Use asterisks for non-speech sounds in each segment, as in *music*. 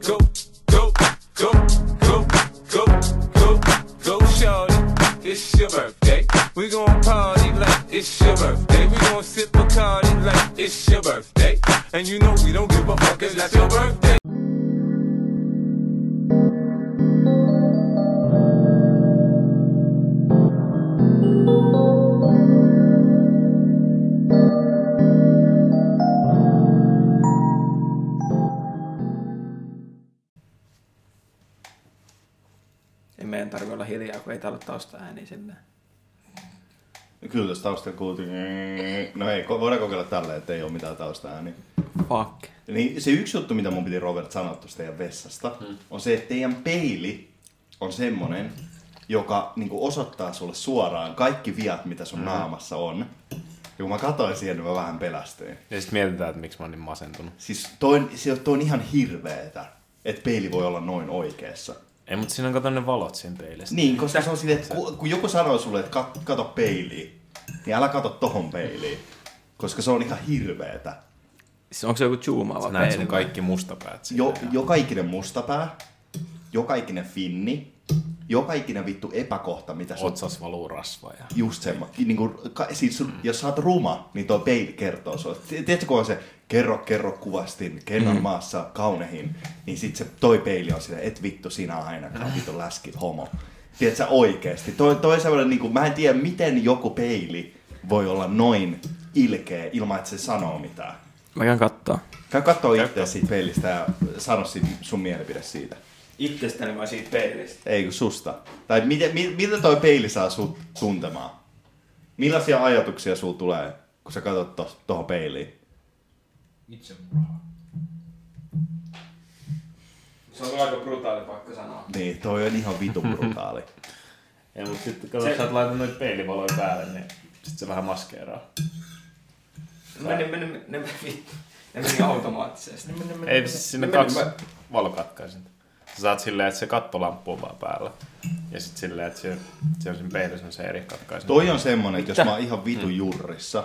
Go, go, go, go, go, go, go, shorty. It's your birthday. We gon' party like it's your birthday. We gon' sip a like it's your birthday. And you know we don't give a fuck, it's not your birthday. Ei meidän tarvitse olla hiljaa, kun ei täällä ole taustaääniä silleen. Kyllä tässä taustalla kuultiin. No ei, ko- voidaan kokeilla tällä, että ei ole mitään taustaa. Niin. Fuck. niin se yksi juttu, mitä mun piti Robert sanoa tuosta teidän vessasta, hmm. on se, että teidän peili on semmonen, joka niin osoittaa sulle suoraan kaikki viat, mitä sun hmm. naamassa on. Ja kun mä katsoin siihen, niin mä vähän pelästyin. Ja sitten mietitään, että miksi mä oon niin masentunut. Siis toi, on- se, toi on ihan hirveetä, että peili voi olla noin oikeassa. Ei, mutta siinä on kato ne valot siinä peilistä. Niin, koska se on silleen, että ku- kun joku sanoo sulle, että kat, kato peiliin, niin älä kato tohon peiliin, koska se on ihan hirveetä. Siis onko se joku zoomaava Sä näet sun peili? kaikki mustapäät siinä. Jo, ja- joka ikinen mustapää, joka ikinen finni, joka ikinen vittu epäkohta, mitä sun... Otsas valuu rasvaa. Ja... Just se, niin kuin, ka, siis, sun- jos sä oot ruma, niin tuo peili kertoo sulle. Ti- Tiedätkö, kun on se kerro, kerro kuvastin, kennon mm. maassa kaunehin, niin sit se toi peili on sitä, et vittu sinä ainakaan, vittu läskit homo. Tiedätkö oikeesti? Toi, toi semmoinen, niin kuin, mä en tiedä, miten joku peili voi olla noin ilkeä ilman, että se sanoo mitään. Mä käyn kattoo. Käy kattoo itse siitä peilistä ja sano sit sun mielipide siitä. Itsestäni vai siitä peilistä? Ei kun susta. Tai miten, mi- miltä toi peili saa sut tuntemaan? Millaisia ajatuksia sul tulee, kun sä katsot to, tohon peiliin? Se on aika brutaali pakko sanoa. Niin, toi on ihan *laughs* vitun brutaali. Ei, mutta sitten kato, sä oot laitanut noita peilivaloja päälle, niin sit se vähän maskeeraa. Ne meni, meni, ne meni, ne meni automaattisesti. Ei, siis siinä on kaksi valokatkaisinta. Sä saat silleen, että se kattolamppu on vaan päällä. Ja sit silleen, että se, se on siinä peilissä on se eri katkaisinta. Toi on semmonen, että jos mä oon ihan Mm. vitun jurrissa.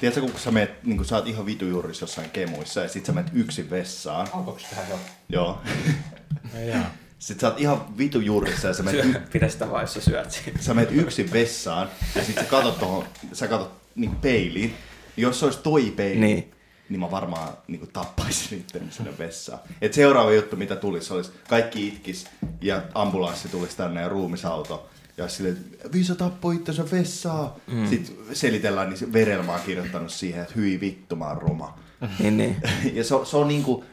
Tiedätkö, kun sä, meet, niin kun sä oot ihan vitun jurrissa jossain kemuissa ja sit sä menet yksin vessaan. Onko se tähän helppo? Joo. *laughs* Ei jaa. Sit sä oot ihan vitun jurrissa ja sä *laughs* menet Pidä sitä vaan, jos sä syöt siitä. sä menet yksin vessaan ja sit sä katot tohon, sä katot niinku peiliin. Jos se olisi toi peili, Niin. niin, niin mä varmaan niinku tappaisin itteni sinne vessaan. Et seuraava juttu, mitä tulisi, olisi kaikki itkis ja ambulanssi tulisi tänne ja ruumisauto. Ja silleen, että Viisa tappoi itsensä vessaa. Mm. Sitten selitellään, niin se verelmä on kirjoittanut siihen, että hyi vittu, mä oon ruma. *laughs* *laughs* Niin, niin. ja se on, se on niinku,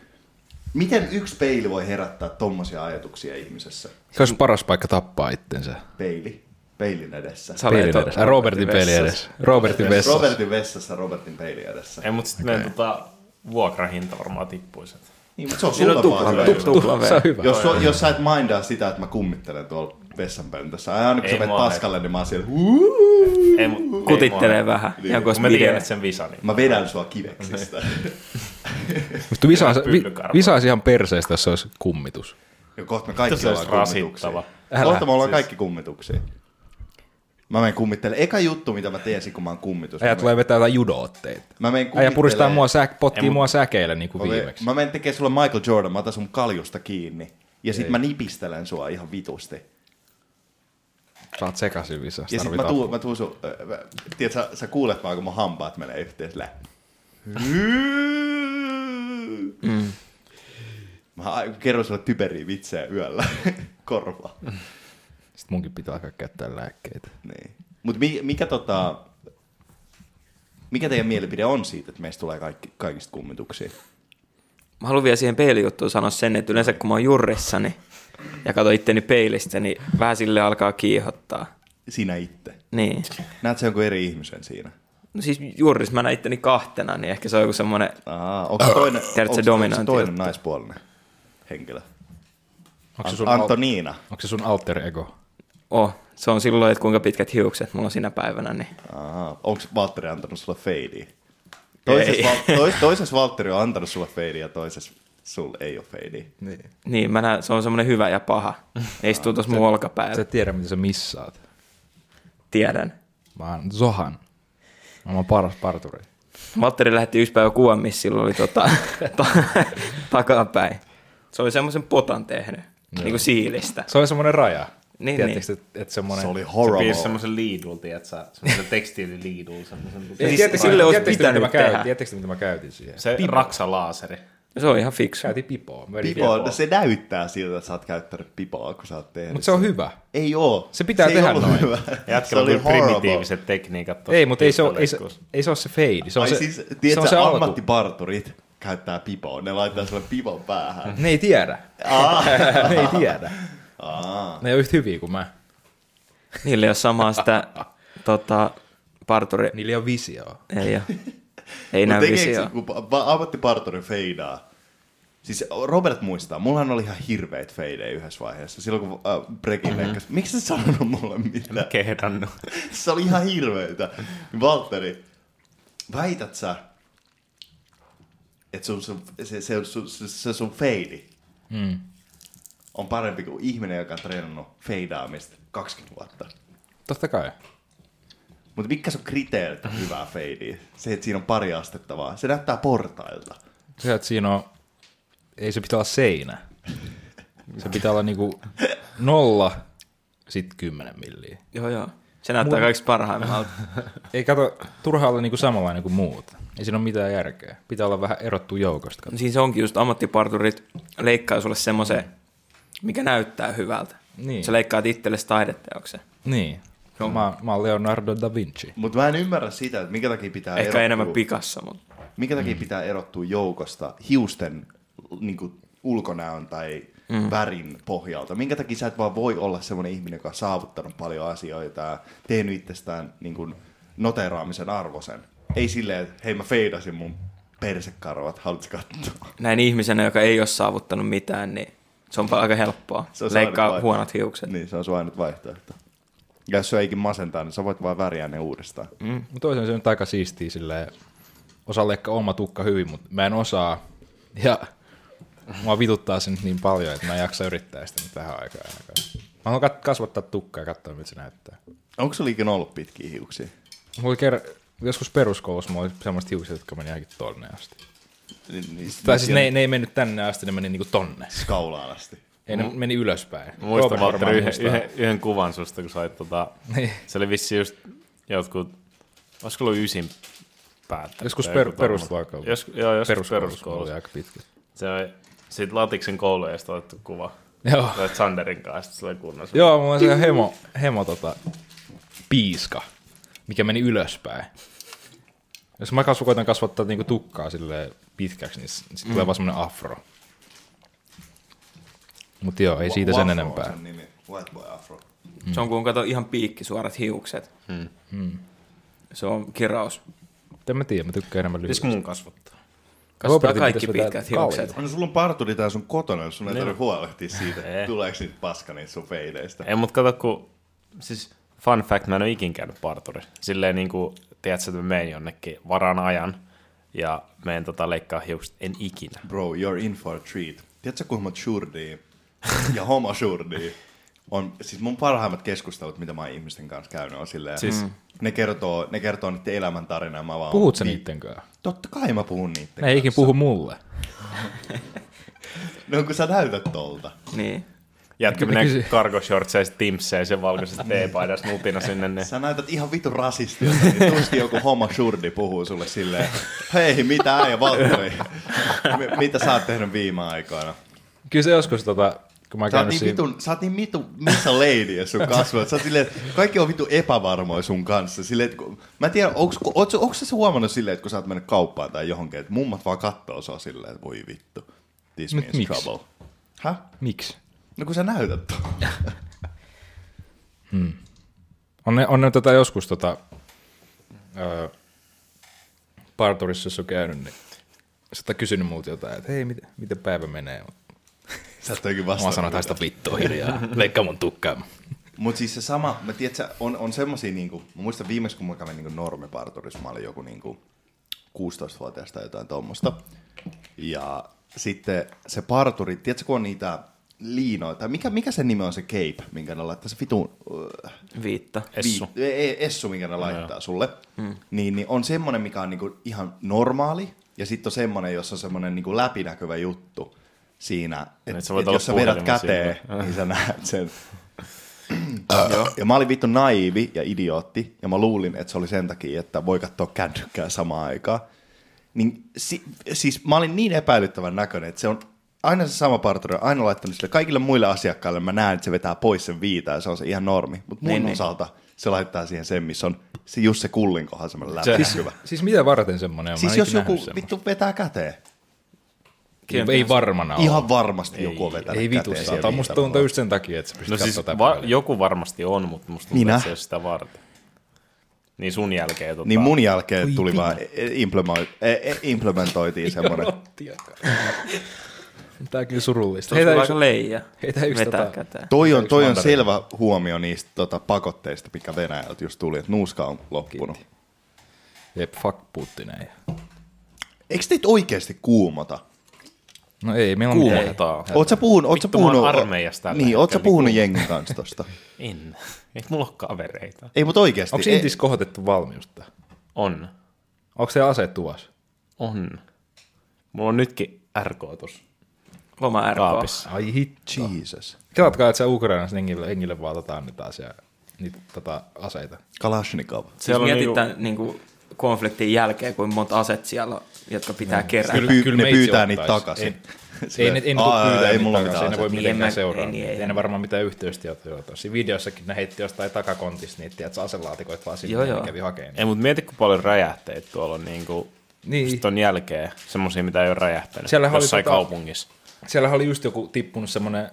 miten yksi peili voi herättää tommosia ajatuksia ihmisessä? Se olisi paras paikka tappaa itsensä. Peili. Peilin edessä. Sä olet Peilin tot- edessä. Robertin peili vessassa. edessä. Robertin vessassa. Robertin vessassa Robertin peili edessä. Ei, mutta sitten okay. meidän tota, vuokrahinta varmaan tippuisi. että- Niin, mutta se on Siinä on sulta tupla, vaan tupla, hyvä tupla, juttu. tupla Se on V. hyvä. Jos, su- jos sä et mindaa sitä, että mä kummittelen tuolla vessanpöntössä, ai aina kun sä Ei menet mua paskalle, niin mä oon siellä "Huuu". Ei, mut, ei Kutittelee mua- vähän. Niin, Ihan kuin Kun mä video. tiedän, että sen visa, niin Mä vedän sua kiveksistä. Musta visa, Tehdään vi, pyllykarvoja. visa olisi ihan perseestä, jos se olisi kummitus. Ja kohta me Vittu, kaikki se ollaan olisi kummituksia. rasittava. Älä. Kohta me ollaan Siis- kaikki kummituksia. Mä menen kummittelemaan. Eka juttu, mitä mä tiesin, kun mä oon kummitus. Äijä mä tulee vetää jotain judootteita. Mä menen Äijä puristaa kummittelee. mua, säk, Ei, potkii mut- mua säkeillä niin kuin Mä menen- viimeksi. Mä menen tekemään sulle Michael Jordan, mä otan sun kaljusta kiinni. Ja sit mä nipistelen sua ihan vitusti. Sä oot sekasin visa, Ja ja sit tarvit mä apua. tuun, mä tuun sun, ö, mä- tiedät, sä, sä kuulet vaan, kun mun hampaat menee yhteen sillä. Mm. Mä a- kerron sulle typeriä vitsejä yöllä *laughs* korva. Sit munkin pitää alkaa käyttää lääkkeitä. niin. Mut mi, mikä tota, mikä teidän mielipide on siitä, että meistä tulee kaikki, kaikista kummituksia? Mä haluan vielä siihen peilijuttuun sanoa sen, että yleensä kun mä oon jurrissani ja katson itteni peilistä, niin vähän sille alkaa kiihottaa. Sinä itse. Niin. Näet sä jonkun eri ihmisen siinä? No siis juurissa mä näin itteni kahtena, niin ehkä se on joku semmoinen... Aa, onko se toinen, Tiedätkö, se onko se dominantti toinen juttu. naispuolinen henkilö? Onko se sun, al- Antoniina. onko se sun alter ego? Oh, se on silloin, että kuinka pitkät hiukset mulla on sinä päivänä, niin... Onko Valtteri antanut sulle feidiä? Toisessa, Val- *laughs* tois, toisessa Valtteri on antanut sulle feidiä ja toisessa sulle ei ole feidiä. Niin. Niin, mä näen, se on semmoinen hyvä ja paha. Ne istuu tuossa mun Sä olkapäällä. et tiedä, mitä sä missaat. Tiedän. Mä oon Zohan. Mä oon paras parturi. Valtteri lähetti yksi päivä kuvan, missä sillä oli tota, ta- takapäin. Se oli semmoisen potan tehnyt, no. niin kuin siilistä. Se oli semmoinen raja. Niin, Tiedättekö, että et semmoinen... Se oli Se horrible. piirsi semmoisen liiduun, tiedätkö? Semmoisen tekstiililiiduun. *laughs* Semmoisen... Ei, Siis tiedättekö, sille olisi tiedättekö, mitä pitänyt mä käytin? tehdä. Tiedättekö, mitä mä käytin siihen? Se raksalaaseri. Se on ihan fiksu. Käytin pipoa. mä vedin Pipo, pipoa. no se näyttää siltä, että sä oot käyttänyt pipoa, kun sä oot tehnyt. Mutta se on hyvä. Ei oo. Se pitää ei tehdä ollut noin. *laughs* hyvä. Jätkällä Se tuli oli horrible. primitiiviset tekniikat. tuossa Ei, mutta ei se, ole, ei, se, pistoleikkuussa. ei se ole se fade. Se on Ai se, siis, se, on tiedätkö, se alku. ammattiparturit käyttää pipoa, ne laittaa sille pipon *laughs* päähän. Ne ei tiedä. *laughs* ne ei tiedä. Aa. Ne on yhtä hyviä kuin mä. Niillä ei ole samaa sitä tota, parturi... Niillä ei ole visioa. Ei ole. Ei Mut näy tekeekö se, visioa. kun pa- pa- ammattiparturi feidaa? Siis Robert muistaa, mullahan oli ihan hirveet feidejä yhdessä vaiheessa, silloin kun äh, Brekin mm-hmm. leikkasi. Miksi sä sanonut mulle mitään? Kehdannut. *laughs* Se oli ihan hirveitä. Valtteri, väität sä, että sun, sun, se, se, sun, se, se sun feidi Mm. on parempi kuin ihminen, joka on treenannut feidaamista 20 vuotta? Totta kai. Mutta mitkä sun kriteerit on hyvää feidiä? Se, että siinä on pari astetta vaan. Se näyttää portailta. Se, että siinä on, ei se pitää olla seinä. Se pitää olla niinku nolla, sit kymmenen milliä. Joo, joo. Se näyttää kaikista parhaimmalta. Ei kato, turha olla niinku samanlainen kuin muut. Ei siinä ole mitään järkeä. Pitää olla vähän erottu joukosta. Kato. No Siis onkin just ammattiparturit leikkaa sulle semmoisen, mikä näyttää hyvältä. Niin. Sä leikkaat itsellesi taideteoksen. Niin. Mä, mä oon Leonardo da Vinci. Mutta mä en ymmärrä sitä, että minkä takia pitää, Ehkä erottua, enemmän Mm. pikassa, mutta minkä takia pitää erottua joukosta hiusten niin kuin, ulkonäön tai mm. värin pohjalta. Minkä takia sä et vaan voi olla semmoinen ihminen, joka on saavuttanut paljon asioita ja tehnyt itsestään niin kuin, noteraamisen arvosen. Ei silleen, että hei mä feidasin mun persekarvat, haluatko katsoa? näin ihmisenä, joka ei ole saavuttanut mitään, niin se on aika helppoa. Se on se ainut Leikkaa vaihtoehto. huonot hiukset. Niin, se on sun ainut vaihtoehto. Ja jos se eikin masentaa, niin sä voit vaan väriä ne uudestaan. Mm. Mutta toisaalta se on nyt aika siistiä silleen, osaan leikkaa oma tukka hyvin, mutta mä en osaa. Ja mua vituttaa se nyt niin paljon, että mä en jaksa yrittää sitä nyt tähän aikaan ainakaan. Mä haluan kat- kasvattaa tukkaa ja katsoa, miltä se näyttää. Onko sulla ikinä ollut pitkiä hiuksia? Mulla oli ker- joskus peruskoulussa mulla oli semmoiset hiukset, jotka meni ainakin tonne asti. Niin, niin, Tai siis ne, ei- ne ei mennyt tänne asti, ne meni niinku tonne. Skaulaan asti. Ei, ne meni ylöspäin. Muistan Robert varmaan Valtteri yhden, muistaa. yhden, yhden, kuvan susta, kun sä olit tota... Niin. Se oli vissi just jotkut... Olisiko ollut ysin päättänyt? Joskus tai per, joku tommonen. perusluokalla. Jos, joo, joskus peruskoulussa. oli peruskoulussa. aika pitkä. Se oli siitä Latiksen koulujeesta otettu kuva. Joo. Sä olet Sanderin kanssa, se oli kunnossa. Ah. Joo, mulla on se hemo, hemo tota, piiska, mikä meni ylöspäin. Jos mä kasvu, koitan kasvattaa niinku tukkaa sille pitkäksi, niin sitten mm. tulee vaan semmonen afro. Mut joo, ei siitä sen Wafro on enempää. sen nimi. White Boy Afro. Se on kun kato ihan piikkisuorat hiukset. Hmm. Hmm. Se on kiraus. En mä tiedä, mä tykkään enemmän Pitäis lyhyistä. mun kasvattaa. Kastaa Robertin kaikki pitäisi vetää pitkät kalja. hiukset. No sulla on parturi tää sun kotona, jos sun ei tarvitse huolehtia siitä, Ei. tuleeko niitä paska niistä sun feideistä. Ei, mut kato, kun... Siis fun fact, mä en ole ikin käynyt parturi. Silleen niinku, tiedätkö, että mä menen jonnekin varan ajan ja menen tota leikkaa hiukset. En ikinä. Bro, you're in for a treat. Tiedätkö, kun mä shurdii ja homo shurdii, on siis mun parhaimmat keskustelut, mitä mä oon ihmisten kanssa käynyt, on silleen, Siis- siis... ne kertoo, ne kertoo niiden elämäntarinaa, mä vaan... Puhut sä Vi- niitten kanssa? Totta kai mä puhun niitten Niin. Ne ei ikin puhu mulle. No kun sä näytät tolta. Niin. Jätkä Kyllä mä menee kysyn. kargoshortseista, timpseissä ja valkoisesta teepaidasta nutina sinne. Niin. Sä näytät ihan vitu rasistilta, niin tuskin joku homo shurdi puhuu sulle silleen, hei, mitä äijä Valtteri, M- mitä sä oot tehnyt viime aikoina? Kyllä se joskus tota, kun mä Sä oot käyn niin siinä... vitun, sä oot niin vitu missä lady sun kasvot. Sä oot silleen, että kaikki on vitu epävarmoja sun kanssa. Silleen, että kun, mä en tiedä, onks, ku- oot, sä- onks sä huomannut silleen, että kun sä oot mennyt kauppaan tai johonkin, että mummat vaan kattoo sua silleen, että voi vittu, this Mut means miksi? trouble. Häh? Miksi? No kun sä näytät tuon. On ne, on ne tota joskus tota, öö, parturissa, jos on käynyt, niin sä oot kysynyt multa jotain, että hei, miten, miten päivä menee? Mä Sä et oikein vastaa. oon sanonut, että sitä vittua *laughs* hiljaa, leikkaa mun tukkaa. Mutta siis se sama, mä tiedät, sä, on, on semmosia, niinku, mä muistan viimeksi kun mä kävin niinku normiparturissa, mä olin joku niinku 16-vuotias tai jotain tuommoista. Ja sitten se parturi, tiedätkö kun on niitä liinoja, tai mikä, mikä se nimi on se cape, minkä ne laittaa se vitun... öö, Viitta. Essu. Vi- ei, ei, essu, minkä ne laittaa sulle. Mm. Niin, niin on semmoinen, mikä on niinku ihan normaali, ja sitten on semmoinen, jossa on semmoinen niinku läpinäkyvä juttu. siinä, että Et et Niin, sä voit olla jos sä vedät puhelimessa käteen, *laughs* niin sä näet *clears throat* sen. Joo. ja mä olin vittu naivi ja idiootti, ja mä luulin, että se oli sen takia, että voi katsoa kännykkää samaan aikaan. Niin, si- siis mä olin niin epäilyttävän näköinen, että se on aina se sama parturi, on aina laittanut sille kaikille muille asiakkaille, mä näen, että se vetää pois sen viitaa, ja se on se ihan normi. Mutta mun Niin, niin, niin. osalta se laittaa siihen sen, missä on se, just se kullin kohan semmoinen läpi. Siis, siis mitä varten semmoinen on? Mä Siis en jos ikinä joku nähnyt semmoista. vittu vetää käteen. Ei varmana ole. Ihan varmasti joku on vetänyt Ei vitu käteen saa. siellä Tämä musta viitalla. tuntuu just sen takia, että sä pystyt No siis katsomaan va- tämän paljon. joku varmasti on, mutta musta tuntuu, Minä? että se ei ole sitä varten. Niin sun jälkeen tota, Niin mun jälkeen tuli vaan implemoi- e- e- implementoitiin semmoinen. Tää on kyllä surullista. Heitä Heitä yksi, aika leija. heitä yksi Vetää tota- käteen. Toi on, toi on mandarin? selvä huomio niistä tota, pakotteista, mikä Venäjältä just tuli, että nuuska on loppunut. jep, fuck Putin ei. Eikö teitä oikeasti kuumota? No ei, meillä on mitään. kuumotaa. Oot sä puhunut, oot sä Vittu, mä oon puhunut, armeijassa tällä niin, oot sä hetkellä, niin puhunut jengin kanssa tosta? En. Ei mulla ole kavereita. Ei, mutta oikeasti. Onko ei- Intis kohotettu valmiutta? On. Onko se ase tuossa? On. Mulla on nytkin RK tuossa Loma RK. kaapissa. Ai hitto. Jesus. Kelatkaa, että se Ukrainassa jengille, jengille vaan tota, annetaan siellä niitä tota, aseita. Kalashnikov. Siis Siellä on mietit niinku- tämän niinku konfliktin jälkeen, kuinka monta aset siellä on, jotka Niin. pitää kerätä. Kyllä, pyy- kyllä ne meitsi pyytää niitä ottais. takaisin. Ei, ei, ne, ei ne tule pyytää ei ei mulla mitään, mitään mitään ei ne voi asetta. mitenkään Niin, en mä- seuraa. ei, Ei, niin, ei, ei, ei. ne varmaan mitään yhteystietoja ole. Siinä videossakin ne heitti jostain takakontista niitä tiedätkö, aselaatikoita vaan sinne, Joo, joo, joo. joo. kävi hakemaan. Ei, mutta mieti, kun paljon räjähteitä tuolla on niinku Niin. niin. ton jälkeen. Semmoisia, mitä ei ole räjähtänyt Siellähän oli jossain tota- kaupungissa. Siellähän oli just joku tippunut semmoinen,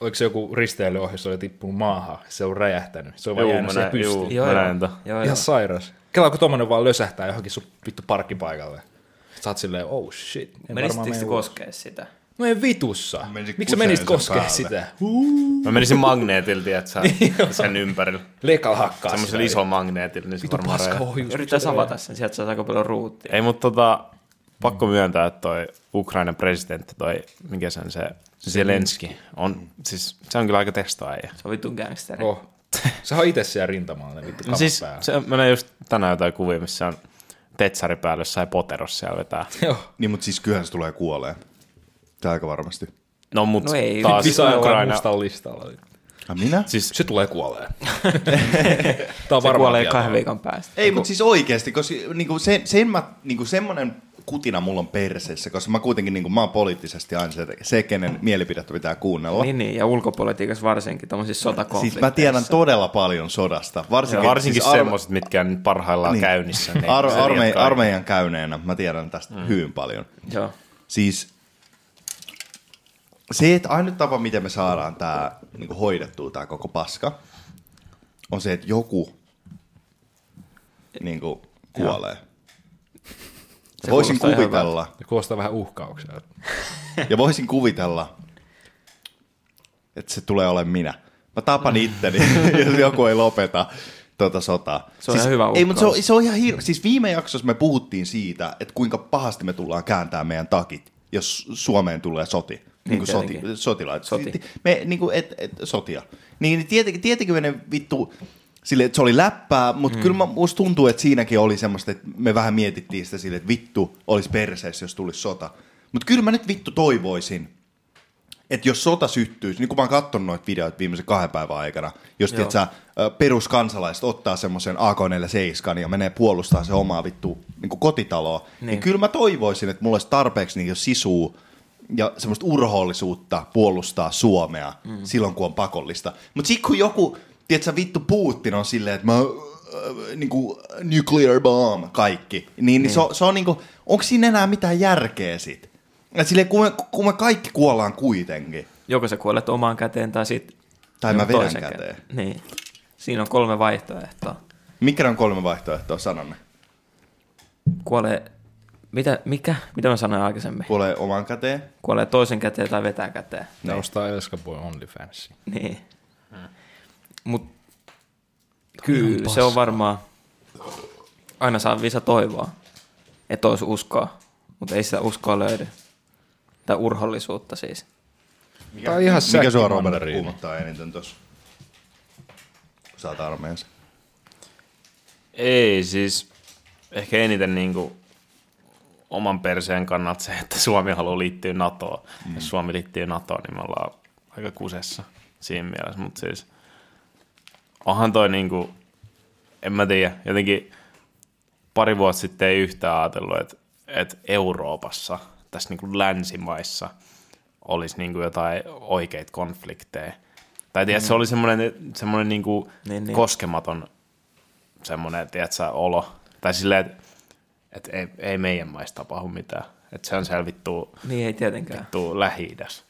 oliko se joku risteilyohjus, oli tippunut maahan, se on räjähtänyt. Se on vaan Juu, jäänyt mä siihen näin- juu. pystyyn. Joo, Mä joo. näen ton. joo, joo. Ihan sairas. Kelaa, kun tommonen vaan lösähtää johonkin sun vittu parkkipaikalle. Sä oot silleen, oh shit. en varmaan Menisittekö mene te ulos. koskee sitä? No ei vitussa. Menisit Miksi sä menisit kuseen sen koskee päälle? sitä? Mä menisin magneetilla, *laughs* tiedätkö, sen ympärillä. Lekal hakkaa Semmoisella sitä. isolla magneetilla, niin se Vitu varmaan paska räjähtää. ohjus. Yritän savata sen, sieltä saa aika paljon ruutia. Ei, mutta tota, pakko myöntää, että toi Ukrainan presidentti, toi, mikä sen se, Zelenski, on, siis se on kyllä aika testaaja. Se on vitun gangsteri. Oh. Sehän on itse siellä rintamalla ne vittu No kamat siis, päällä. se, mä näin just tänään jotain kuvia, missä on tetsari päällä jossain poterossa siellä vetää. Joo. Niin, mutta siis kyllähän se tulee kuoleen. Tää aika varmasti. No mut No no ei, ei, taas Visa on Ukraina, mustan listalla. Ja minä? siis Se tulee kuoleen. Tää on Se varmaan kuolee tietoa. kahden viikon päästä. Ei, mutta siis oikeasti, koska niinku sen, sen mä, niinku semmoinen kutina mulla on perseessä, koska mä kuitenkin niinku, mä oon poliittisesti aina se, se kenen mielipidettä pitää kuunnella. Niin, niin, ja ulkopolitiikassa varsinkin tuommoisissa sotakonflikteissa. Oh. Siis mä tiedän todella paljon sodasta. Varsinkin, varsinkin siis siis semmoset, mitkä on nyt parhaillaan Niin. niin. käynnissä. Niin ar- se ei arme- ole kaikki. armeijan käyneenä mä tiedän tästä mm. hyvin paljon. Joo. Siis se, että ainut tapa, miten me saadaan tämä niinku, hoidettua tämä koko paska, on se, että joku niinku, kuolee. Se Voisin kuulostaa ihan kuvitella, Ja Kuulostaa vähän uhkaukselta. Niin. Ja voisin kuvitella, että se tulee olemaan minä. Mä tapan itteni, *laughs* jos joku ei lopeta tuota sotaa. Se on ihan hyvä Ei, mutta se on, uhkaus. se on ihan hir- Siis viime jaksossa me puhuttiin siitä, että kuinka pahasti me tullaan kääntää meidän takit, jos Suomeen tulee soti. Niin, kuin soti, tietenkin. sotilaat. Soti. Me, niin kuin, et, et, sotia. Niin niin tietenkin, tietenkin me ne vittu, sille, että se oli läppää, mutta mm. kyllä mä- musta tuntuu, että siinäkin oli semmoista, että me vähän mietittiin sitä sille, että vittu olisi perseessä, jos tulisi sota. Mutta kyllä mä nyt vittu toivoisin, että jos sota syttyisi, niin kun mä oon katsonut noita videoita viimeisen kahden päivän aikana, jos tiedät, sä, ö, peruskansalaiset ottaa semmoisen AK-47 ja menee puolustaa se omaa vittu niin kotitaloa, niin. niin kyllä mä toivoisin, että mulla olisi tarpeeksi niin sisua ja semmoista urhoollisuutta puolustaa Suomea mm. silloin, kun on pakollista. Mutta sitten kun joku, tiedät sä, vittu Putin on silleen, että mä äh, niinku nuclear bomb kaikki, niin, niin. niin se, on- se on niinku, onko siinä enää mitään järkeä sit? Et silleen, kun me, kun me kaikki kuollaan kuitenkin, Joko sä kuolet omaan käteen tai sit... Tai mä vedän toisen käteen. käden. Niin. Siinä on kolme vaihtoehtoa. mikä on kolme vaihtoehtoa sanonne? Kuolee... Mitä, mikä? Mitä mä sanoin aikaisemmin? Kuolee oman käteen, Kuolee toisen käteen tai vetää käteen. Ne ostaa Elska Boy OnlyFansia. *laughs* Niin. Mut kyllä se on varmaan, aina saa visa toivoa, että olisi uskoa, mutta ei sitä uskoa löydy. Tai urhollisuutta siis. Tää on ihan mikä säkki sua Robert mandariini. kuumottaa eniten tuossa? Kun sä oot armeijassa. Ei siis, ehkä eniten niinku oman perseen kannalta se, että Suomi haluaa liittyä NATOon. Mm. Jos Suomi liittyy NATOon, niin me ollaan aika kusessa siinä mielessä. Mutta siis onhan toi niinku, en mä tiedä, jotenkin pari vuotta sitten ei yhtään ajatellut, että, että Euroopassa, tässä niinku länsimaissa, olisi niinku jotain oikeita konflikteja. Tai tiedät, mm. se oli semmoinen, semmoinen niinku Niin, niin, niin. niin. koskematon semmoinen, tiedätkö, olo. Tai silleen, että et ei, ei meidän maissa tapahdu mitään. Että se on selvittu Niin ei tietenkään. vittu lähi-idässä.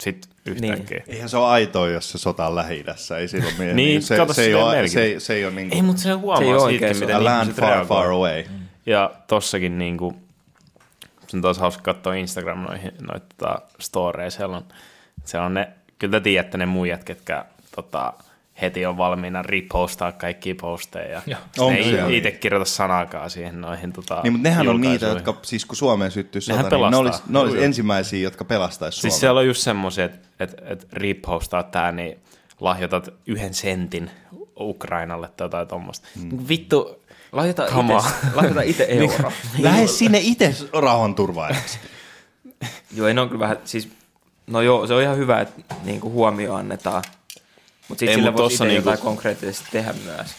Sitten yhtäkkiä. Niin. Eihän se ole aitoa, jos se sota on lähi-idässä. Ei silloin mie- Niin, se, kato, se, ei sillä ei ole, merkitä. se, ei- se ei ole niin Ei, kuin mutta se Se ei huomaa oo siitäkin, oikein miten a land niin ihmiset far, reagoi. far away. Mm. Ja tossakin niinku, se on taas hauska katsoa Instagram noihin, noita tota, storeja, siellä on, siellä on ne, kyllä te tiedätte ne muijat, ketkä tota, heti on valmiina ripostaa kaikki posteja. Ja Joo. ne Onko siellä? ei itse kirjoita sanaakaan siihen noihin tota, Niin, mutta nehän on niitä, julkaisuihin. jotka, siis kun Suomeen syttyy sota, Nehän niin ne pelastaa. olisi, ne olisi Joo, joo. ensimmäisiä, jotka pelastaisi Suomen. Siis siellä on just semmoisia, että et, et repostaa tää, niin lahjoitat yhden sentin Ukrainalle tai jotain tuommoista. Mm. Vittu, Laiteta Come on. itse, laiteta *laughs* itse euro. Lähde sinne itse rauhanturvaajaksi. joo, ei ne on kyllä vähän, siis, no joo, se on ihan hyvä, että niinku huomio annetaan. Mutta Ei, sitten sillä mut voisi tossa itse niinku- jotain konkreettisesti tehdä myös.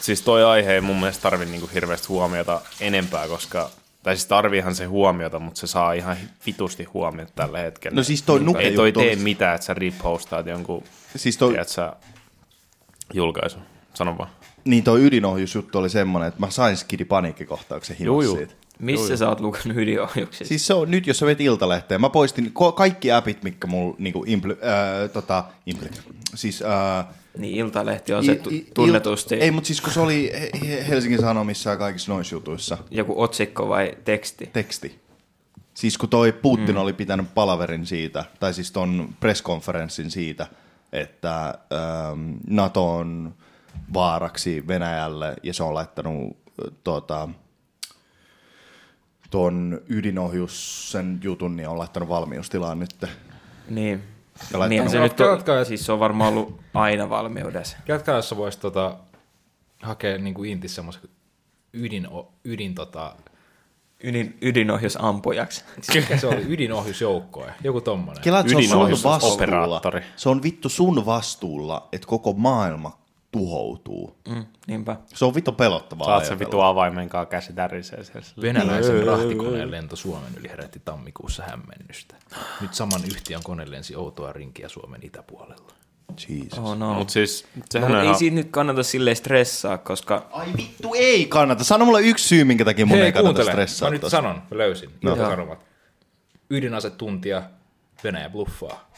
siis toi aihe ei mun mielestä tarvi niinku hirveästi huomiota enempää, koska, tai siis tarviihan se huomiota, mutta se saa ihan vitusti huomiota tällä hetkellä. No siis toi Niin, nuke Ei toi juttu tee olisi- mitään, että sä repostaat jonkun, Siis to... toi, tiedät sä, julkaisun. Sano vaan. niin toi ydinohjusjuttu oli semmoinen, että mä sain skidipaniikkikohtauksen himas siitä. Missä sä oot lukenut *laughs* ydinohjuksia? Siis se on nyt, jos sä vet iltalehteen. Mä poistin ko- kaikki appit, mitkä mulla niinku impl- äh, tota, impl- siis äh, Niin Iltalehti on se tu- i- i- tunnetusti il- Ei, mutta siis kun se oli He- He- Helsingin Sanomissa ja kaikissa noissa jutuissa. joku otsikko vai teksti. teksti. Siis kun toi Putin mm. oli pitänyt palaverin siitä, tai siis ton presskonferenssin siitä, että ähm, NATO on vaaraksi Venäjälle ja se on laittanut äh, tota, ton ydinohjus sen jutun, niin on laittanut valmiustilaan nyt. Niin. Ja laittanut- Niinhän se nyt Jatka- jatka. on, siis se on varmaan ollut aina valmiudessa. Jatkaa, jos sä voisit tota, hakea niin kuin intis semmoisen ydin, ydin tota, Ydin, ydinohjusampujaksi. mikä se oli, ydinohjusjoukkoja, joku tommonen. Kelaat, se on sun Ydinohjus- vastuulla. operaattori. Se on vittu sun vastuulla, että koko maailma tuhoutuu. Mm, niinpä. Se on vittu pelottavaa. Saat sen ajatella. vitu avaimen kanssa käsi tärisee siellä. silleen. Niin. Venäläisen rahtikoneen lento Suomen yli herätti tammikuussa hämmennystä. Nyt saman yhtiön kone lensi outoa rinkiä Suomen itäpuolella. Jeesus. Oh, no. Mut siis, no, sehän mut on ei ihan... siitä nyt kannata silleen stressaa, koska Ai vittu ei kannata. Sano mulle yksi syy, minkä takia mun ei kannata stressaa. mä nyt tosta. sanon, mä löysin. No. No. sanomat. Ydinasetuntija, Venäjä bluffaa.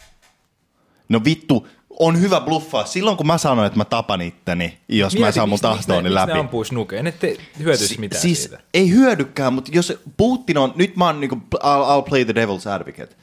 No vittu, on hyvä bluffaa. Silloin kun mä sanoin, että mä tapan itteni, jos mä saan mun miksi- miksi ne- tahtooni miksi läpi. ne ampuis nukeen? Et te hyötyisi Si- mitään siis siitä. ei hyödykään, mutta jos Putin on, nyt mä oon niinku, I'll, I'll play the devil's advocate.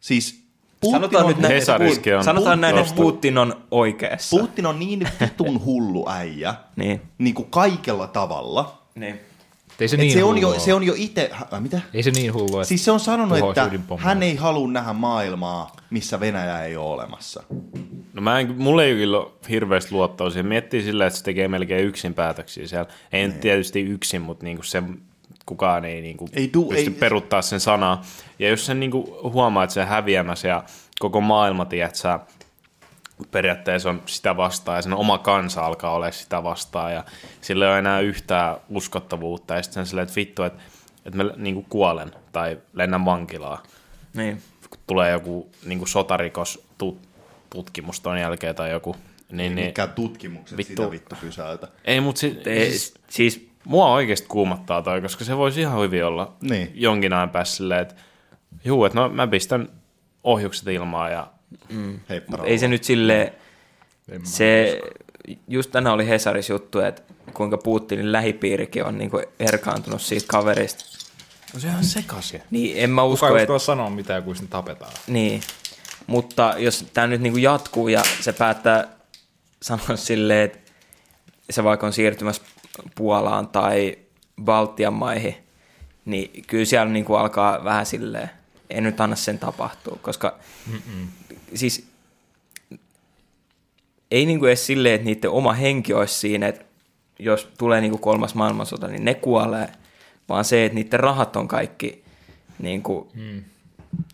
Siis Putin sanotaan on, nyt näin, että Hesariskin Putin, on sanotaan näin, että tuosta. Putin on oikeassa. Putin on niin vitun hullu äijä, Niin. niinku kaikella tavalla. Niin. Et Ei se, Et niin se, on jo, hullua se oo. on jo itse, äh, mitä? Ei se niin hullu, että Siis se on sanonut, tuhoaisi että ydinpommeja. hän ei halua nähdä maailmaa, missä Venäjä ei ole olemassa. No mä en, mulla ei kyllä ole hirveästi luottoa siihen. Miettii sillä, että se tekee melkein yksin päätöksiä siellä. Ei Niin. nyt tietysti yksin, mutta niinku se, kukaan ei, niinku Ei du- pysty ei- peruuttaa sen sanaa. Ja jos sen niinku huomaa, että se on häviämässä ja koko maailma, tiedät sä, periaatteessa on sitä vastaan ja sen oma kansa alkaa olla sitä vastaan ja sillä ei ole enää yhtään uskottavuutta ja sitten silleen, että vittu, että, että mä niinku kuolen tai lennän vankilaan Niin. kun tulee joku niin kuin sotarikos tu- tutkimus ton jälkeen tai joku, niin, niin Mikä tutkimukset Vittu. sitä vittu pysäytä. ei, mutta si- Ei, siis, siis mua oikeasti kuumattaa toi, koska se voisi ihan hyvin olla Niin. jonkin ajan päässä silleen, että juu, että no mä pistän ohjukset ilmaan ja Heippa Mut ei se nyt silleen, se, just tänään oli Hesaris juttu, että kuinka Putinin lähipiirikin on niinku erkaantunut siitä kaverista. no se on ihan sekasia. Niin en mä usko, Kuka ei että... uskalla sanoa mitään, kun sitten tapetaan. Niin. Mutta jos tämä nyt niinku jatkuu ja se päättää sanoa silleen, että se vaikka on siirtymässä Puolaan tai Baltian maihin, niin kyllä siellä niinku alkaa vähän silleen, en nyt anna sen tapahtua, koska Mm-mm. siis ei niinku edes silleen, että niiden oma henki olisi siinä, että jos tulee niinku kolmas maailmansota, niin ne kuolee. vaan se, että niiden rahat on kaikki, niin kuin, mm.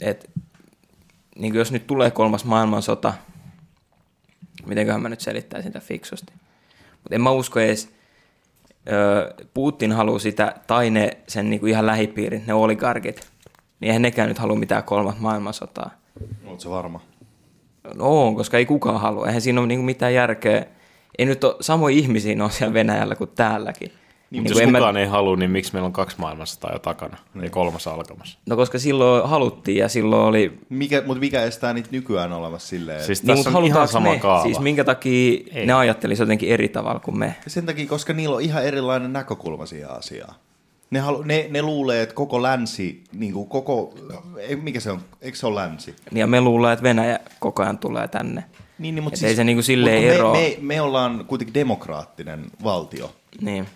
et, niin kuin jos nyt tulee kolmas maailmansota, mitenköhän mä nyt selittäisin sitä fiksusti. Mutta en mä usko edes, ö, Putin haluaa sitä, tai ne sen niin kuin ihan lähipiirit, ne oligarkit, niin eihän nekään nyt halua mitään kolmas maailmansotaa. Oletko se varma? No on, koska ei kukaan halua. Eihän siinä ole niinku mitään järkeä. Ei nyt ole samoja ihmisiä ole siellä Venäjällä kuin täälläkin. Niin, Niinku jos en kukaan mä... ei halua, niin miksi meillä on kaksi maailmansotaa jo takana ja kolmas alkamassa? No koska silloin haluttiin ja silloin oli... Mikä, mutta mikä estää niitä nykyään olemassa silleen? Siis Niin, mutta tässä niin, on ihan halutaanko sama me, kaava. Siis minkä takia ei. Ei. ne ajattelisi jotenkin eri tavalla kuin me. Sen takia, koska niillä on ihan erilainen näkökulma siihen asiaan. Ne, halu, ne, ne luulee, että koko länsi, niin kuin koko, ei, mikä se on, eikö se ole länsi? Ja me luullaan, että Venäjä koko ajan tulee tänne. Niin, niin, mutta Et ei se niinku silleen mut kun eroa. Me, me, me ollaan kuitenkin demokraattinen valtio. Niin.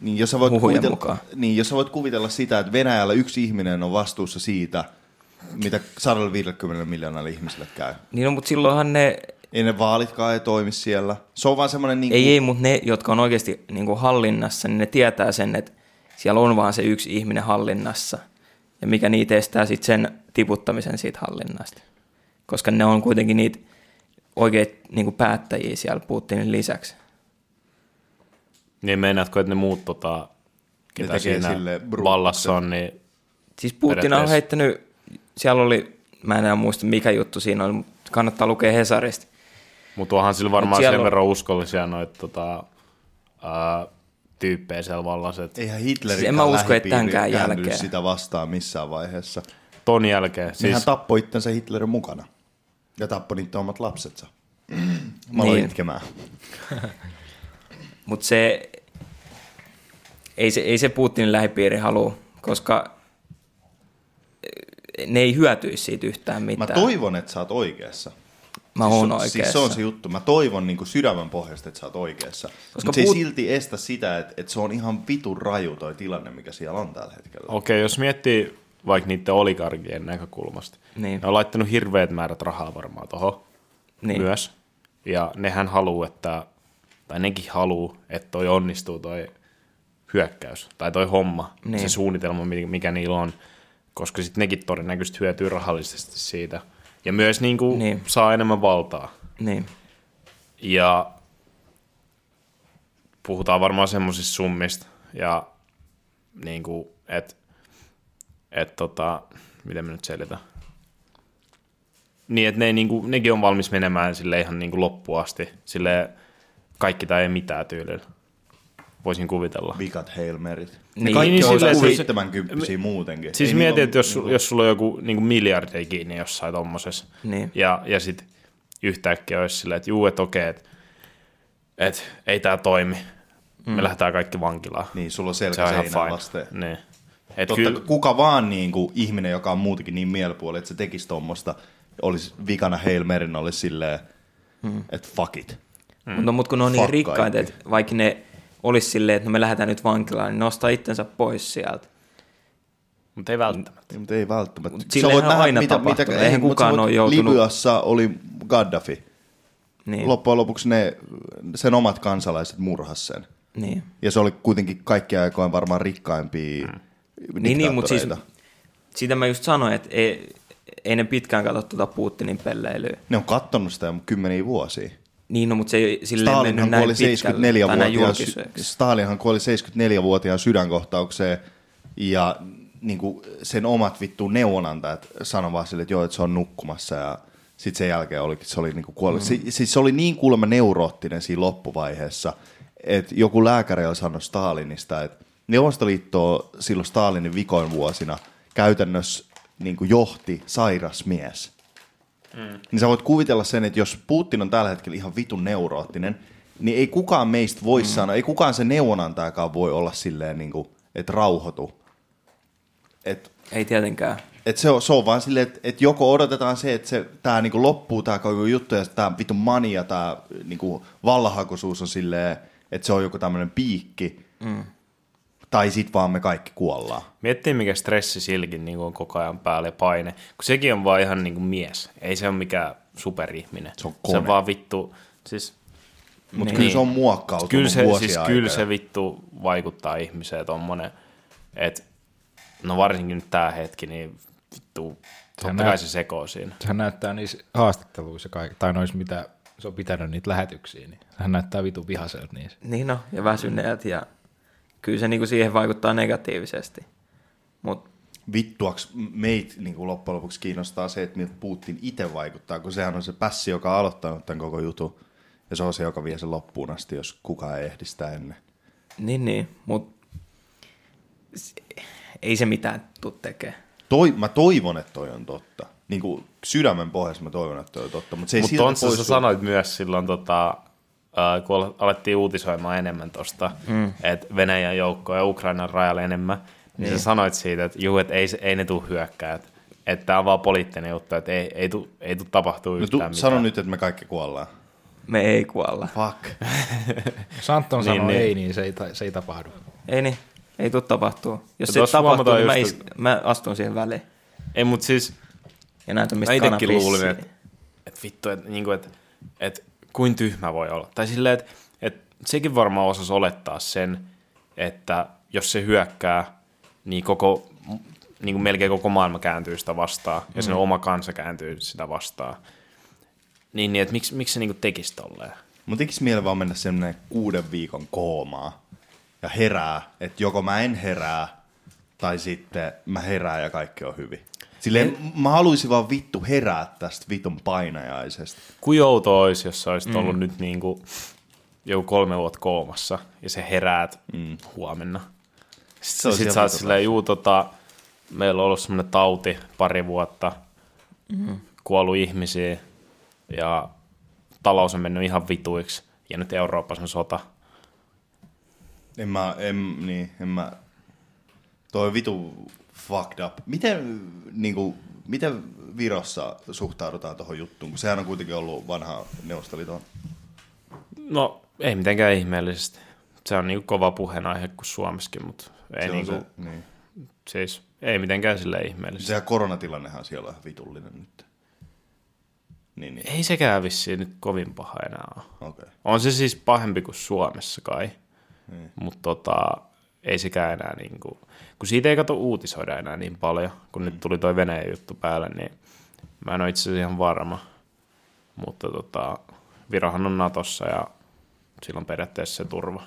Niin jos, sä voit Huhujen kuvitella, mukaan. niin jos sä voit kuvitella sitä, että Venäjällä yksi ihminen on vastuussa siitä, mitä 150 miljoonalle ihmiselle käy. Niin no, mutta silloinhan ne... Ei ne vaalitkaan ei toimi siellä. Se on vaan semmoinen niin Ei, ei, mutta ne, jotka on oikeasti niinku hallinnassa, niin ne tietää sen, että siellä on vaan se yksi ihminen hallinnassa. Ja mikä niitä estää sitten sen tiputtamisen siitä hallinnasta. Koska ne on kuitenkin niitä oikeita niinku päättäjiä siellä Putinin lisäksi. Niin meinaatko, että ne muut tota, ketä tekee siinä sille brutto. vallassa on, niin Siis Putin on Periaatteessa. heittänyt, siellä oli, mä en enää muista mikä juttu siinä oli, mutta kannattaa lukea Hesarista. Mutta onhan sillä varmaan siellä sen on- verran uskollisia noita tota, ää, tyyppejä siellä vallassa. Et Eihän Hitlerin Siis en mä usko, että tämänkään lähipiiri kääntynyt jälkeen. sitä vastaan missään vaiheessa. Siis... ton jälkeen, Nehän siis tappoi itsensä Hitlerin mukana. Ja tappoi niitä omat lapsensa. *clears throat* Mä aloin Niin. itkemään. Mutta se ei, se, ei se Putinin lähipiiri halua, koska eh, ne ei hyötyisi siitä yhtään Mä mitään. toivon, että sä oot oikeassa. Mä siis oon se- oikeassa. Siis se on se juttu. Mä toivon niin sydämen pohjasta, että sä oot oikeassa. Mutta Koska se ei puhut- silti estä sitä, että, että se on ihan vitun raju toi tilanne, mikä siellä on tällä hetkellä. okei, jos miettii vaikka niiden oligarkien näkökulmasta, Niin. ne on laittanut hirveät määrät rahaa varmaan tuohon Niin. niin. myös. Ja nehän haluaa, että, tai nekin haluaa, että toi onnistuu toi hyökkäys tai toi homma, Niin. niin. se suunnitelma, mi- mikä niillä on, koska sitten nekin todennäköisesti hyötyy rahallisesti siitä. Ja myös niinku Niin. niin. saa enemmän valtaa. Niin, Ja puhutaan varmaan semmoisista summista. Ja niin kuin, et, et tota, miten mä nyt selitän. Niin, että ne, ei niin kuin, nekin on valmis menemään sille ihan niin kuin loppuun asti. Sille kaikki tai ei mitään tyylillä. Voisin kuvitella. Vikat Hail Marys. Ne Niin, kaikki niin on silleen se- 70 muutenkin. Siis Ei mietit, niillä että jos, niinku... jos sulla on joku niinku miljardeja kiinni jossain tommosessa, Niin. ja, ja sit yhtäkkiä olisi silleen, että juu, että okei, että et, ei tää toimi, mm. me lähdetään kaikki vankilaan. Niin, sulla on se on ihan selkäseinä fine. vasten. Niin. Et Totta, kyllä, kyllä. kuka vaan niin kuin, ihminen, joka on muutenkin niin mielipuoli, että se tekisi tuommoista, olisi vikana Hail Maryn, olisi silleen, hmm. että fuck it. Mm. Mutta mut kun ne on niin Fuck rikkaita, kaikki. että vaikka ne olisi silleen, että no me lähdetään nyt vankilaan, niin nostaa itsensä pois sieltä. mutta ei välttämättä. Niin, mutta ei välttämättä. Mut sillähän on aina tapahtunut. Eihän mut sä kukaan voit- ole joutunut- Libyassa oli Gaddafi. Niin, Niin. Loppujen lopuksi ne, sen omat kansalaiset murhas sen. niin. Ja se oli kuitenkin kaikkien aikojen varmaan rikkaimpia hmm. Niin, niin mutta siis sitä mä just sanoin, että ei, ei ne pitkään katso tuota Putinin pelleilyä. Ne on kattonut sitä jo kymmeniä vuosia. Niin, no, mutta se ei silleen mennyt Stalinhan näin kuoli pitkälle, tai näin 74-vuotiaan, julkiseksi. Stalinhan kuoli 74-vuotiaan sydänkohtaukseen ja niin kuin sen omat vittu neuvonantajat sanoi vaan sille, että joo, että se on nukkumassa ja sitten sen jälkeen olikin, se oli niin kuin kuollut. Mm. Si- siis se oli niin kuulemma neuroottinen siinä loppuvaiheessa, että joku lääkäri oli sanonut Stalinista, että Neuvostoliittoa silloin Stalinin vikoin vuosina käytännössä niin kuin johti sairas mies. Niin sä voit kuvitella sen, että jos Putin on tällä hetkellä ihan vitun neuroottinen, niin ei kukaan meistä voi mm. sanoa, ei kukaan se neuvonantajakaan voi olla silleen, niin kuin, että rauhoitu. Et, Ei tietenkään. et se, on, se on vaan silleen, että et joko odotetaan se, että se, tää niinku loppuu tää koko juttu ja tämä vitun mania, tämä niinku vallahakoisuus on silleen, että se on joku tämmöinen piikki. Mm. Tai sit vaan me kaikki kuollaan. Miettii, mikä stressi silläkin niin on koko ajan päällä ja paine. Kun sekin on vaan ihan niin kuin mies. Ei se ole mikään superihminen. Se on Se kone. on vaan vittu, siis Mutta Niin. kyllä se on muokkautunut kyllä se, vuosien siis, aikana. kyllä se vittu vaikuttaa ihmiseen tuommoinen Et, no varsinkin nyt tää hetki, niin vittu, totta näet- kai se sekoo siinä. Sehän näyttää niissä haastatteluissa, kaik- tai noissa mitä se on pitänyt niitä lähetyksiä, niin hän näyttää vitun vihaselta niissä. Niin no, ja väsyneet ja kyllä se niinku siihen vaikuttaa negatiivisesti. Mutta vittuaks meitä niin kuin loppujen lopuksi kiinnostaa se, että miltä Putin itse vaikuttaa, kun sehän on se pässi, joka on aloittanut tämän koko jutun. Ja se on se, joka vie sen loppuun asti, jos kukaan ei ehdi sitä ennen. niin niin, mutta ei se mitään tuu tekemään. Toi, mä toivon, että toi on totta. Niin kuin sydämen pohjassa mä toivon, että toi on totta. Mutta se ei Mutta silti Tontsa, pois sä sul- sanoit myös silloin, tota, ää, kun al- alettiin uutisoimaan enemmän tuosta, mm. että Venäjän joukkoja ja Ukrainan rajalle enemmän, niin, niin. sä sanoit siitä, että juu, että ei, se- ei ne tule hyökkää, että et tämä on vaan poliittinen juttu, että ei, ei tule ei tu tapahtuu no, yhtään tu, mitään. sano nyt, että me kaikki kuollaan. Me ei kuolla. Fuck. Santon niin, niin. sanoo niin. ei, niin se ei, ta- se ei tapahdu. Ei niin, ei tuu tapahtuu. Jos Ja se tossa tapahtuu, huomataan niin mä, just, is- mä astun siihen väliin Ei, mutta siis ja näytän, mä mistä kana itsekin luulin, pissii. että et vittu, että niinku, et, et, kuin tyhmä voi olla. Tai silleen, että et, sekin varmaan osasi olettaa sen, että jos se hyökkää, niin koko, niin kuin melkein koko maailma kääntyy sitä vastaan, ja sen oma kansa kääntyy sitä vastaan. Niin, niin että miksi, miksi se niinku tekisi tolleen? Mun tekisi mieli vaan mennä semmonen kuuden viikon koomaa ja herää, että joko mä en herää tai sitten mä herään ja kaikki on hyvin. Silleen mä haluaisin vaan vittu herää tästä vitun painajaisesta. Kuin outo olisi, jos sä Mm. olisit ollut nyt niinku joku kolme vuotta koomassa, ja se heräät mm. huomenna. se Sitten on sit sieltä sä oot tota- silleen, juu, tota, meillä on ollut semmoinen tauti pari vuotta, mm. kuollut ihmisiä ja talous on mennyt ihan vituiksi ja nyt Euroopassa on sota. En mä, en, niin, en mä, toi vitu fucked up. Miten, niinku, miten Virossa suhtaudutaan tuohon juttuun, kun sehän on kuitenkin ollut vanha Neuvostoliiton. No ei mitenkään ihmeellisesti. Se on niinku kova puheenaihe kuin Suomessakin, mutta ei, se on niinku, se, niin. siis, ei mitenkään sille ihmeellisesti. Sehän koronatilannehan siellä on ihan vitullinen nyt. Niin, niin. Ei sekään vissiin nyt kovin paha enää ole. Okei. Okay. On se siis pahempi kuin Suomessa kai, mutta tota, ei sekään enää niin kuin, kun siitä ei kato uutisoida enää niin paljon, kun nyt tuli toi Venäjän juttu päälle, niin mä en ole itse asiassa ihan varma, mutta tota, Virohan on Natossa ja silloin periaatteessa se turva.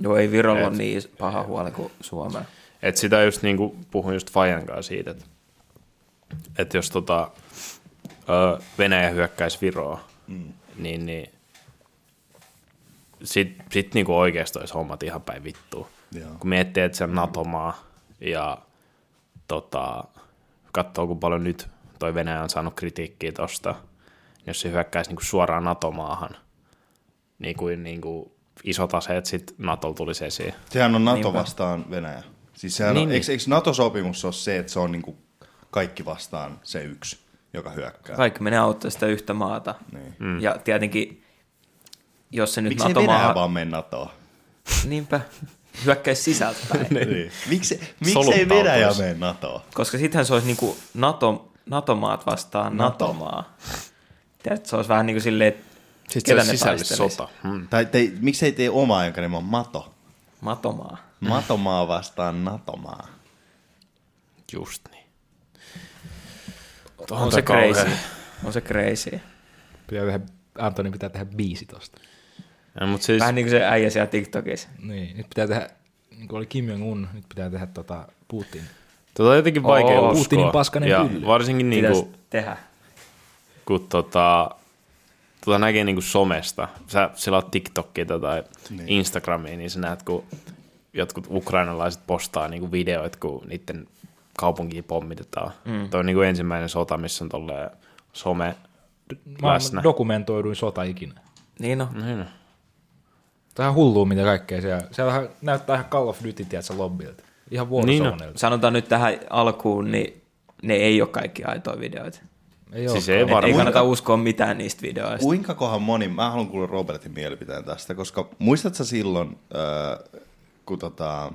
Joo, ei Virolla ole niin is- paha huoli kuin Suomella. Et sitä just niinku puhuin just Fajan kanssa siitä, että et jos tota, ö, Venäjä hyökkäisi Viroa, mm. niin, niin sit, sit niinku oikeasti olisi hommat ihan päin vittua. Joo. Kun miettii, että se on NATO-maa ja tota, katsoo, kuinka paljon nyt toi Venäjä on saanut kritiikkiä tosta, niin jos se hyökkäisi niinku suoraan NATO-maahan, niin kuin niinku isot aseet sitten NATO tulisi esiin. Sehän on NATO Niinpä. vastaan Venäjä. Siis sehän Niin, niin, on, niin. eikö, eikö NATO-sopimus ole se, että se on niinku kaikki vastaan se yksi, joka hyökkää? Kaikki menee auttaa sitä yhtä maata. Niin. Mm. Ja tietenkin, jos se nyt Miksi ei Venäjä NATO-maa... vaan mene NATOon? Niinpä, hyökkäisi sisältäpäin. Niin. Miksi, miksi ei Soluttautuisi. Venäjä mene NATOon? Koska sittenhän se olisi niinku NATO, NATO-maat vastaan Nato. NATO-maa. Tiedätkö, se olisi vähän niin kuin silleen, että Sitten kellä ne taistelisi? sisällissota. Mm. Tai te, miksei tee omaa, jonka nimi on Mato? Matomaa. Matomaa vastaan Natomaa. Just niin. On, on se crazy. On se crazy. Pitää tehdä, Antoni pitää tehdä biisi tosta. Ja, mut siis, Vähän niin kuin se äijä siellä TikTokissa. Niin, nyt pitää tehdä, niin kuin oli Kim Jong-un, nyt pitää tehdä tota Putin. tota on jotenkin vaikea Oo, uskoa. Putinin paskanen ja pylly. Varsinkin niin Pitäisi kuin, tehdä. kun tota, tota näkee niin kuin somesta. Sä selaat TikTokia tai niin. Instagramia, niin sä näet, kun jotkut ukrainalaiset postaa niin kuin videoita, kun niiden kaupunkia pommitetaan. Mm. Toi on niin kuin ensimmäinen sota, missä on tolleen some läsnä. Maailman dokumentoiduin sota ikinä. Niin no. niin. Tähän hullua mitä kaikkea siellä. Siellä näyttää ihan Call of Duty, tiedätkö, lobbyilta. Niin Ihan vuorosovaneilta. Sanotaan nyt tähän alkuun, niin ne ei ole kaikki aitoja videoita. Niin, ei Siis olekaan. ei Et ei varmaan. kannata uskoa mitään niistä videoista. Kuinka kohan moni, mä haluan kuulla Robertin mielipiteen tästä, koska muistatko silloin, äh, kun tota,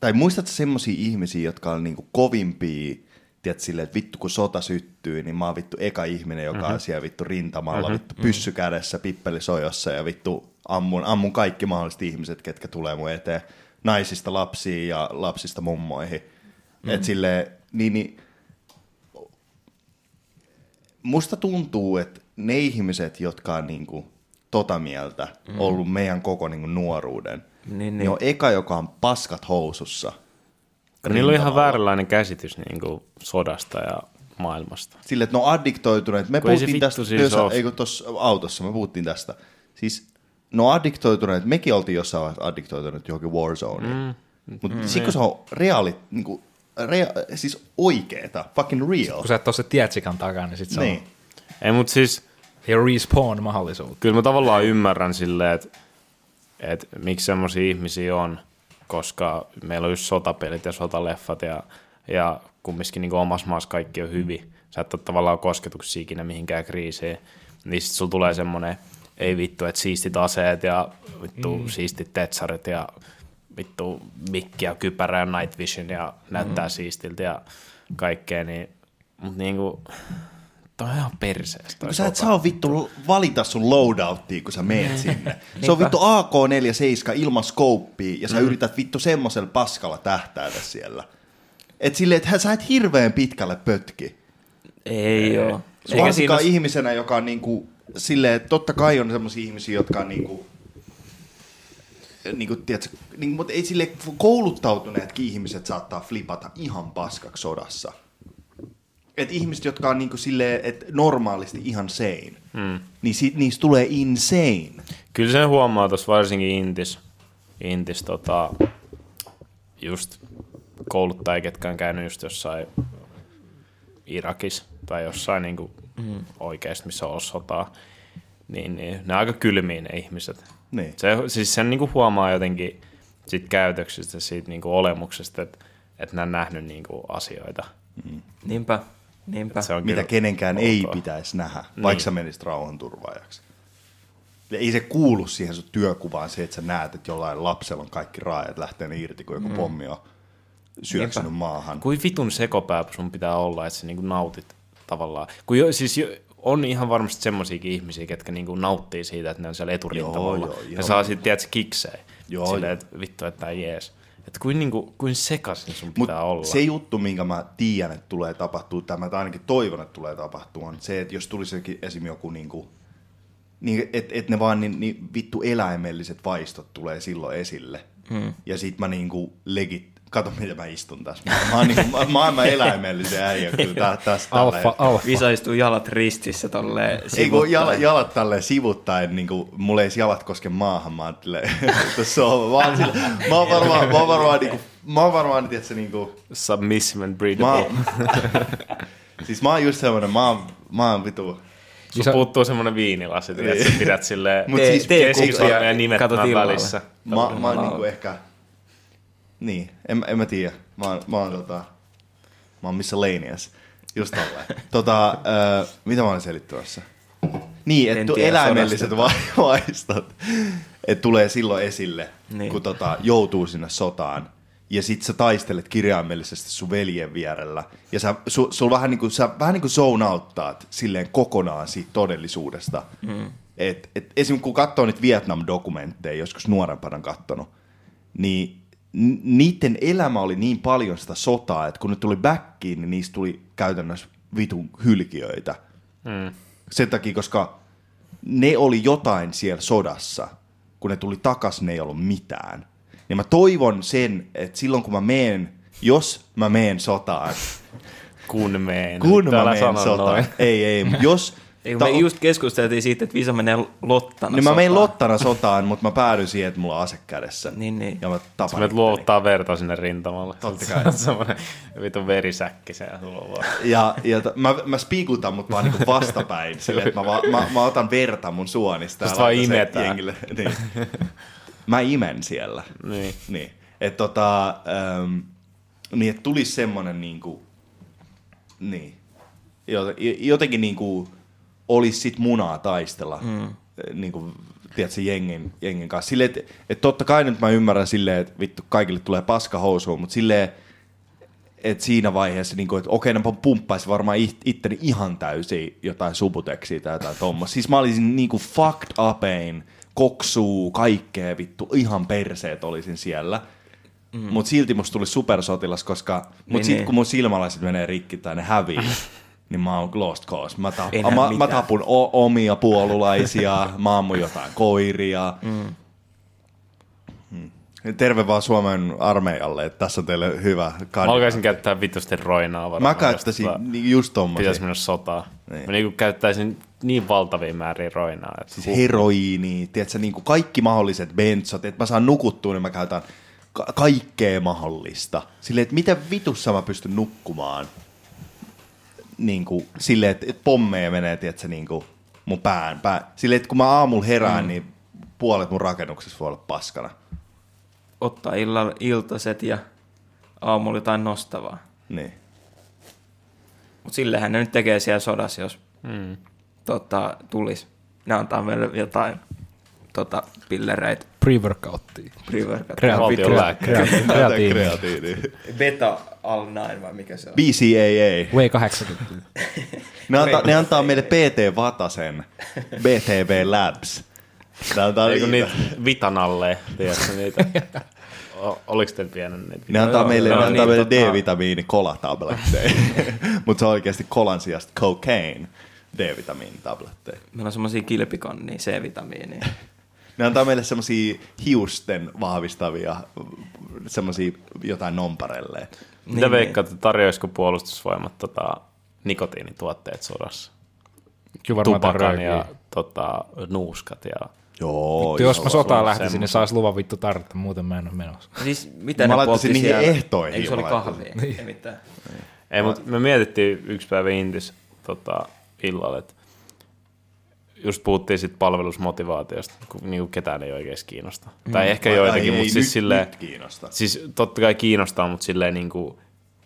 tai muistatko semmoisia ihmisiä, jotka on niinku kovimpia, tiedät silleen, että vittu kun sota syttyy, niin mä oon vittu eka ihminen, joka mm-hmm. on siellä vittu rintamalla, mm-hmm. vittu pyssy kädessä, pippeli sojossa ja vittu ammun, ammun kaikki mahdolliset ihmiset, ketkä tulee mun eteen. naisista lapsiin ja lapsista mummoihin. Mm. Et silleen, niin, niin, musta tuntuu, että ne ihmiset, jotka on niinku tota mieltä mm. ollut meidän koko niinku nuoruuden, Niin, niin, niin. niin. ne on eka, joka on paskat housussa. Niillä on ihan vääränlainen käsitys niin kuin sodasta ja maailmasta. Sille, että ne on addiktoituneet. Me Kun ei se puhuttiin vittu tästä siis siis työssä, oo. eikö tuossa autossa, me puhuttiin tästä. Siis ne on addiktoituneet, mekin oltiin jossain vaiheessa addiktoituneet johonkin Warzoneen. Mm. Mutta mm. kun se on reaali, niinku, rea- siis oikeeta, fucking real. Kun sä et ole se tietsikan takana, niin sit se Niin. niin. Ei, mutta siis on respawn mahdollisuutta. kyllä mä tavallaan ymmärrän silleen, että et, miksi semmoisia ihmisiä on, koska meillä on just sotapelit ja sotaleffat ja, ja kumminkin niin omassa maassa kaikki on hyvin. Sä et ole tavallaan kosketuksia ikinä mihinkään kriisiin. Niin sit sulla tulee semmoinen, ei vittu, että siistit aseet ja vittu mm. siistit tetsarit ja vittu mikki ja kypärä ja night vision ja näyttää mm. siistiltä ja kaikkea, niin mut niinku, toi on ihan perseestä. toi Kun sä et sota. saa vittu valita sun loadouttia, kun sä meet sinne. Se on vittu AK-47 ilman skouppia ja sä yrität vittu semmoisella paskalla tähtäätä siellä. Et silleen, että sä et hirveän pitkälle pötki. Ei joo. Eikä siinä Varsinkaan ole- ihmisenä, joka on niinku, silleen, että totta kai on semmoisia ihmisiä, jotka on niinku, niinku, tiedätkö, niinku, mutta ei sille kouluttautuneetkin ihmiset saattaa flipata ihan paskaksi sodassa. Et ihmiset, jotka on niinku silleen, että normaalisti ihan sane, mm. niin si- niistä tulee insane. Kyllä sen huomaa tuossa varsinkin Intis, intis tota, just kouluttajia, ketkä on käynyt just jossain Irakissa tai jossain niin kuin mm. oikeasti, missä on ollut sotaa, niin, niin ne on aika kylmiä ne ihmiset. Niin. Se, siis sen niin kuin huomaa jotenkin sit käytöksistä, siitä niin kuin olemuksesta, että et ne on nähnyt niin kuin asioita. Niinpä, niinpä. Se on mitä kyllä kenenkään okay. ei outoa. Niin. pitäisi nähdä, vaikka sä menisit rauhanturvaajaksi. Ja ei se kuulu siihen sun työkuvaan se, että sä näet, että jollain lapsella on kaikki raajat lähtee ne irti, kun Mm. joku pommi on syöksynyt maahan. Kuin vitun sekopää sun pitää olla, että sä niinku nautit tavallaan. Kun jo, siis jo, on ihan varmasti semmoisiakin ihmisiä, ketkä niinku nauttii siitä, että ne on siellä eturintamalla. Joo, joo, ja joo. saa siitä, tiedätkö, kikseen. Joo, Silleen, joo. että vittu, että tää jees. Että kuin, niinku, kuin sekasin sun Mut pitää olla. se juttu, minkä mä tiedän, että tulee tapahtua, tai mä ainakin toivon, että tulee tapahtua, on se, että jos tulisi jokin- esim. joku niinku, niin, että et ne vaan niin, niin vittu eläimelliset vaistot tulee silloin esille. Hmm. Ja sit mä niinku legit, kato miten mä istun tässä. Mä, mä oon niinku, mä, maailman eläimellisen äijä kyllä tä, tässä tällä Alfa, hetkellä. alfa. Visa istuu jalat ristissä tolleen Ei kun jala, sivuttaen. jalat tälleen sivuttaen, niin kuin, mulla ei edes jalat koske maahan, mä oon *laughs* tälleen, tuossa on, mä oon, sillä, mä oon varmaan, mä oon varmaan, niin kuin, mä oon varmaan, tiedätkö, niin kuin, Submissive and Mä breedable. oon, *laughs* siis mä oon just semmonen, mä oon, mä oon vitu. Sun Isä- puuttuu semmonen viinilasi, tiedätkö, sä pidät silleen Niin. Mut Tee- siis tee keskisormen kuvia, ja nimet katot tämän illalla. välissä. Mä, mä oon niinku ehkä, niin, en, en mä tiedä. Mä oon, mä oon tota, mä oon miscellaneous. Just tolleen. tota, ö, mitä mä oon selittämässä? Niin, En että tiedä, eläimelliset vai- *laughs* vaistot et tulee silloin esille, Niin. niin. kun tota, joutuu sinne sotaan. Ja sit sä taistelet kirjaimellisesti sun veljen vierellä. Ja sä, su, sul vähän niinku, sä vähän niinku zone outtaat silleen kokonaan siitä todellisuudesta. Mm. Et, et, esimerkiksi kun katsoo nyt Vietnam-dokumentteja, joskus nuorempana on kattonut, niin ni- niiden elämä oli niin paljon sitä sotaa, että kun ne tuli backiin, niin niistä tuli käytännössä vitun hylkiöitä. Mm. Sen takia, koska ne oli jotain siellä sodassa, kun ne tuli takas, ne ei ollut mitään. Ja mä toivon sen, että silloin kun mä meen, jos mä meen *laughs* sotaan, Kun meen. kun Nyt mä älä meen sano noin. sotaan, ei *laughs* ei, mut jos... Ei, kun ta- me just keskusteltiin siitä, että Visa menee lottana niin mä sotaan. menin lottana sotaan, mutta mä päädyin siihen, että mulla on ase kädessä. Niin, niin. Ja mä Sä tapan menet itteni. luovuttaa verta sinne rintamalle. Totta Sä *laughs* oot Semmoinen vitun verisäkki siellä sulla on vaan. Ja, ja t- mä, mä spiikutan mut vaan niinku vastapäin, sille, että mä, va- mä, mä, otan verta mun suonista. ja Sitten vaan laitan sen imetään. Jengille. Niin. Mä imen siellä. Niin. Niin. Et tota, äm, niin että tulisi semmonen niinku, niin. Joten- Jotenkin niinku olisi sit munaa taistella. Mm. Niinku, tiedätkö, jengin, jengin kanssa. Silleen, että et totta kai nyt mä ymmärrän silleen, että vittu kaikille tulee paska housuun, mutta silleen, et siinä vaiheessa, niin kuin, että okei, ne pumppaisi varmaan it- itteni ihan täysin jotain subuteksia tai jotain tommoista. Siis mä olisin niin kuin fucked upein, koksuu, kaikkea vittu, ihan perseet olisin siellä. Mm. Mutta silti musta tuli supersotilas, koska mut Niin, niin, sit niin. kun mun silmälaiset menee rikki tai ne hävii, niin mä oon lost cause. Mä, tap, Ei näe mä, mä mitään. tapun o- omia puolulaisia, mä ammun jotain koiria. Mm. Terve vaan Suomen armeijalle, että tässä on teille hyvä Mä kadi. alkaisin käyttää vitusti roinaa varmaan. Mä jos käyttäisin tota ni- just tommosia. Pitäisi mennä sotaan. Niin. Niin. Mä niinku käyttäisin niin valtavia määriä roinaa. Että Siis heroiini, tiedätkö, niin kuin kaikki mahdolliset bensot, että mä saan nukuttua, niin mä käytän ka- kaikkea mahdollista. Silleen, että miten vitussa mä pystyn nukkumaan. Niin kuin, silleen, että että pommeja menee, tiedätkö, niin kuin mun pään. pää. Silleen, että kun mä aamulla herään, mm. niin puolet mun rakennuksessa voi olla paskana. Ottaa illalla iltaset ja aamulla jotain nostavaa. Niin. Mutta sillähän ne nyt tekee siellä sodassa, jos mm. tota, tulisi. Ne antaa meille jotain tota, pillereitä. Pre-workouttiin. pre-workout. Valtion lääkkäri. *laughs* Kreatiivi. Beta All Nine vai mikä se on? BCAA. Way 80. Ne antaa, ne antaa meille PT Vatasen, BTV Labs. Tää antaa Eiku niitä. niinku niitä vitanalle, tiedätkö niitä? O- Oliks te vienyt niitä? Ne antaa joo, meille, joo, ne antaa niin, meille tota- D-vitamiini kolatabletteja, *laughs* mutta se on oikeasti kolan sijasta cocaine D-vitamiinitabletteja. Meillä on semmoisia kilpikonnia, *laughs* C-vitamiinia. Ne antaa meille semmosia hiusten vahvistavia, semmosia jotain nompareille. Mitä niin, veikkaatte, tarjoisiko puolustusvoimat tota, nikotiinituotteet sodassa? Kyllä varmaan Tupakan tarjoaa. ja tota, nuuskat ja... Joo, Vittu, jos joo. mä sotaan lähtisin, semmoista. niin saisi luvan vittu tarttaa, muuten mä en ole menossa. Siis mitä Mä ne laittaisin poltti niihin siellä? ehtoihin Eikö se oli mä laittaisin. kahvi? Ei mitään. Ei, mutta me mietittiin yksi päivä Intis tota, illalla, että just puhuttiin sit palvelusmotivaatiosta, kun niinku ketään ei oikeasti kiinnosta. Mm. Tai ehkä Tai- joitakin, tai ei mutta siis nyt- silleen... nyt kiinnosta. Siis totta kai kiinnostaa, mutta silleen niinku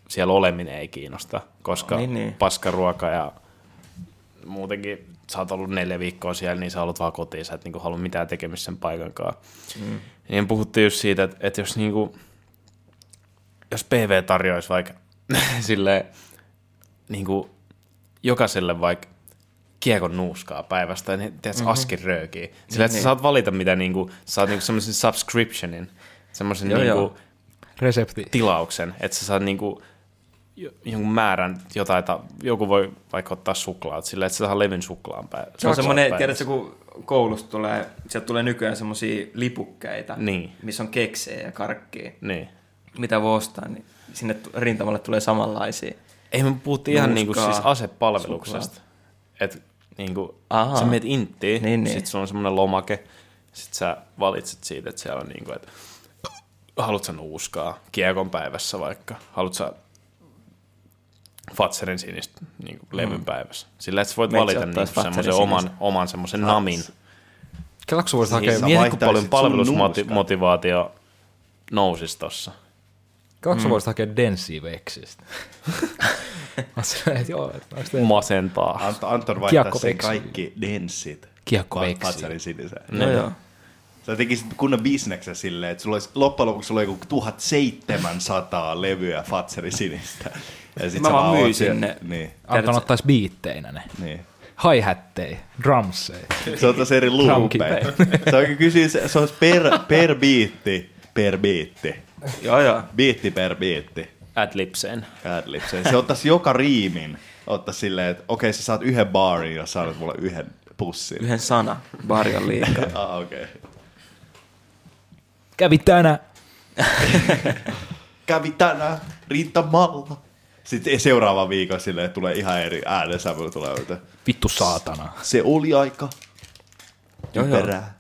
siellä oleminen ei kiinnosta, koska Niin, niin. paskaruoka ja muutenkin sä oot ollut neljä viikkoa siellä, niin sä haluat vaan kotiin, sä et niinku halua mitään tekemistä sen paikan kanssa. Mm. Niin puhuttiin just siitä, että, että jos niinku, jos PV tarjoaisi vaikka *laughs* silleen niinku jokaiselle vaikka kiekon nuuskaa päivästä, niin tiedätkö, mm-hmm. askin röökiä. Sillä, että sä Mhm. Niin. saat valita, mitä niinku, sä saat niinku semmoisen subscriptionin, semmoisen Joo, niinku, joo. Resepti. tilauksen, että sä saat niinku jo- jonkun määrän jotain, ta, joku voi vaikka ottaa suklaat silleen, että sä saa levyn suklaan päin. Se on semmoinen, tiedätkö, kun koulusta tulee, sieltä tulee nykyään semmoisia lipukkeita, Niin. missä on keksejä ja karkkia, Niin. mitä voi ostaa, niin sinne tu- rintamalle tulee samanlaisia. Ei me puhuttiin ihan niinku Nuuskaa, siis asepalveluksesta. Että niinku, Ahaa. sä meet Niin, inttiin, niin, niin. sit sulla on semmoinen lomake, sit sä valitset siitä, että siellä on niinku, että haluat sä nuuskaa kiekon päivässä vaikka, haluat sä Fatserin sinistä niin Mm. levyn päivässä. Sillä että sä voit Metsä valita ottais niin semmoisen Fatserin oman, sinistä. oman semmoisen namin, Kelaksu voisi hakea, Sä Niin, mieti, kun vaihtaisit paljon sun palvelusmotivaatio nousisi tossa. Mm. kelaksu voisi hakea Densi Veksistä. Mä oon silleen, että joo, että onks teillä- Masentaa. Ant- Anton vaihtaa Kiekko sen veksii. kaikki densit. Kiekko veksii. Patsarin siniseen. No, joo. Sä tekisit kunnon bisneksen silleen, että sulla olisi, loppujen lopuksi sulla oli joku 1700 levyä Fatseri sinistä. Ja sit Mä sä vaan myin oot siellä- sinne. Niin, Anton Tiedätkö- ottais biitteinä ne. niin. Hi-hattei, drumsei. Se on tosi eri luupeja. Se on kysyä, se, se olisi per, per biitti, per biitti. joo, joo. Biitti per biitti. Adlipseen. Adlibseen. Se ottaisi joka riimin, ottaisi silleen, että okei sä saat yhden baarin ja saat mulle yhden pussin. Yhden sana, bari on liikaa. Ah, okei. Okay. Kävi tänään. kävi tänään rintamalla. Sitten seuraava viikon sille tulee ihan eri äänensävy tulee. että Vittu saatana. Se oli aika *laughs* Joo, joo. typerää.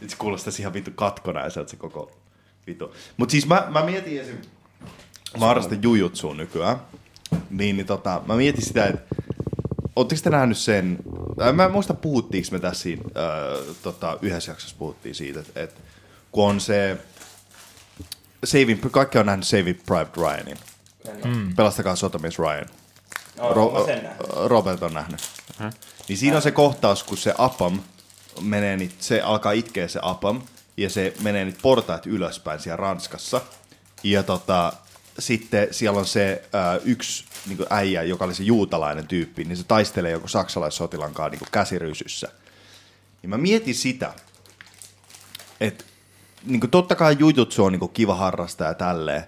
Nyt se kuulostaa ihan vittu katkonaiselta se koko vittu. Mut siis mä, mä mietin esim. Mä harrastan jujutsua nykyään. Niin, niin tota, mä mietin sitä, että Oletteko te nähnyt sen, tai mä en muista puhuttiinko me tässä siinä, äh, tota, yhdessä jaksossa puhuttiin siitä, että, että kun on se, Saving, kaikki on nähnyt Saving Private Ryanin. Mm. Pelastakaa sotamies Ryan. mä sen nähnyt. Robert on nähnyt. Niin siinä on se kohtaus, kun se Apam menee, niit, se alkaa itkeä se Apam, ja se menee nyt portaat ylöspäin siellä Ranskassa. Ja tota, sitten siellä on se ää, yksi niin äijä, joka oli se juutalainen tyyppi, niin se taistelee joku saksalaissotilan niinku kanssa niin käsirysyssä. Ja mä mietin sitä, että niin kuin, totta kai jujutsu on niin kuin, kiva harrastaa ja tälleen,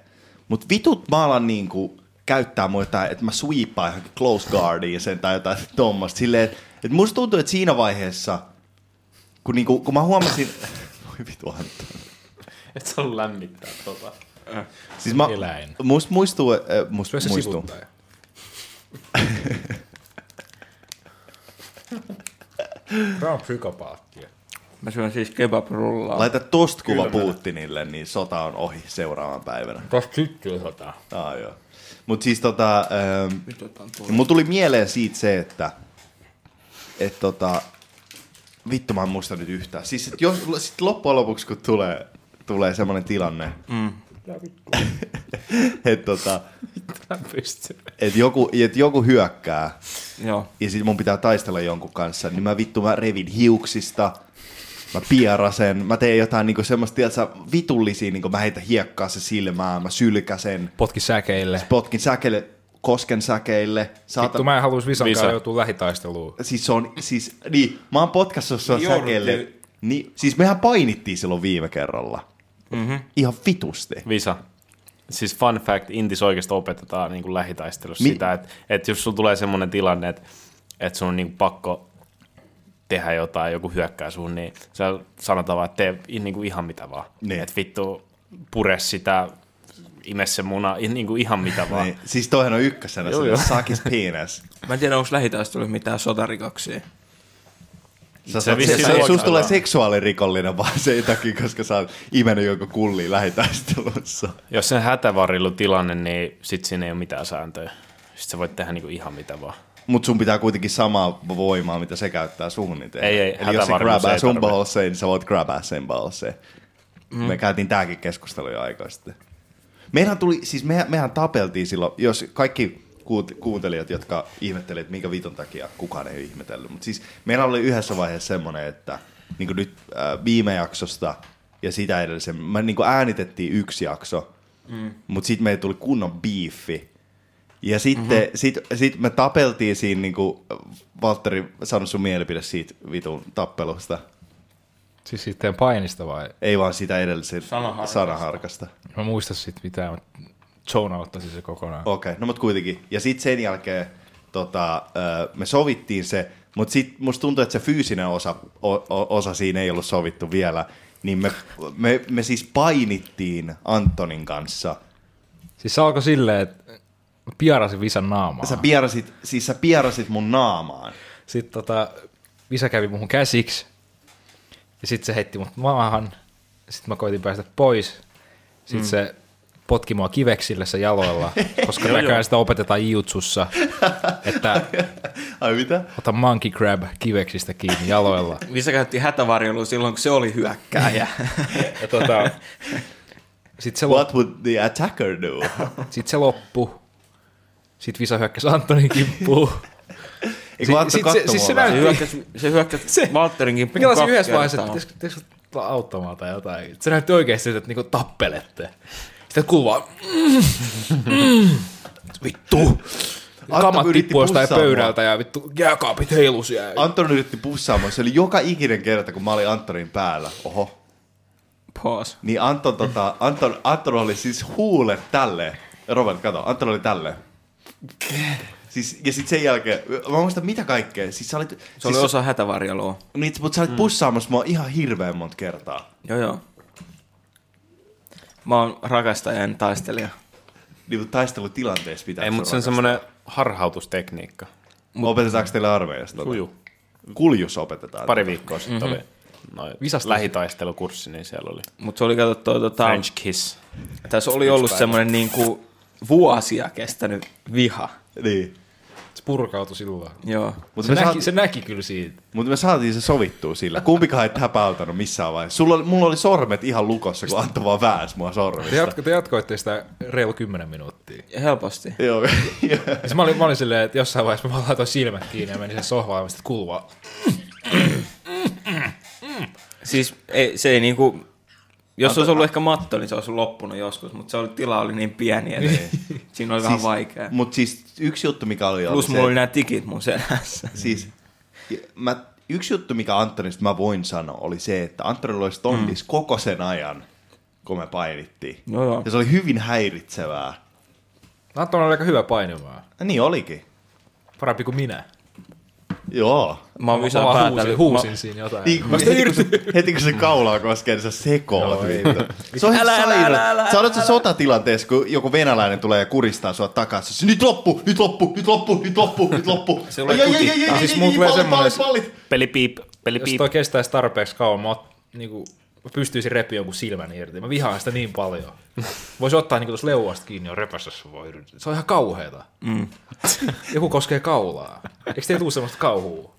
mutta vitut mä alan niin kuin, käyttää mua jotain, että mä sweepaan johonkin close guardiin sen tai jotain *laughs* tuommoista. Silleen, että, että musta tuntuu, että siinä vaiheessa, kun, niin kuin, kun mä huomasin... *laughs* Voi vitu Antti. Et sä ollut lämmittää tota. Siis mä, Eläin. must, muistuu, äh, must, Syö se muistuu. *laughs* sivuttaja. Tämä on psykopaattia. Mä syön siis kebab-rullaa. Laita tosta kuva Putinille, niin sota on ohi seuraavan päivänä. Tuosta syttyy sotaa. Ah, joo. Mut siis tota, ähm, Nyt otan tuon. mulla tuli mieleen siitä se, että et tota, vittu mä en muista nyt yhtään. Siis et jos, sit loppujen lopuksi kun tulee, tulee semmoinen tilanne, mm. että tota, Mä pystyn. et joku, et joku hyökkää Joo. ja sit mun pitää taistella jonkun kanssa, niin mä vittu mä revin hiuksista, mä pierasen, mä teen jotain niinku semmoista, tiedätkö, vitullisia, niinku mä heitän hiekkaa se silmään, mä sylkäsen, Potki säkeille. potkin säkeille, kosken säkeille, saatan, Vittu, mä en haluaisi Visan Visa. kanssa joutua lähitaisteluun. Siis se on, siis, niin, mä oon podcastissa sua Jouduttiin- säkelle. Niin, siis mehän painittiin silloin viime kerralla. Mm-hmm. Ihan vitusti. Visa. Siis fun fact, Intis oikeasti opetetaan niin kuin lähitaistelussa Mi- Mi- sitä, että, että jos sulla tulee semmoinen tilanne, että, että sun on niin kuin pakko tehdä jotain, joku hyökkää sun, niin sä sanotaan vaan, että tee niin kuin ihan mitä vaan. Niin. Että vittu, pure sitä, ime se muna, niin kuin ihan *laughs* mitä vaan. Niin, siis toihan on ykkösenä, Joo, se joo. sakis penis. Mä en tiedä, onko lähitaistelussa mitään sotarikoksia. Sä Se saat, se, vissiin se, voi susta tulee sanoa. seksuaalirikollinen vaan sen takia, koska sä oot imennyt jonkun kulliin lähitaistelussa. Jos sen hätävarjelutilanne, niin sit siinä ei ole mitään sääntöjä. Sitten sä voit tehdä niin kuin ihan mitä vaan. Mut sun pitää kuitenkin samaa voimaa, mitä se käyttää suhun. Niin tehdä. Ei, ei, Eli jos se hätävarmuus grabaa ei sun tarvi. ballseen, niin sä voit grabaa sen ballseen. Mm. Me käytiin tääkin keskustelu jo aikaa sitten. Meidän tuli, siis mehän, mehän tapeltiin silloin, jos kaikki kuut- kuuntelijat, jotka ihmettelivät, että minkä viton takia kukaan ei ole ihmetellyt. Mutta siis meillä oli yhdessä vaiheessa semmoinen, että niin nyt äh, viime jaksosta ja sitä edellisen, me niin äänitettiin yksi jakso, mm. mutta sitten meille tuli kunnon biifi. Ja sitten mm-hmm. sit, sit me tapeltiin siinä, niin kuin Valtteri sanoi sun mielipide siitä vitun tappelusta. Siis sitten painista vai? Ei vaan sitä edellisen Sanaharkasta. sanaharkasta. Mä muista sit mitään, mutta Zona ottaisin se kokonaan. Okei, okay, no mutta kuitenkin. Ja sitten sen jälkeen tota, ö, me sovittiin se, mutta sitten musta tuntuu, että se fyysinen osa, o, o, osa siinä ei ollut sovittu vielä. Niin me, me, me siis painittiin Antonin kanssa. Siis se alkoi silleen, että mä piarasin Visan naamaa. Sä pierasit, siis sä pierasit mun naamaan. Sitten tota, Visa kävi muhun käsiksi. Ja sitten se heitti mut maahan. Sitten mä koitin päästä pois. Sitten mm. se potki mua kiveksillä se *laughs* jaloilla, koska näköjään sitä opetetaan jutsussa, että Ai mitä? ota monkey grab kiveksistä kiinni *laughs* jaloilla. Missä käytettiin hätävarjelua silloin, kun se oli hyökkääjä. Ja tota, sitten se, lop, What would the attacker do? sit se loppu. Sitten Visa hyökkäsi Antonin kimppuun. Ei kun Antto Sit- sit se- katsoi siis se mua vähän. se Niin. hyökkäsi, se hyökkäsi se, Walterinkin Mikä oli yhdessä kaksi vaiheessa, kertaa. että pitäisikö- pitäisikö tulla auttamaan tai jotain? Se näytti oikeasti siltä, että niinku tappelette. Sitten kuuluu vaan, mm, mm, vittu. Kamat yritti tippuu jostain pussaa mua. pöydältä ja vittu jääkaapit heilu siellä. Anton yritti pussaamaan, se oli joka ikinen kerta, kun mä olin Antonin päällä. Oho. Pause. Niin Anton, tota, Anton, Anton oli siis huulet tälleen. Robert, kato, Anton oli tälleen. Siis, ja sitten sen jälkeen, mä muistan mitä kaikkea. Siis sä olit, Se oli siis, osa hätävarjelua. Niin, mutta sä olit pussaamassa mua ihan hirveän monta kertaa. Joo, joo. Mä oon rakastajan taistelija. Niin, mutta taistelutilanteessa pitää. Ei, mutta se on semmoinen harhautustekniikka. Opetetaanko teille armeijasta? tota? Suju. Kuljus opetetaan. Pari viikkoa sitten mm-hmm. oli noin Visasta. lähitaistelukurssi, niin siellä oli Mutta se oli katsottu, tota, French Kiss. tässä oli ollut semmoinen niinku vuosia kestänyt viha. Niin. Se purkautui silloin. Joo. Mutta me, Se, näki, saati, se näki kyllä siitä. mut me saatiin se sovittua sillä. Kumpikaan ei häpäytänyt missään vaiheessa. Sulla oli, mulla oli sormet ihan lukossa, kun Antto vaan väänsi mua Te, sormista. jatko, te jatkoitte sitä reilu 10 minuuttia. Helposti. Joo. Ja sit mä olin, mä olin silleen, että jossain vaiheessa mä vaan laitoin silmät kiinni ja menin sen sohvaan ja sitten kuuluu vaan. Siis ei, se ei niinku... Jos se olisi ollut ehkä matto, niin se olisi loppunut joskus, mutta se oli, tila oli niin pieni, että siinä oli *laughs* Siis- vähän vaikea. Mm. Mutta siis yksi siis juttu, mikä oli... Plus se, mulla oli nämä tikit mun selässä. Siis ja mä yksi juttu, mikä Antonista mä voin sanoa, oli se, että Antonilla olisi tondis mm. koko sen ajan, kun me painittiin. No joo. Ja se oli hyvin häiritsevää. Anton oli aika hyvä painimaan. Ja niin olikin. Parempi kuin minä. Joo. Mä oon Mä Vysan vaan huusin, päätellyt. huusin siinä jotain. Niin, kun, heti, kun se, heti kun se kaulaa koskee, niin sä sekoot. vittu. se on ihan Älä, älä, älä, älä, sairaan. Sä olet se sotatilanteessa, kun joku venäläinen tulee ja kuristaa sua takaisin. Se, Nyt loppu, nyt loppu, nyt loppu, nyt loppu, nyt loppu. Se tulee Ai, ai, ai, kuti. ai, ai, Ah, ai, siis ai, mulla ai, tulee pallit, semmoinen- pallit, pallit. Peli piip, peli Jos piip. toi kestäisi tarpeeksi kauan, mä, ot, niinku, mä pystyisin repiä jonkun silmän irti. Mä vihaan sitä niin paljon. Voisi ottaa niinku tuossa leuasta kiinni ja repästä se voi. irti. Se on ihan kauheeta. Mm. *laughs* Joku koskee kaulaa. Eikö teillä tule semmoista kauhua?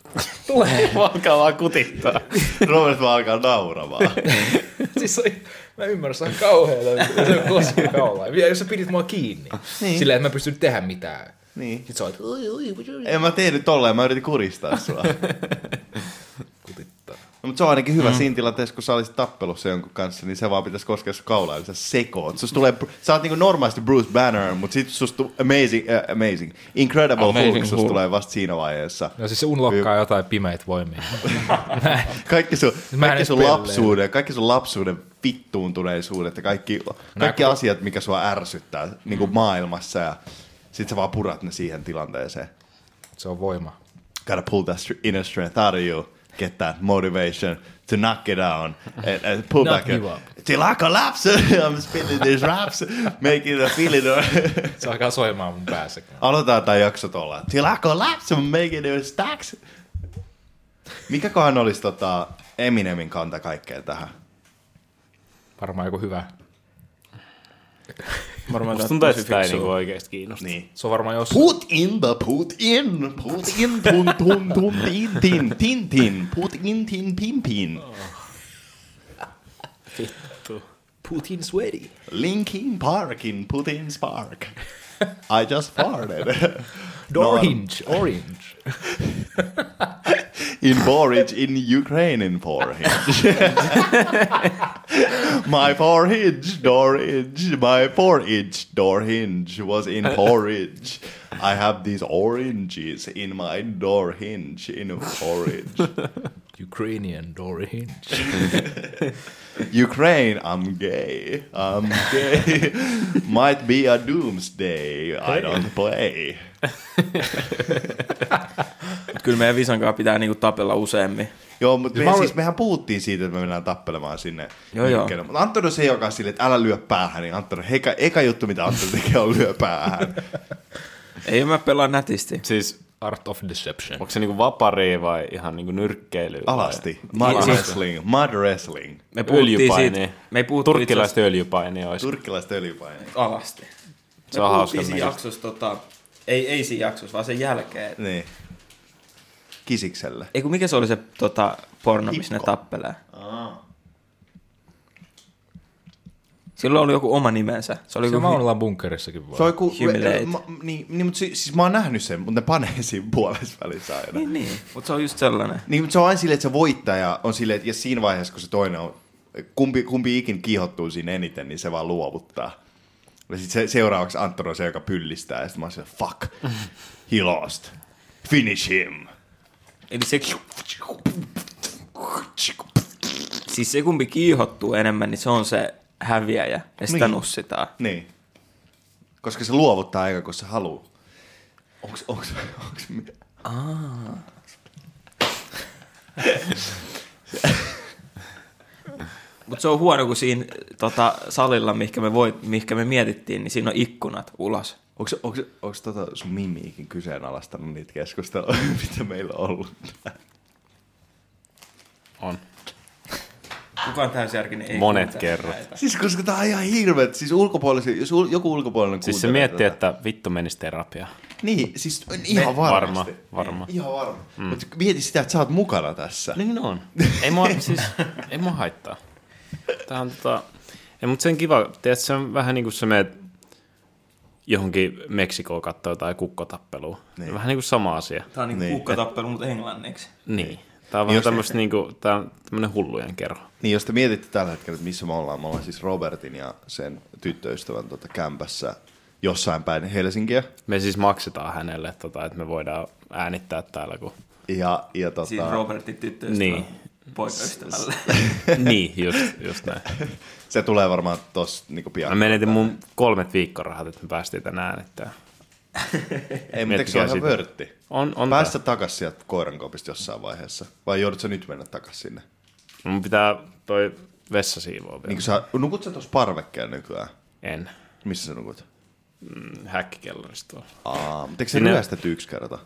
Tulee. *laughs* Alkaa vaan kutittaa. *laughs* Robert vaan alkaa nauramaan. siis se, oli- mä ymmärrän, se on kauheeta. että Se koskee kaulaa. Ja jos sä pidit mua kiinni, niin. silleen, että mä pystyn tehdä mitään. Niin. Sitten sä oot, oi, oi, oi, En mä tehnyt tolleen, mä yritin kuristaa sua. *laughs* kutittaa. No, mutta se on ainakin hyvä mm. siinä tilanteessa, kun sä olisit tappelussa jonkun kanssa, niin se vaan pitäisi koskea sun kaulaa, niin sä sekoot. Sus tulee, sä oot niinku normaalisti Bruce Banner, mutta sit susta amazing, äh, amazing, incredible amazing Amazing Hulk, sus Hulk. tulee vasta siinä vaiheessa. No siis se unlokkaa jotain pimeitä voimia. Kaikki sun, en kaikki edes sun pelleile. lapsuuden, kaikki sun lapsuuden vittuuntuneisuudet ja kaikki, kaikki kun- asiat, mikä sua ärsyttää niin kuin maailmassa ja sit sä vaan purat ne siihen tilanteeseen. Se on voima. gotta pull that str- inner strength out of you, get that motivation to knock it down and, and pull Not back your- give up. till I collapse. *laughs* I'm spinning these raps, making the feeling. *laughs* or- Se alkaa soimaan mun päässä. Aloitetaan tämä jakso tuolla. Till I collapse, I'm making the stacks. Mikäköhän olisi tota Eminemin kanta kaikkeen tähän? Varmaan joku hyvä. Varmaan Musta se on tuntuu, että tosi sitä ei niinku fiksua. oikeesti kiinnosta. Niin. Se on varmaan jos... Put in the put in, put in, tun tun tun tin tin tin tin, put in tin pin pin. Putin sweaty. Linkin Parkin put in spark. *laughs* I just farted. Door No, hinge, orange. in forage in Ukraine in forage. my forage door hinge, my forage door hinge was in porridge. I have these oranges in my door hinge in forage. Ukrainian door hinge. Ukraine, I'm gay. I'm gay. Might be a doomsday. I don't play. Kyllä meidän Visan kanssa pitää niinku tapella useammin. Joo, mutta me, mä olin- siis mehän puhuttiin siitä, että me mennään tappelemaan sinne. Joo, joo. liikkeelle. Mutta Antoni on se, joka on silleen, että älä lyö päähän, niin Antoni, eka, eka juttu, mitä Antoni tekee, on lyö päähän. Ei mä pelaa nätisti. Siis Art of deception. onko se niinku vapari vai ihan niinku nyrkkeily? *laughs* vai- Alasti. Mud Siis- wrestling. Mud wrestling. Me puhuttiin Öljypaini. siitä. Me puhuttiin itse asiassa Turkkilaista öljypaini olisi. Turkkilaiset öljypaineet. alasti. Se on Me puhuttiin hauska siinä näköistä. jaksossa, tota, ei, ei siinä jaksossa, vaan sen jälkeen. että- Niin. Kisikselle. Ei kun mikä se oli se tota, porno, missä ne Hipko. tappelee? Silloin oli joku oma nimensä. Se oli Se joku mä ollaan bunkerissakin vaan. Se on ku, Humiliate. ma, niin, niin, mutta siis, siis mä oon nähnyt sen, mutta ne panee siinä puolessa välissä aina. Niin, niin. Mutta se on just sellainen. Niin, mutta se on aina silleen, että se voittaja on silleen, että ja siinä vaiheessa, kun se toinen on, kumpi, kumpi ikin kiihottuu siinä eniten, niin se vaan luovuttaa. Ja sitten se, seuraavaksi Antton on se, joka pyllistää, ja sitten mä oon silleen, fuck, he lost, finish him. Eli se, siis se kumpi kiihottuu enemmän, niin se on se häviäjä. Ja sitä Niin. nussitaan. Niin. Koska se luovuttaa aika, kun se haluaa. Onks, onks, onks, mi- Mutta se on huono, kun siinä tota, salilla, mihinkä me, voit, mihinkä me mietittiin, niin siinä on ikkunat ulos. onks, onks, onks tota sun mimiikin kyseenalaistanut niitä keskusteluja, *laughs* mitä meillä on ollut? On. Siis Kukaan täysjärkinen ei Monet kuuntele kerrat. näitä. Siis koska tää on ihan hirveet, siis ulkopuolisen, jos ul, joku ulkopuolinen Siis se kuuntelee miettii, tätä- että vittu menisi terapiaan. Niin, siis on ihan varmasti. varma, varma. Ihan varma. Mm. Mutta mieti sitä, että sä oot mukana tässä. Niin. Niin on. Ei *laughs* mua, siis, ei mua haittaa. Tää on tota... Ei, mutta se on kiva. Tiedät, se on vähän niin kuin sä meet johonkin Meksikoon katsoa jotain kukkotappelua. Niin. Niin. Vähän niin kuin sama asia. Tämä on niinku Niin. niin. kukkatappelu, mutta englanniksi. Niin. Tämä Niin on vähän jos- tämmöistä niin kuin, tää on tämmöinen hullujen kerho. niin, jos te mietitte tällä hetkellä, että missä me ollaan, me ollaan siis Robertin ja sen tyttöystävän tota kämpässä jossain päin Helsinkiä. Me siis maksetaan hänelle, tota, että me voidaan äänittää täällä. *laughs* Kun... Ja, ja tota, Siis Robertin tyttöystävä Niin. niin. poikaystävälle. niin, just, just näin. se tulee varmaan tossa niinku Mä pian. menetin mun kolmet viikkorahat, että me päästiin tänne äänittää. Ei, mutta eikö se miettikää ole ihan sitä. vörtti? On, on Päästä takas sieltä koirankopista jossain vaiheessa. Vai joudut sä nyt mennä takas sinne? tää. Mun pitää toi vessa siivoa vielä. Niin sä, nukut sä tuossa parvekkeella nykyään? En. Missä sä nukut? Häkkikellarista tuolla. Aa, mutta eikö se Sinne- ryöstetty yksi kerta?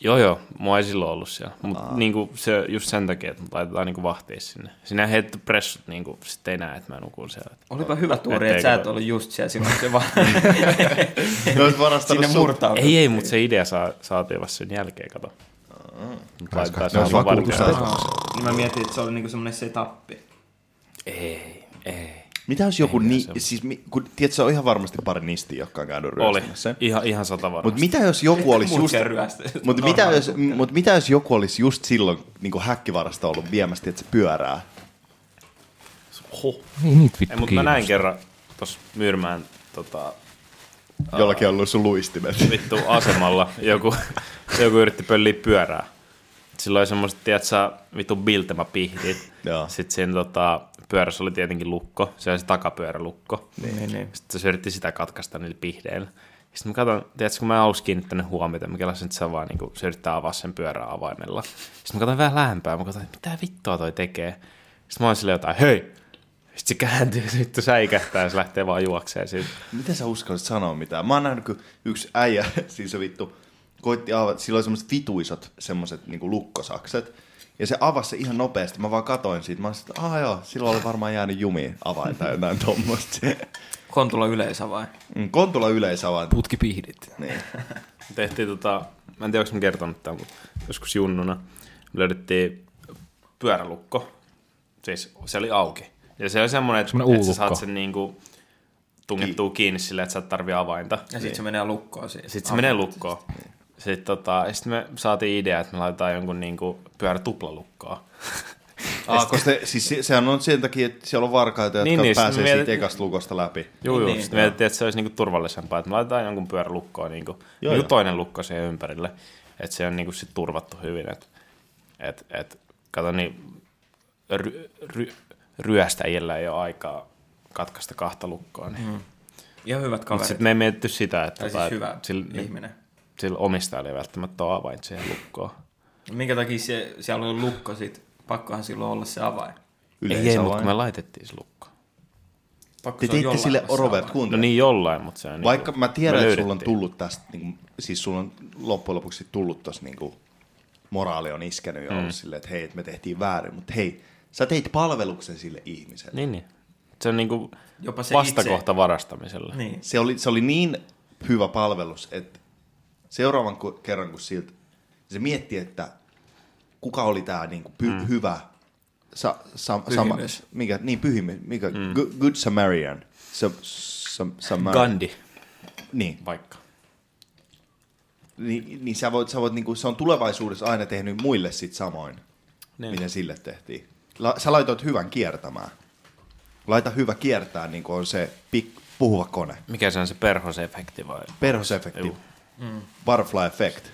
Joo joo, mua ei silloin ollut siellä. Mutta niinku se, just sen takia, että mut laitetaan niinku vahtiin sinne. Sinä heittä pressut, niinku, sit ei näe, että mä nukun siellä. *laughs* Olipa hyvä tuori, Etteikö että sä et toi- ollut just siellä silloin, kun se *laughs* vaan Niin. Ne olet varastanut *laughs* sinne sun... murtautunut. Ei, ei, mutta se idea saa, saatiin vasta sen jälkeen, kato. Mut laitetaan Ne se olis aivan varten. vakuutusta. Aa, Niin mä mietin, että se oli niinku semmonen setappi. Ei, ei. Mitä jos joku, mitään ni... semmoista. siis, mi- kun tiedät, se on ihan varmasti pari nistiä, jotka on käynyt Oli. ryöstämässä. Ihan, ihan sata varmasti. Mutta mitä jos joku olisi Muut No. just... käy ryöstämässä. Mutta mitä, jos, mut mitä jos joku olisi just silloin niin häkkivarasta ollut viemästi, että se pyörää? Ei Niin, niitä Ei, vittu mutta mä näin kerran tuossa Myyrmään tota, Jollakin on ollut sun luistimet. vittu asemalla joku, joku yritti pölliä pyörää. Silloin oli semmoiset, tiedätkö, vittu biltämäpihdit. Joo. Sitten siinä tota, pyörässä oli tietenkin lukko, se oli se takapyörälukko. Niin, niin. Sitten se yritti sitä katkaista niillä pihdeillä. Sitten mä katson, tiedätkö, kun mä en aluksi kiinnittänyt huomiota, mä kelasin, että se, on vaan, niin kuin, se yrittää avaa sen pyörän avaimella. Sitten mä katson vähän lähempää, mä katson, että mitä vittua toi tekee. Sitten mä oon silleen jotain, hei! Sitten se kääntyy, *laughs* sitten säikähtää ja se lähtee vaan juokseen siitä. Miten sä uskallit sanoa mitään? Mä oon nähnyt, kun yksi äijä, *laughs* siis se vittu, koitti avata, sillä oli semmoiset vituisat semmoiset niinku lukkosakset. Ja se avasi se ihan nopeasti. Mä vaan katoin siitä. Mä olisin, että aah joo, silloin oli varmaan jäänyt jumiin avain tai jotain tommoista. Kontula yleisö vai? *laughs* Mm, Kontula yleisavain. putkipihdit. Niin. tehtiin tota, mä en tiedä, onko mä kertonut tämän, mutta joskus junnuna me löydettiin pyörälukko. Siis se oli auki. Ja se oli semmoinen, että, Semmoinen että sä saat uulukko. sen niinku tungettua kiinni silleen, että sä et tarvii avainta. Ja Niin. sit se menee lukkoon siis. Sitten se menee lukkoon. Sitten, tota, ja sitten me saatiin idea, että me laitetaan jonkun niinku pyörä tuplalukkoon. Ah, koska se, siis se, sehän on sen takia, että siellä on varkaita, jotka Niin, niin, niin, niin, sit pääsee mietit- siitä ekasta lukosta läpi. Joo, joo. Niin. Sitten mietittiin, että se olisi niinku turvallisempaa, että me laitetaan jonkun pyörä lukkoon, niinku, joo, joo. niinku toinen lukko siihen ympärille, että se on niinku sit turvattu hyvin. Et, et, et, kato, niin ry, ry, ryöstäjillä ei ole aikaa katkaista kahta lukkoa. Niin. Mm. Ihan hyvät kaverit. Sitten me ei mietitty sitä, että tota, Tai siis hyvä sillä, niin, ihminen. sillä omistajalla ei välttämättä ole avain siihen lukkoon. Minkä takia se, siellä oli lukko sit? Pakkohan silloin olla se avain. Ei, ei, mutta kun me laitettiin se lukkoon. Pakko se Te on teitte jollain sille, olla se Robert, avain. No kuuntele. niin jollain, mutta se on... Vaikka niinku- mä me tiedän, että sulla on löydettiin. tullut tästä, niin, siis sulla on loppujen lopuksi tullut tosta niin kuin, moraali on iskenyt Mm. ja ollut silleen, että hei, että me tehtiin väärin, mutta hei, sä teit palveluksen sille ihmiselle. Niin, niin. Se on niinku Jopa se vastakohta varastamiselle. Niin. Se, oli, se oli niin hyvä palvelus, että seuraavan ku, kerran kun siltä, se mietti, että kuka oli tämä niin kuin, py, mm. hyvä, sa, sa, sama, Pyhimys. mikä, niin pyhimys, mikä, mm. good, good Samarian, sa, sa, Samarian. Gandhi. Niin, Vaikka. niin, niin sä voit, sä voit niinku, se on tulevaisuudessa aina tehnyt muille sit samoin, Niin. niin. miten sille tehtiin. La, sä laitoit hyvän kiertämään. Laita hyvä kiertää, niin kuin on se pik, puhuva kone. Mikä se on se perhosefekti vai? Perhosefekti. Juu. Mm. Butterfly effect.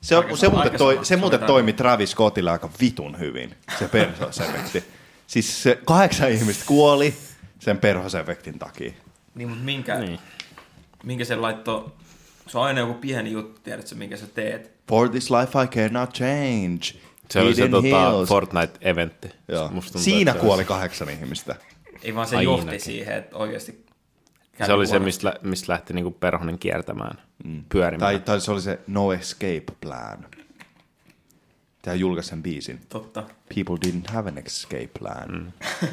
Se, on, Aika se, sama- muuten, aika toi, sama- se muuten sama toimi Travis Scottilla aika vitun hyvin, se perhosefekti. *laughs* siis se kahdeksan ihmistä kuoli sen perhosefektin takia. Niin, mutta minkä, Niin. niin. minkä se laittoi... Se on aina joku pieni juttu, tiedätkö, minkä sä teet. For this life I cannot change. Se oli se Hidden tota, hills. Fortnite-eventti. Joo. Musta tuntuu, Siinä että se oli kuoli kahdeksan ihmistä. Ei vaan se Ainakin. johti siihen, että oikeasti... niin, Se, se oli se, mistä, lä- mistä lähti niinku perhonen kiertämään, mm. pyörimään. Tai, tai se oli se No Escape Plan. Tämä julkaisi sen biisin. Totta. People didn't have an escape plan. Mm.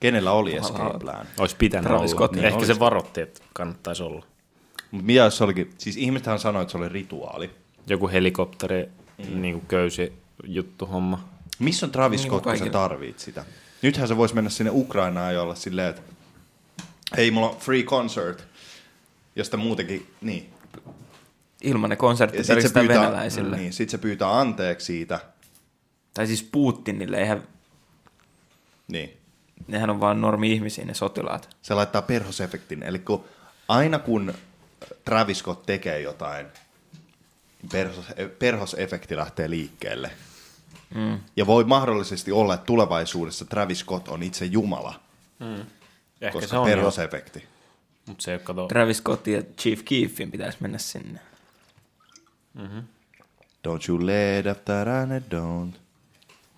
Kenellä oli escape plan? Olisi pitänyt Travis olla. Scott, Niin, niin Ehkä olisi. se varoitti, että kannattaisi olla. Mut mitä jos se olikin? Siis ihmisethän sanoi, että se oli rituaali. Joku helikopteri, mm. niinku köysi juttu homma. Missä on Travis Niin Scott, kuin kun sä kaikilla. tarvit sitä? Nythän se voisi mennä sinne Ukrainaan ja olla silleen, että hei, mulla on free concert, josta muutenkin, niin. Ilman ne konsertti Ja sit se pyytää, pyytää, venäläisille. Niin. niin, sit se pyytää anteeksi siitä, Tai siis Putinille, eihän, niin. nehän on vaan normi-ihmisiä ne sotilaat. se laittaa perhosefektin. Eli kun, aina kun Travis Scott tekee jotain, perhos, e- perhosefekti lähtee liikkeelle. Mm. Ja voi mahdollisesti olla, että tulevaisuudessa Travis Scott on itse Jumala, Ehkä koska se on jo, perhosefekti. mutta se ei ole kato. Travis Scott ja Chief Keefin pitäisi mennä sinne. Don't you let up that I don't.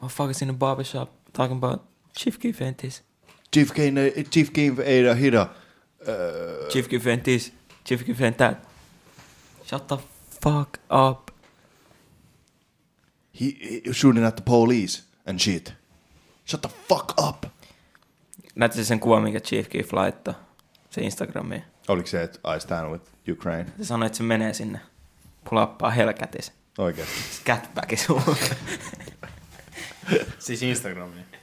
Motherfuckers in the barbershop talking about Chief Keef and this. Chief Kane, eh, Chief Kane ei hida. Chief Keef and this. Chief Keef and that. Shut the fuck up. He, he shooting at the police and shit. Shut the fuck up. Näytti se sen kuvan, minkä Chief Keef laittoi se Instagramiin. Oliko se, että I stand with Ukraine? Se sanoi, että se menee sinne. Pulappaa helkätis. Oikeasti. Scatbacki suuhun. Siis Instagramiin. *laughs*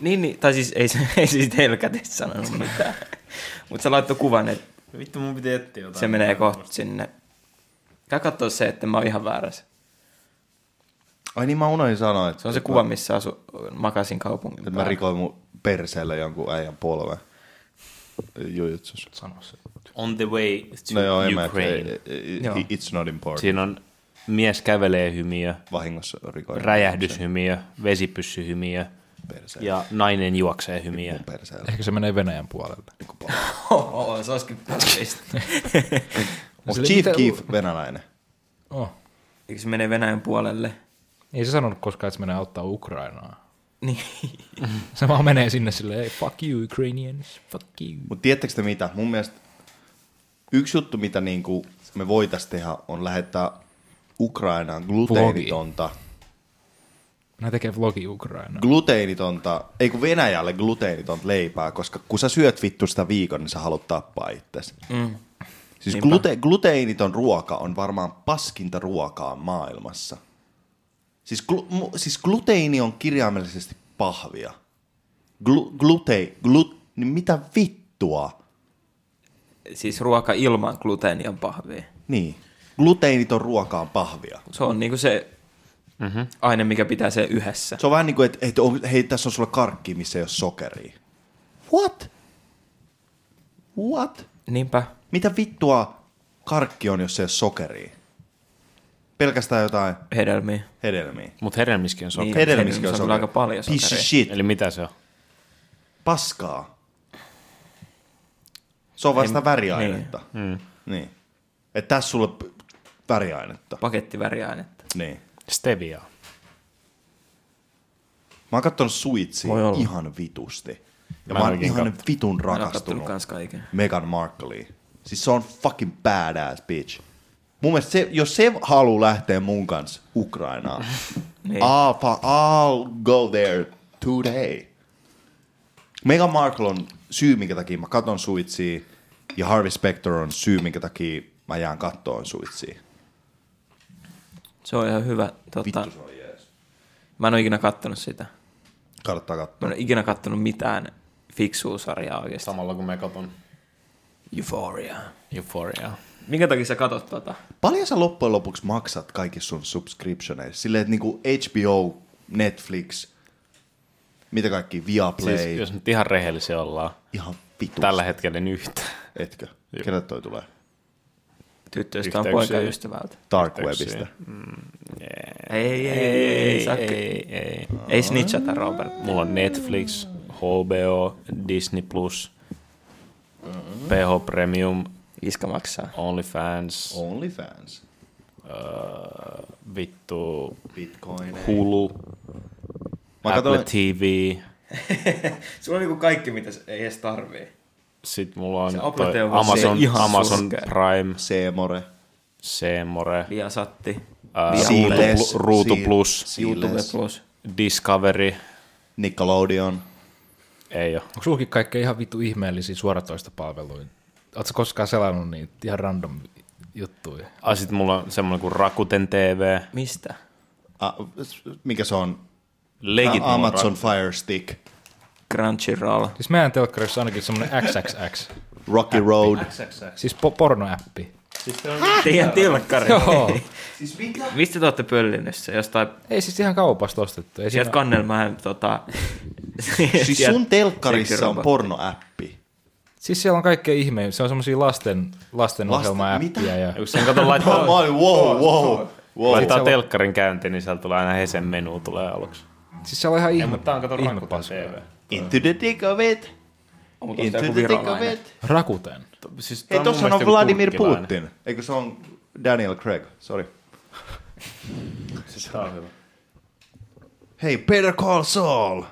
Niin, niin, tai siis ei, se- ei siis helkätit sanonut mitään. Mutta se laittoi kuvan, että Vittu, mun piti etsiä jotain. se menee kohta sinne. Käy katsoa se, että mä oon ihan väärässä. Ai niin, mä unohdin sanoa, että, Se on se kuva, missä asu, makasin kaupungin että mä rikoin mun perseelle jonkun äijän polven. Jujutsus. Sano se. On the way to No joo, en mä, Ukraine. ei- ei- Joo. it's not important. Siinä on mies kävelee hymiö, Vahingossa rikoin. räjähdyshymiö, vesipyssyhymiö Perseelle. ja nainen juoksee hymiö. Mun perseelle. Ehkä se menee Venäjän puolelle. Oho, se olisikin pulpista. Onko Sille Chief mitä- Keef venäläinen? Oh. *laughs* Eikö se mene Venäjän puolelle? Ei se sanonut koskaan, että se menee auttaa Ukrainaa. Niin. Se vaan menee sinne silleen, hey, fuck you Ukrainians, fuck you. Mutta tiedättekö te mitä? Mun mielestä yksi juttu, mitä niinku me voitaisiin tehdä, on lähettää Ukrainaan gluteenitonta, Nämä tekee vlogi Ukrainaa. gluteenitonta, ei kun Venäjälle gluteenitonta leipää, koska kun sä syöt vittu sitä viikon, niin sä haluat tappaa itsesi. Mm. Siis glute, gluteeniton ruoka on varmaan paskinta ruokaa maailmassa. Siis, glu, mu, siis gluteini on kirjaimellisesti pahvia. Glu, glute, glut, niin mitä vittua? Siis ruoka ilman gluteenia on pahvia. Niin. Gluteiniton ruoka on pahvia. Se on niinku se Mhm. mm-hmm. aine, mikä pitää se yhdessä. Se on vähän niin kuin, että et, on- hei, tässä on sulla karkki, missä ei ole sokeria. What? What? Niinpä. Mitä vittua karkki on, jos ei ole sokeria? Pelkästään jotain Hedelmiä. hedelmiä. Mutta hedelmiskin on sokeri. Niin. Niin. Hedelmissäkin hedelmissä on on sokeria. kyllä aika paljon Piece of sokeria. shit. Eli mitä se on? Paskaa. Se on vasta väriainetta. Niin. niin. Et tässä sulla on p- väriainetta. Pakettiväriainetta. Niin. Stevia. Mä oon kattonut Suitsia Voi olla. ihan vitusti. Ja Mä mä, en oon oikein ihan katso. Mä vitun oon kattonut rakastunut kans kaiken. Meghan Markleen. Siis se on fucking badass bitch. Mun mielestä se, jos se haluaa lähteä mun kanssa Ukrainaan, *laughs* Niin. I'll, fu- I'll go there today. Meghan Markle on syy, minkä takia mä katon suitsia, ja Harvey Specter on syy, minkä takia mä jään kattoon suitsia. Se on ihan hyvä. Tota, Vittu se on jees. mä en oo ikinä kattonut sitä. Kannattaa katsoa. Mä en oo ikinä kattonut mitään fiksuusarjaa oikeesti. Samalla kun me katon Euphoria. Euphoria. Minkä takia sä katot tota? Paljon sä loppujen lopuksi maksat kaikissa sun subscriptioneissa? Silleen, että niinku HBO, Netflix, mitä kaikki, Viaplay, Siis, siis, jos nyt ihan rehellisiä ollaan, ihan vitu. tällä hetkellä en yhtään. Etkö? Kenelle toi tulee? Tyttöystä on Yhteyksiä. poikaystävältä. Dark Yhteyksiä. Webistä. Ei, ei, ei, ei, ei, saa- ei, ei. ei snitchata, Robert. Mulla on Netflix, HBO, Disney+, Plus, PH Premium, Iskä maksaa. OnlyFans, Oh. äh, OnlyFans. vittu, Bitcoin. Hulu, Mä Apple katsoin, TV, Sulla on niinku kaikki, mitä ei edes tarvii. sitten mulla on Se Apple toi TV on Amazon, se ihan Amazon surkea. Prime, Seemore. Seemore, Viasatti. ää, Viaplay, Ruutu, Siiles. Plu- Ruutu Siil- Plus, Si- YouTube Siiles. Plus. Discovery, Nickelodeon. ei oo. Onko sulki kaikkea ihan vittu ihmeellisiä suoratoista palveluita? Oletko koskaan selannut niitä ihan random juttuja? Ai sit mulla on semmonen kuin Rakuten TV, Mistä? Ah, mikä se on? Legit Ah, mulla on Amazon Fire Stick. *laughs* Crunchyroll. Siis meidän telkkarissa on ainakin semmonen XXX, Rocky Road. siis po- pornoäppi. Teidän tilkkari. Joo. Mistä te olette pöllinyt se? Jostain, Ei siis ihan kaupasta ostettu. Ei sieltä siinä... *laughs* kannelmähän tota... Siis sieltä sun telkkarissa on seksirobotti. pornoäppi. Siis siellä on kaikkea ihmeä. Se on semmoisia lasten, lastenohjelma-äppiä. mitä? Ja... Jos sen kato Mä laittaa, olin, wow, wow, wow. laittaa telkkarin käyntiin, niin sieltä tulee aina Hesen menu tulee aluksi. Siis siellä on ihan ihme, Mutta tää on kato ihme Rakuten paskaa. TV. Into the dick of it. On, mutta on sitä Into the joku dick of virolainen. it. Rakuten. Siis tää Hei, mun tossahan mielestä on joku Vladimir turkkilainen. Putin. Eikö se on Daniel Craig? Sorry. Siis tää on hyvä. Hei, Better Call Saul.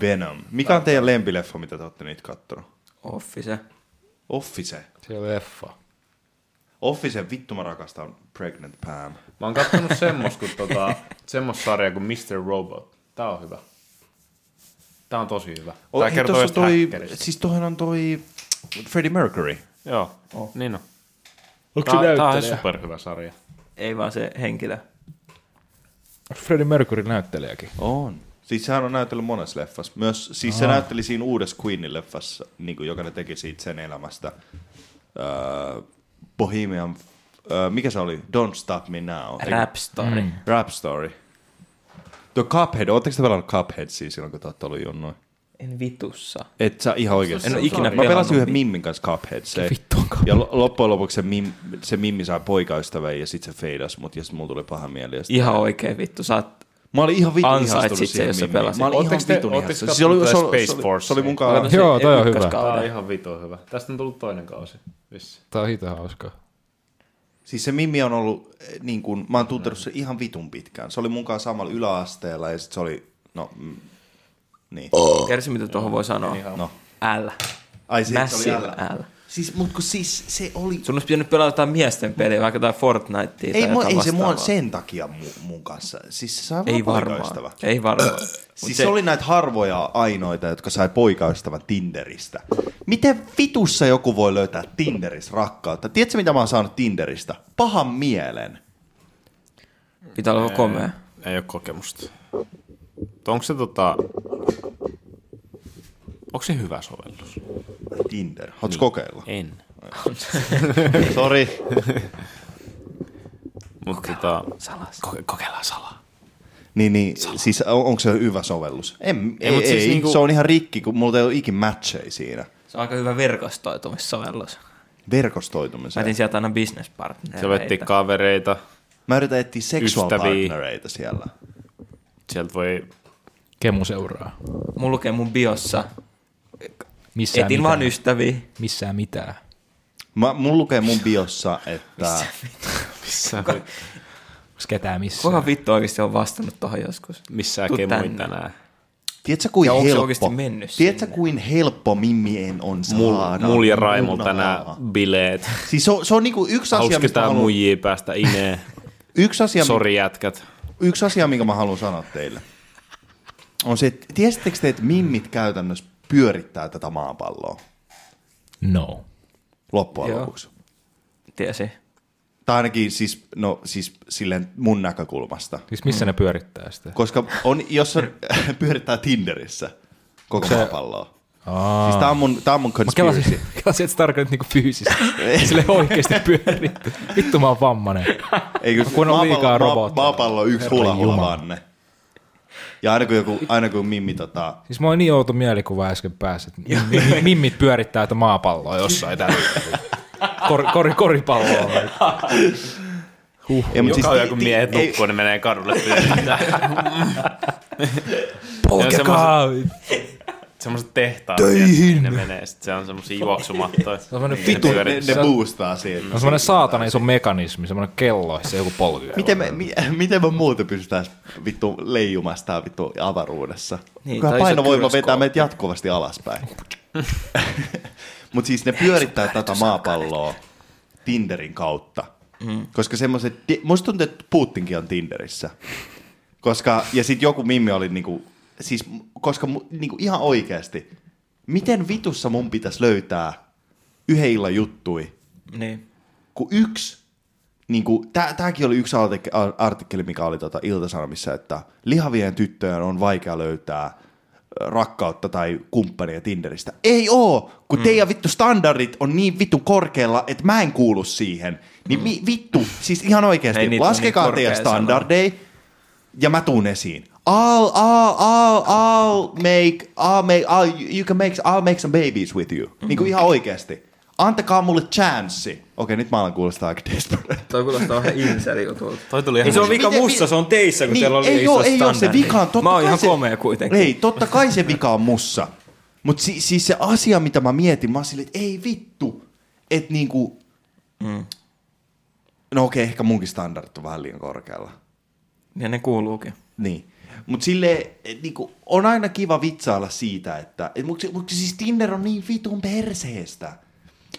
Venom. Mikä on teidän lempileffa, mitä te olette nyt kattonut? Office. Office. Se on leffa. Office, vittu mä rakastan Pregnant Pam. Mä oon kattonut semmos, kun tota, semmos sarja kuin Mr. Robot. Tää on hyvä. Tää on tosi hyvä. Tää Oh, hei, kertoo tossa just toi, häkkeristä. Siis toihan on toi Freddie Mercury. Joo, oh. niin on. Onko Tää, tää on ihan superhyvä sarja. Ei vaan se henkilö. Onko Freddie Mercury näyttelijäkin? On. Siis sehän on näytellyt monessa leffassa. Myös, siis Ah. se näytteli siinä uudessa Queenin leffassa, niin kuin, joka ne teki siitä sen elämästä. Öö, Bohemian, öö, mikä se oli? Don't Stop Me Now. Eikö? Rap story. Mm. Rap Story. Tuo Cuphead, ootteko te pelannut Cuphead siis silloin, kun te ootte ollut junnoin? En vitussa. Et sä ihan oikeesti. En oo ikinä Mä pelannut. pelasin yhden Mimmin kanssa Cuphead. Se, Vittu on Cuphead. ja lo- loppujen lopuksi se, mim, se Mimmi sai poikaystävän ja sit se feidas mut ja sit mulla tuli paha mieli. Ja sit- Ihan oikein vittu. Sä oot... Mä olin ihan vitun Ansaitsit ihastunut sen, siihen jos sä Mimmiin. pelasit. Mä olin ihan Ootteks te- vitun ootteks ihastunut. kattonut Se Siis oli, se oli, tätä Space se oli, se Forcea? oli niin. mun kanssa. Joo, toi on hyvä. Tää on Ykköskauden. ihan vito hyvä. Tästä on tullut toinen kausi. Vissi. Tää on hito hauskaa. Siis se Mimmi on ollut, eh, niin kun, mä oon tuntenut sen ihan vitun pitkään. Se oli mun kanssa samalla yläasteella ja sit se oli, no, mm, niin. Kersi, mitä tuohon voi sanoa. No. L. Ai se, se oli Massive älä. L. Siis, mut kun siis se oli... Sun olisi pitänyt pelata jotain miesten peliä, vaikka jotain Fortnitea Ei, tai mu- jotain ei se mua vastaavaa. sen takia mun, mun kanssa. Siis se sai Ei vaan varmaan. poikaystävän. Ei varmaan. Siis se... se oli näitä harvoja ainoita, jotka sai poikaystävän Tinderistä. Miten vitussa joku voi löytää Tinderissä rakkautta? Tiedätkö, mitä mä oon saanut Tinderistä? Pahan mielen. Pitää olla komea. Ei oo kokemusta. Onko se tota... Onko se hyvä sovellus? Tinder. Haluatko Niin. kokeilla? *laughs* En. Sori. Mutta tota... Salas. Koke- kokeillaan salaa. Niin, niin siis on, onko se hyvä sovellus? En, ei, mut ei, siis siis ei. niinku- Niinku... se on ihan rikki, kun mulla ei ole ikin matcheja siinä. Se on aika hyvä verkostoitumissovellus. Mä Verkostoitumiseen. Mä, etin sieltä aina bisnespartnereita. Se vetti kavereita. mä yritän etsiä sexual Ystäviä. partnereita siellä. Sieltä voi... Kemu seuraa. Mulla lukee mun biossa. Missään Etin mitään. vaan ystäviä. Missään mitään. Mä, mun lukee mun biossa, että... Missä, Onks ketään missään? Kuka vittu oikeesti on vastannut tohon joskus? missä Tuu tänne. kemuin tänään. Tiedätkö, kuin Ja onko se helppo, oikeasti mennyt tiedätkö, sinne? kuin helppo mimmien on saada? Mulla ja Raimul tänään Munaa. bileet. Siis se on, se on niinku yksi asia, Hauska mistä mä tää haluan, muijii päästä *laughs* ineen. yksi, asia, Sori jätkät. yksi asia, minkä mä haluan sanoa teille, on se, että tiesittekö te, että mimmit käytännössä pyörittää tätä maapalloa No. loppujen Joo. lopuksi? Tiesi. Tai ainakin siis, no, siis silleen mun näkökulmasta. Siis missä ne pyörittää sitä? Koska on, jos on, *laughs* pyörittää Tinderissä koko maapalloa. Aa. Siis tää on mun, tää on mun Mä kelasin, conspiracy. kelasin, että sä tarkoitat niinku fyysisesti. Sille oikeesti pyöritty. Vittu mä oon vammanen. Ei, *laughs* Kun on liikaa robotteja. Maapallo on yksi hula hula Jumala. vanne. Ja aina kun, joku, aina kun mimmi tota... Siis mulla oli niin outo mielikuva äsken päässä, että mimmi- mimmit pyörittää tätä maapalloa jossain täällä. Kor, kor, koripalloa. Ei, mut Joka siis, ti- joku ti- miehet ei- nukkuu, niin menee kadulle pyörittää. Polkekaa! Semmoiset tehtaat, Töihin. ne menee. Sitten se on semmoisia juoksumattoja. Se semmonen vitun- Ne, ne boostaa No Se siitä. on semmonen saatana iso mekanismi, semmonen kello, se joku polky. Miten me, mi, *laughs* miten me muuten pystytään vittu leijumasta vittu avaruudessa? Niin, Niin, tai Kyllä iso painovoima gyroskooppi. vetää meitä jatkuvasti *laughs* alaspäin. Mutta siis ne pyörittää tätä maapalloa Tinderin kautta. Mm. Koska semmoiset, musta tuntuu, että Putinkin on Tinderissä. Koska, ja sitten joku mimmi oli niinku, siis, m- koska mu- niinku ihan oikeasti, miten vitussa mun pitäisi löytää yhden illan juttui, Niin. kun yksi, niin kuin, tää, tääkin oli yksi artik- ar- artikkeli, mikä oli tota Ilta-Sanomissa, että lihavien tyttöjen on vaikea löytää rakkautta tai kumppania Tinderistä. Ei oo, kun mm. teidän vittu standardit on niin vittu korkealla, että mä en kuulu siihen. Niin mi- vittu, siis ihan Mm. Ei oikeasti, niitä ole laskekaa niin teidän korkealla standardeja ja mä tuun esiin. I'll, I'll, I'll, I'll make, I'll make, I'll, you can make, I'll make some babies with you. Mm-hmm. Niin kuin ihan oikeasti. Antakaa mulle chanssi. Okei, nyt mä alan kuulostaa aika desperate. Toi kuulostaa vähän niinku insäriutulta. Toi tuli ihan Niin. Ei se on vi- vika Miten- Niin, mussa, se on teissä, kun teillä oli ei iso ole, ei ole se standardi. vika, on totta Mä oon kai ihan se, komea kuitenkin. Ei, totta kai se vika on mussa. Mutta si, siis se asia, mitä mä mietin, mä oon silleen, että ei vittu, että niinku... Mm. No okei, ehkä munkin standardit on vähän liian korkealla. Ja ne kuuluukin. Niin. Mutta sille niinku, on aina kiva vitsailla siitä, että... Et, mutta mut siis Tinder on niin vitun perseestä.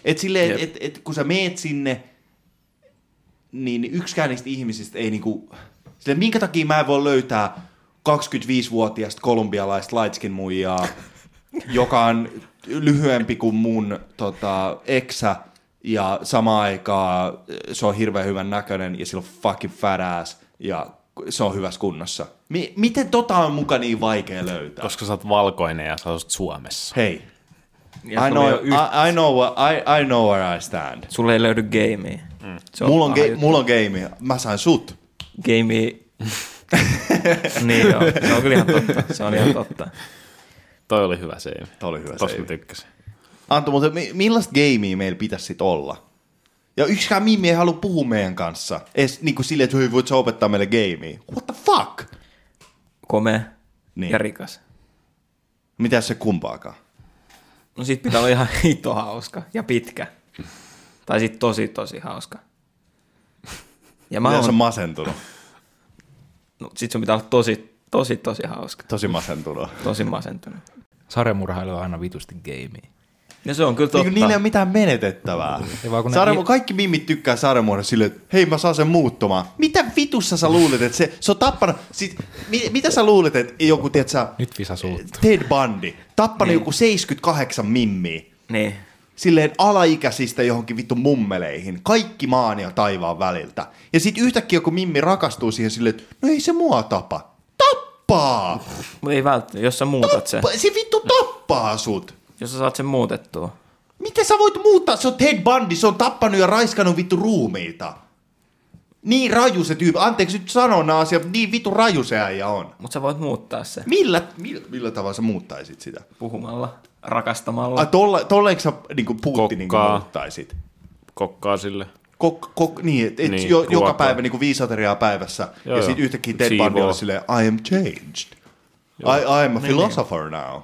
Että silleen, Jep. et, et, et, kun sä meet sinne, niin yksikään niistä ihmisistä ei niinku... Sille, minkä takia mä en voi löytää 25-vuotiaista kolumbialaista laitskin muijaa, joka on lyhyempi kuin mun tota, eksä, ja samaan aikaan eh, se on hirveän hyvän näköinen, ja sillä on fucking fat ass, ja se on hyvässä kunnossa. Mi- miten tota on muka niin vaikea löytää? koska sä oot valkoinen ja sä asut Suomessa. Hei, I Ja sulla, ei know, oo I, yht... I, know, where- I, I know where I stand. sulla ei löydy gamea. Se Mulla on, paha ge- juttu. mulla on game. Mä sain sut. *laughs* gamei. niin joo, se on kyllä ihan totta. Se on ihan totta. Toi oli hyvä save. Toi oli hyvä Tosta save. mä tykkäsin. Anto, mutta mi- millaista gamea meillä pitäisi sit olla? Ja yksikään mimmi ei halua puhua meidän kanssa. Ees niin kuin silleen, että hei, voit sä opettaa meille gamea. What the fuck? Komea Niin. niin. ja rikas. Mitä jos se kumpaakaan? No sit pitää olla ihan *laughs* hito hauska ja pitkä. Tai sit tosi tosi hauska. Ja Mä mä oon... on oon, masentunut. no, sit sun pitää olla tosi tosi tosi hauska. Tosi *laughs* masentunut. Tosi masentunut. Sarjamurhailu on aina vitusti gamea. Ja se on kyllä Niin totta. kuin niillä ei ole mitään menetettävää. Ei vaan kun ne- Saramo, kaikki mimmit tykkää sarjamuodosta silleen, että hei mä saan sen muuttumaan. Mitä vitussa sä luulet, että se, se on tappanut? Sit, mi, mitä sä luulet, että joku, tiedät sä, Nyt visa suuttuu. Ted Bundy, tappanut niin. joku 78 mimmiä. Niin. silleen alaikäisistä johonkin vittu mummeleihin, kaikki maan ja taivaan väliltä. Ja sit yhtäkkiä joku mimmi rakastuu siihen silleen, että no ei se mua tapa. Tappaa! Mut ei välttämättä, jos sä muutat sen. Pa- Se vittu tappaa sut! Jos sä saat sen muutettua. Miten sä voit muuttaa? Se on Ted Bundy, se on tappanut ja raiskannut vittu ruumiita. Niin raju se tyyppi. Anteeksi nyt sanona asia, mutta niin vittu raju se äijä on. Mutta sä voit muuttaa sen Millä, millä, millä tavalla sä muuttaisit sitä? puhumalla, rakastamalla. Ai, tolle, tolleenko sä niinku Putinin Kokkaa. muuttaisit? Kokkaa sille. Kok, kok, niin, et, et Niin, jo, ruokaa. joka päivä niin kuin viisi ateriaa päivässä. Joo, Joo, ja joo. sitten yhtäkkiä Ted Siivoo. Bundy oli silleen, I am changed. I, I am a philosopher now.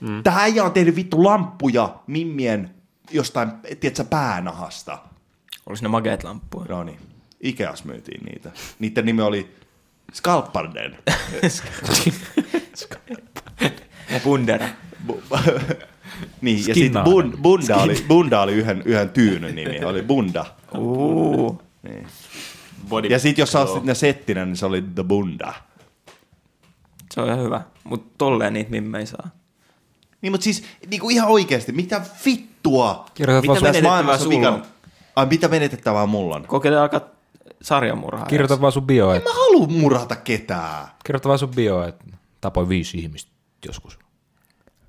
Mm. Tähän äijä on tehnyt vittu lamppuja mimmien jostain, tiedätkö, päänahasta. Olis ne makeet lamppuja. No niin, Ikeas myytiin niitä. Niiden nimi oli Skalparden. Bundera. Bu- *laughs* niin, ja sitten Skinnainen. bun, bunda, oli, bunda oli yhden, yhden tyynyn nimi, oli Bunda. Uu. Body. Ja sitten jos sä ostit ne settinä, niin se oli The Bunda. Se on ihan hyvä. Mutta tolleen niitä mimme ei saa. Niin, mutta siis niinku ihan oikeasti, mitä vittua? Kirjoitat vaan Mitä sun, menetettävää sulla on? vikan- Ai, mitä menetettävää mulla on? Kokeile alkaa sarjamurhaa. kirjoita vaan sun bio, et, Mä haluan murhata ketään. kirjoita vaan sun bio, et tapoin viisi ihmistä joskus.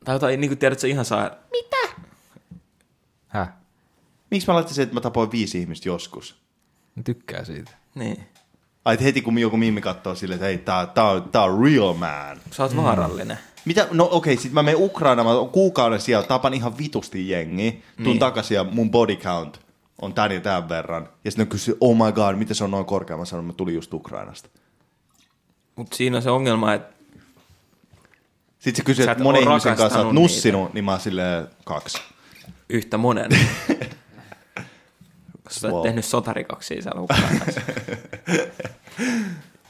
Tai jotain, niin kuin tiedät, sä ihan saa. Häh? Miksi mä laittaisin, että mä tapoin viisi ihmistä joskus? Ne tykkää siitä. Niin. Ai, että heti kun joku mimmi katsoo silleen, että hei, tää, tää, on, tää on real man. Sä oot mm. vaarallinen. Mitä? No okei, okay, sit mä menen Ukrainaan, mä oon kuukauden siellä, tapan ihan vitusti jengi. Tuun niin. takaisin ja mun body count on tän ja tämän verran. Ja sitten ne kysyy, oh my god, miten se on noin korkea? Mä sanon, mä tulin just Ukrainasta. Mutta siinä on se ongelma, että Sitten se kysyy, Sä että et monen oo ihmisen kanssa sä oot rakastanut niitä. nussinut, niitä. niin mä oon silleen kaksi. yhtä monen. Koska sä oot Wow. tehnyt sotarikoksia siellä Ukrainassa.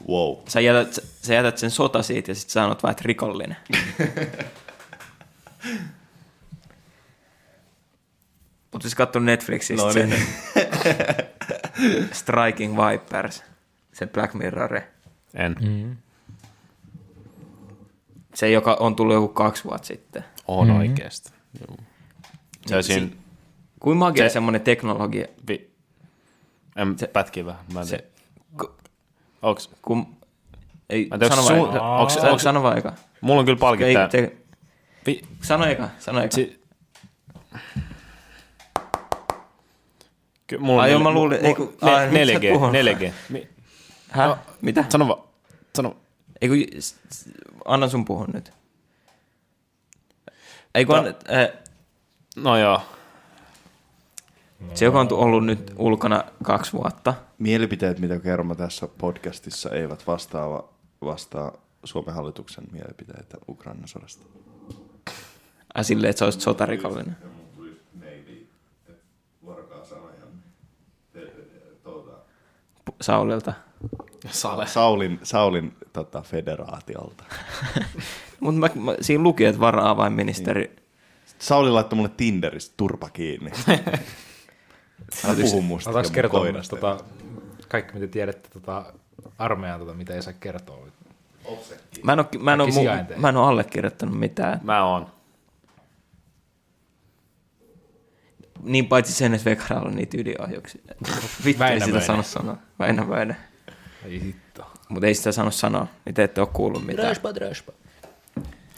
Wow. Sä jätät, sä jätät sen sota siitä ja sit sä sanot vaan, että *laughs* rikollinen. Oot siis kattonut Netflixistä No no, sen niin. *laughs* Striking Vipers, sen Black Mirror. En. Mm. Se, joka on tullut joku kaksi vuotta sitten. On mm-hmm. oikeesti. Juu. Se siinä... Kuin magia Se- semmoinen teknologia, Vi... En se, pätki vähän. Mä en se, se, Onks... kun... Ei, Mä en tiedä, sano onks vaan sun- eka. onks- Sano- onks- Sano vaan eka. Mulla on kyllä Ei, palkittaa. te- Vi... Sano eka, sano eka. Si... Ky- mulla Ai nel- joo, mä luulin- mu- ei kun- ne- ai, miksi sä et 4G, puhunut? 4G. Mi- Häh? Mitä? Sano vaan. Sano. Ei kun, s- s- annan sun puhun nyt. Ei kun, anna, äh, No joo. se joka on tu- ollut nyt ulkona kaksi vuotta, Mielipiteet, mitä kerromme tässä podcastissa, eivät vastaava, vastaa Suomen hallituksen mielipiteitä Ukrainan sodasta. äh, silleen, että sä olisit sotarikollinen. Pu- Saulilta. Sale. Saulin, Saulin tota, federaatiolta. Mutta mä, mä, siinä luki, että varaavainministeri. Sauli laittoi mulle Tinderistä turpa kiinni. Älä puhu musta. ja Otaanko mun kertoa myös koirasta. tota, kaikki, mitä tiedätte tota, armeijan, tota, mitä ei saa kertoa? Mä en, oo, mä, en oo, Kaikki mu- sijainteja. mä en oo allekirjoittanut mitään. Mä oon. Niin paitsi sen, että Vekaralla on niitä ydinajoksi. Vittu ei Väinö sitä Väinö. sano sanoa. Väinö Väinö. Ei hitto. Mutta ei sitä sano sanoa, niin te ette ole kuullut mitään. Röspa, röspa.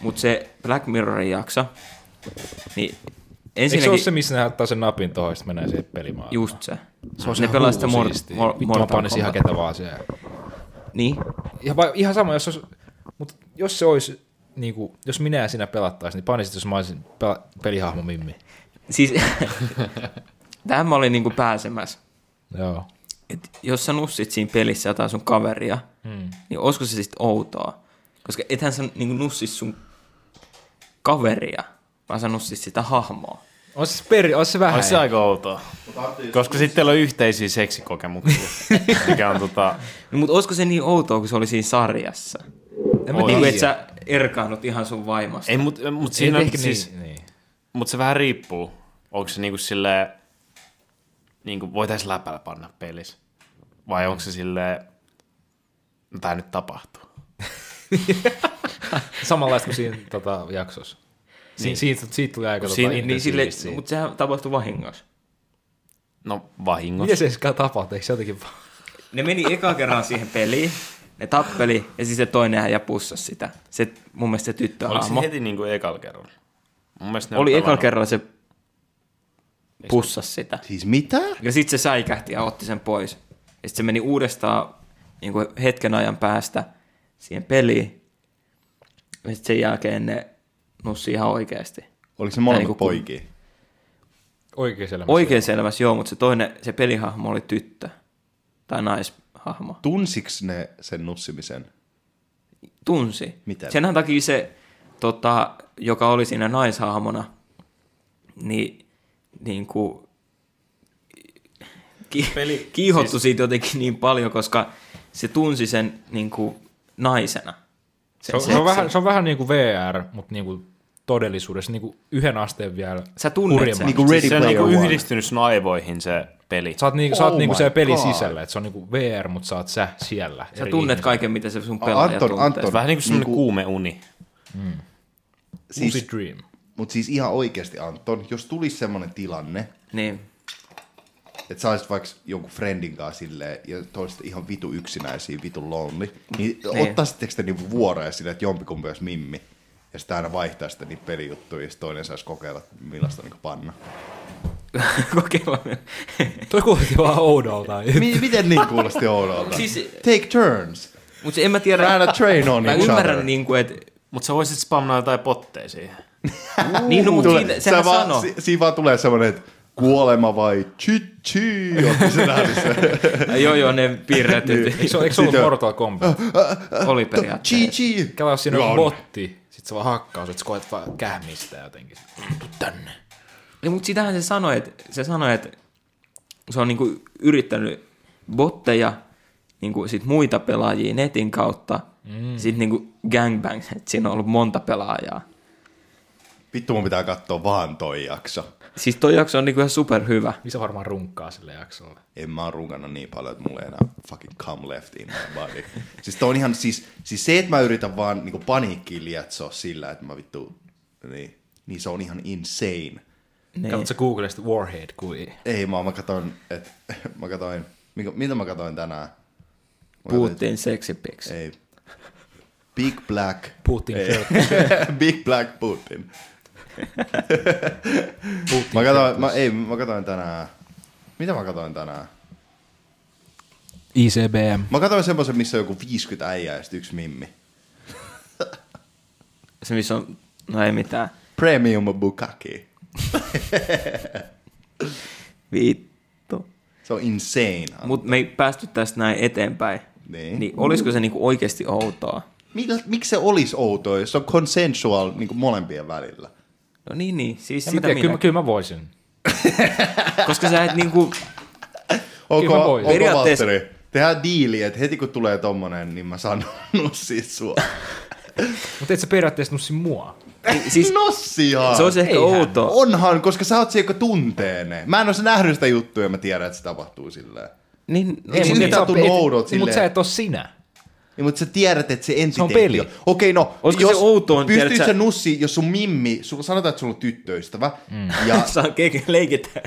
Mutta se Black Mirrorin jakso, niin Eikö se ensinnäkin ole se, missä ne ottaa sen napin tuohon, ja sitten menee siihen pelimaailmaan? just se. se on ne ihan pelaa hullu sitä mor- siistiä. mor- Vittu, mä Mortal panisin ihan Kombat. ketä vaan siellä. Niin, Ihan, va- ihan sama, jos, olisi, mutta jos se olisi, niin kuin, jos minä ja sinä pelattaisiin, niin panisit, jos mä olisin pela- pelihahmo Mimmi. siis *laughs* tähän mä olin niinku pääsemässä. Joo. Et jos sä nussit siinä pelissä jotain sun kaveria, Hmm. mm. niin olisiko se sitten outoa? Koska ethän sä niinku nussis sun kaveria, vaan sä nussis sitä hahmoa. On se, peri, on se vähän. Olisi se aika outoa. Koska sitten teillä on yhteisiä *laughs* seksikokemuksia, mikä on tota... No, mutta olisiko se niin outoa, kun se oli siinä sarjassa? en Oi. Niin mä tiedä. kuin, että sä erkaannut ihan sun vaimosta. Ei, mut, mut Ei, siinä on ehkä siis... niin, niin. Mutta se vähän riippuu. Onko se niinku silleen, niinku voitais läpällä panna pelissä? Vai onko se silleen, no tää nyt tapahtuu. Samanlaista kuin siinä tota, jaksossa. Si- niin. siitä, siitä tuli aika Siinä- tota, niin Niin sille, intensiivistä. mutta sehän tapahtui vahingossa. No vahingossa. Miten se edes tapahtui? Eikö se jotenkin vaan? Ne meni eka kerran siihen peliin, ne tappeli, ja siis se toinen ja pussasi sitä. Se, mun mielestä se Oliko se tyttöhahmo. heti niinku ekalla kerralla? Mun mielestä ne Oli on eka pelannut. kerralla se pussasi sitä. Siis mitä? Ja sitten se säikähti ja otti sen pois. Ja sitten se meni uudestaan niin kuin hetken ajan päästä siihen peliin. Ja sitten sen jälkeen ne nussi ihan oikeasti. Oliko se molemmat Ei, kun- poikia? Oikeassa elämässä. Oikein selvässä, joo, mutta se toinen, se pelihahmo oli tyttö. Tai naishahmo. Tunsiks ne sen nussimisen? Tunsi. Mitä? Senhän takia se, tota, joka oli siinä naishahmona, niin, niin kuin, ki, Peli- kiihottu siis... siitä jotenkin niin paljon, koska se tunsi sen niin kuin, naisena. Se on, se, on vähän, se on vähän niin kuin VR, mutta niin kuin todellisuudessa niin kuin yhden asteen vielä Sä tunnet sen. hurjemmaksi. Niinku Ready Siis se on Player niinku One. yhdistynyt sun aivoihin se peli. Sä oot, niinku, sä oot Oh niinku my siellä pelin God. sisällä, että se on niinku VR, mutta sä oot sä siellä. Sä eri tunnet ihminen. kaiken, mitä se sun A- pelaaja Ah, Anton, tuntee. Anton. Vähän niinku semmonen Niinku- kuume uni. siis- Lucid Dream. Mutta siis ihan oikeasti Anton, jos tulisi semmoinen tilanne, Niin. *laughs* että sä olisit vaikka jonkun friendin kanssa silleen, ja toiset ihan vitu yksinäisiä, vitu lonely, niin Niin. ottaisitteko te niinku vuoroja silleen, että jompikumpi olisi mimmi, ja sitten aina vaihtaa sitä niitä pelijuttuja, ja sit toinen saisi kokeilla, että millaista on niinku *laughs* panna. Kokeilla. Toi kuulosti vaan oudolta. Mi- miten niin kuulosti oudolta? Siis- Take turns, Mutta en mä tiedä. Try to train on mä each ymmärrän, other. niin kuin, että Mut sä voisit spamnaa jotain potteja siihen. niin, no, mutta Tule- siitä, sehän sä vaan- sano. si- siinä vaan tulee semmoinen, että kuolema vai chi chi, ootko se nähnyt sen? *laughs* joo, joo, ne Niin. piirretty Eikö se, *laughs* eikö se ollut Mortal Kombat? oli Siis- Chi periaatteessa. chi. Käy jos siinä on Joo. botti, sit sä vaan hakkaus, että sä koet vaan kähmistää jotenkin. Tuu tänne. Ei, mutta Niin, sitähän se sanoi, että se, sanoi, että se on niinku yrittänyt botteja, niinku sit muita pelaajia netin kautta, mm. sitten niinku gangbang, että siinä on ollut monta pelaajaa. Vittu mun pitää katsoa vaan toi jakso. Siis toi jakso on niinku ihan superhyvä. Missä varmaan runkkaa sille jaksolle. en mä oon runkannut niin paljon, että mulla ei enää fucking come left in my body. *laughs* siis, toi on ihan, siis, siis se, että mä yritän vaan niinku paniikkiin lietsoa sillä, että mä vittu, niin, niin se on ihan insane. Niin. Niin. Katsot sä Googlesta Warhead kui. Ei mä, mä katoin, et, *laughs* mä katoin, mikä, mitä mä katoin tänään? Mä Puhuttiin seksipiksi. katoin- Ei. Big Black, *laughs* Putin Kirk. Big Black Putin. *laughs* Mä katoin, mä, ei, mä katoin tänään, mitä mä katoin tänään? ICBM. Mä katsoin semmoisen, missä on joku 50 äijää ja sit yksi mimmi. se missä on, no ei mitään, Premium Bukaki. vittu. Se on insane. Mut me ei päästy tästä näin eteenpäin. Niin. niin olisiko se niinku oikeasti outoa? Mil- Miksi se olisi outoa, jos se on consensual niin kuin molempien välillä? No niin, niin. Siis En mä sitä tiedä, kyllä, minä. mä- kyllä mä voisin. Koska sä et niinku, Onko, Kyllä mä voin. onko Periaatteessa- Valtteri, tehdään diili, että heti kun tulee tommonen, niin mä saan *laughs* nussia sua. Mutta et sä periaatteessa nussi mua. siis Nussia! se olisi ehkä Eihän. outoa. Onhan, koska sä oot se, joka tuntee ne. Mä en ole nähnyt sitä juttua ja mä tiedän, että se tapahtuu silleen. Niin, Ei, niin, mut niin. mitä- tunnu oudolta silleen. Mutta sä et oo sinä. Niin, mutta sä tiedät, että se entiteetti peli. on- Okei, no, Olisiko se outoa, että pystyt tiedät sä- sä... nussi, jos sun mimmi, sulla sanotaan, että sulla on tyttöystävä, mm. *laughs* ja Saa ke- leikitään.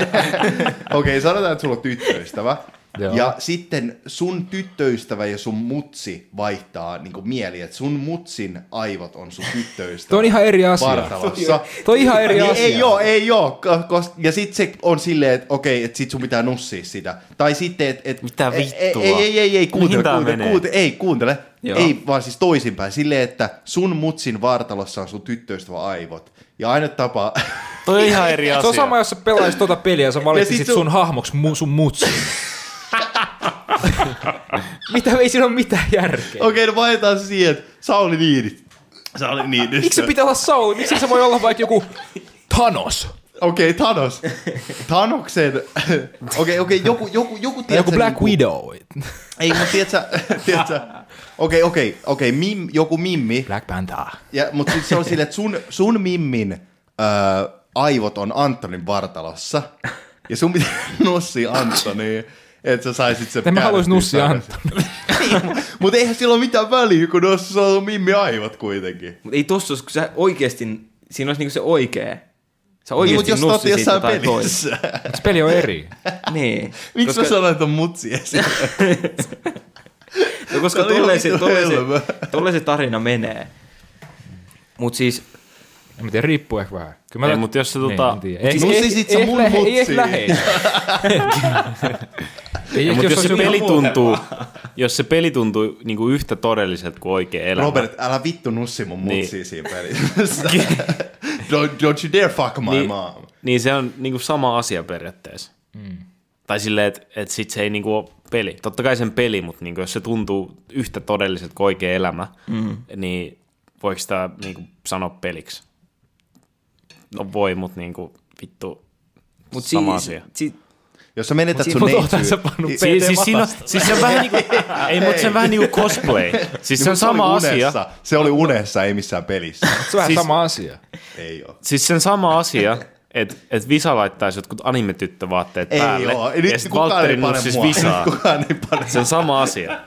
*laughs* Okei, sanotaan, että sulla on tyttöystävä. Joo. ja sitten sun tyttöystävä ja sun mutsi vaihtaa niin mieli, että sun mutsin aivot on sun tyttöystävä. Toi on ihan eri asia. Vartalossa. Toi on ihan eri niin asia. Ei joo, ei joo. Koska, ja sit se on silleen, että okei, että sit sun pitää nussia sitä. Tai sitten, että... Et, Mitä ei- vittua? Ei, ei, ei, ei, kuuntele, Mihin tää kuuntele, menee? kuuntele, ei, kuuntele. Joo. Ei, vaan siis toisinpäin. Silleen, että sun mutsin vartalossa on sun tyttöystävä aivot. Ja aina tapa... *laughs* Toi on ihan eri Se asia. on sama, jos sä pelaisit tota peliä ja sä valitsit sit sit sun- sun, hahmoksi mu, sun mutsi. Mitä, ei siinä ole mitään järkeä. Okei, no vaihdetaan se siihen, että Sauli Niinistö. *laughs* Sauli Niinistö. Miksi se pitää olla Sauli? Miksi se voi olla vaikka joku Thanos? Okei, Thanos. Thanoksen... *laughs* Okei, okei, joku, joku, joku... Tai tiedätkö, joku niin Black Widow. Ei, mutta tiedätkö, *laughs* tiedätkö... Okei, okei, okei, mim, joku mimmi, Black Panther. ja, mutta sitten se on silleen, että sun, sun mimmin öö, aivot on Antonin vartalossa, ja sun *laughs* pitää nussia Antoniin, että sä saisit sen Tai mä haluaisin nussia käännettyä *laughs* antaa. tarkasti. Mutta eihän sillä ole mitään väliä, kun noissa on mimmi aivot kuitenkin. Mutta ei tossa olisi, kun sä oikeasti, siinä olisi niinku se oikea. Sä Niin, oikeasti mutta jos niin, sä oot nussi siitä jossain jotain toista. *laughs* pelissä, Se peli on eri. *laughs* Niin. miksi mä koska, sanoin, että on mutsi *laughs* esille? no, koska Se oli niinku tolleen se, vittu tolleen helmä. se, tolleen se tarina menee. Mut siis, En mä tiedä, riippuu ehkä vähän. Kyllä Ei, mä Niin, mut jos se tota- en tiedä. Mut Ei, siis ei- nussisit sä ei mun lähe- Ei mutsiin? ehkä läheis. Ei ehkä, Mutta jos, se olisi joku- peli tuntuu, jos se peli tuntuu niinku yhtä todelliselta kuin oikea elämä. Robert, älä vittu nussi mun Niin. mutsia siinä pelissä. *laughs* don't, don't you dare fuck my niin. niin, mom. Niin se on niinku sama asia periaatteessa. Mm. Tai silleen, että et sit se ei niinku ole peli. Totta kai sen peli, mutta niinku, jos se tuntuu yhtä todelliselta kuin oikea elämä, mm. niin voiko sitä niinku sanoa peliksi? No voi, mutta niinku, vittu, mut sama siis, asia. si, Jos sä menetät sun Mut oothan sä neitsyyn... Niin, pannut I- peli- Siis, siis, siinä, on- siis se on vähän *laughs* niinku, ei, mutta se on vähän niinku cosplay. Siis se on Mut oli sama asia. unessa. Se oli unessa, ei missään pelissä. *laughs* Se on vähän siis- sama asia. ei oo. Siis sen sama asia, että et Visa laittaisi jotkut anime-tyttövaatteet Ei päälle. oo. Ei, nyt sit kukaan ei pane nussis mua. Visaa. Kukaan ei pane Se on sama asia.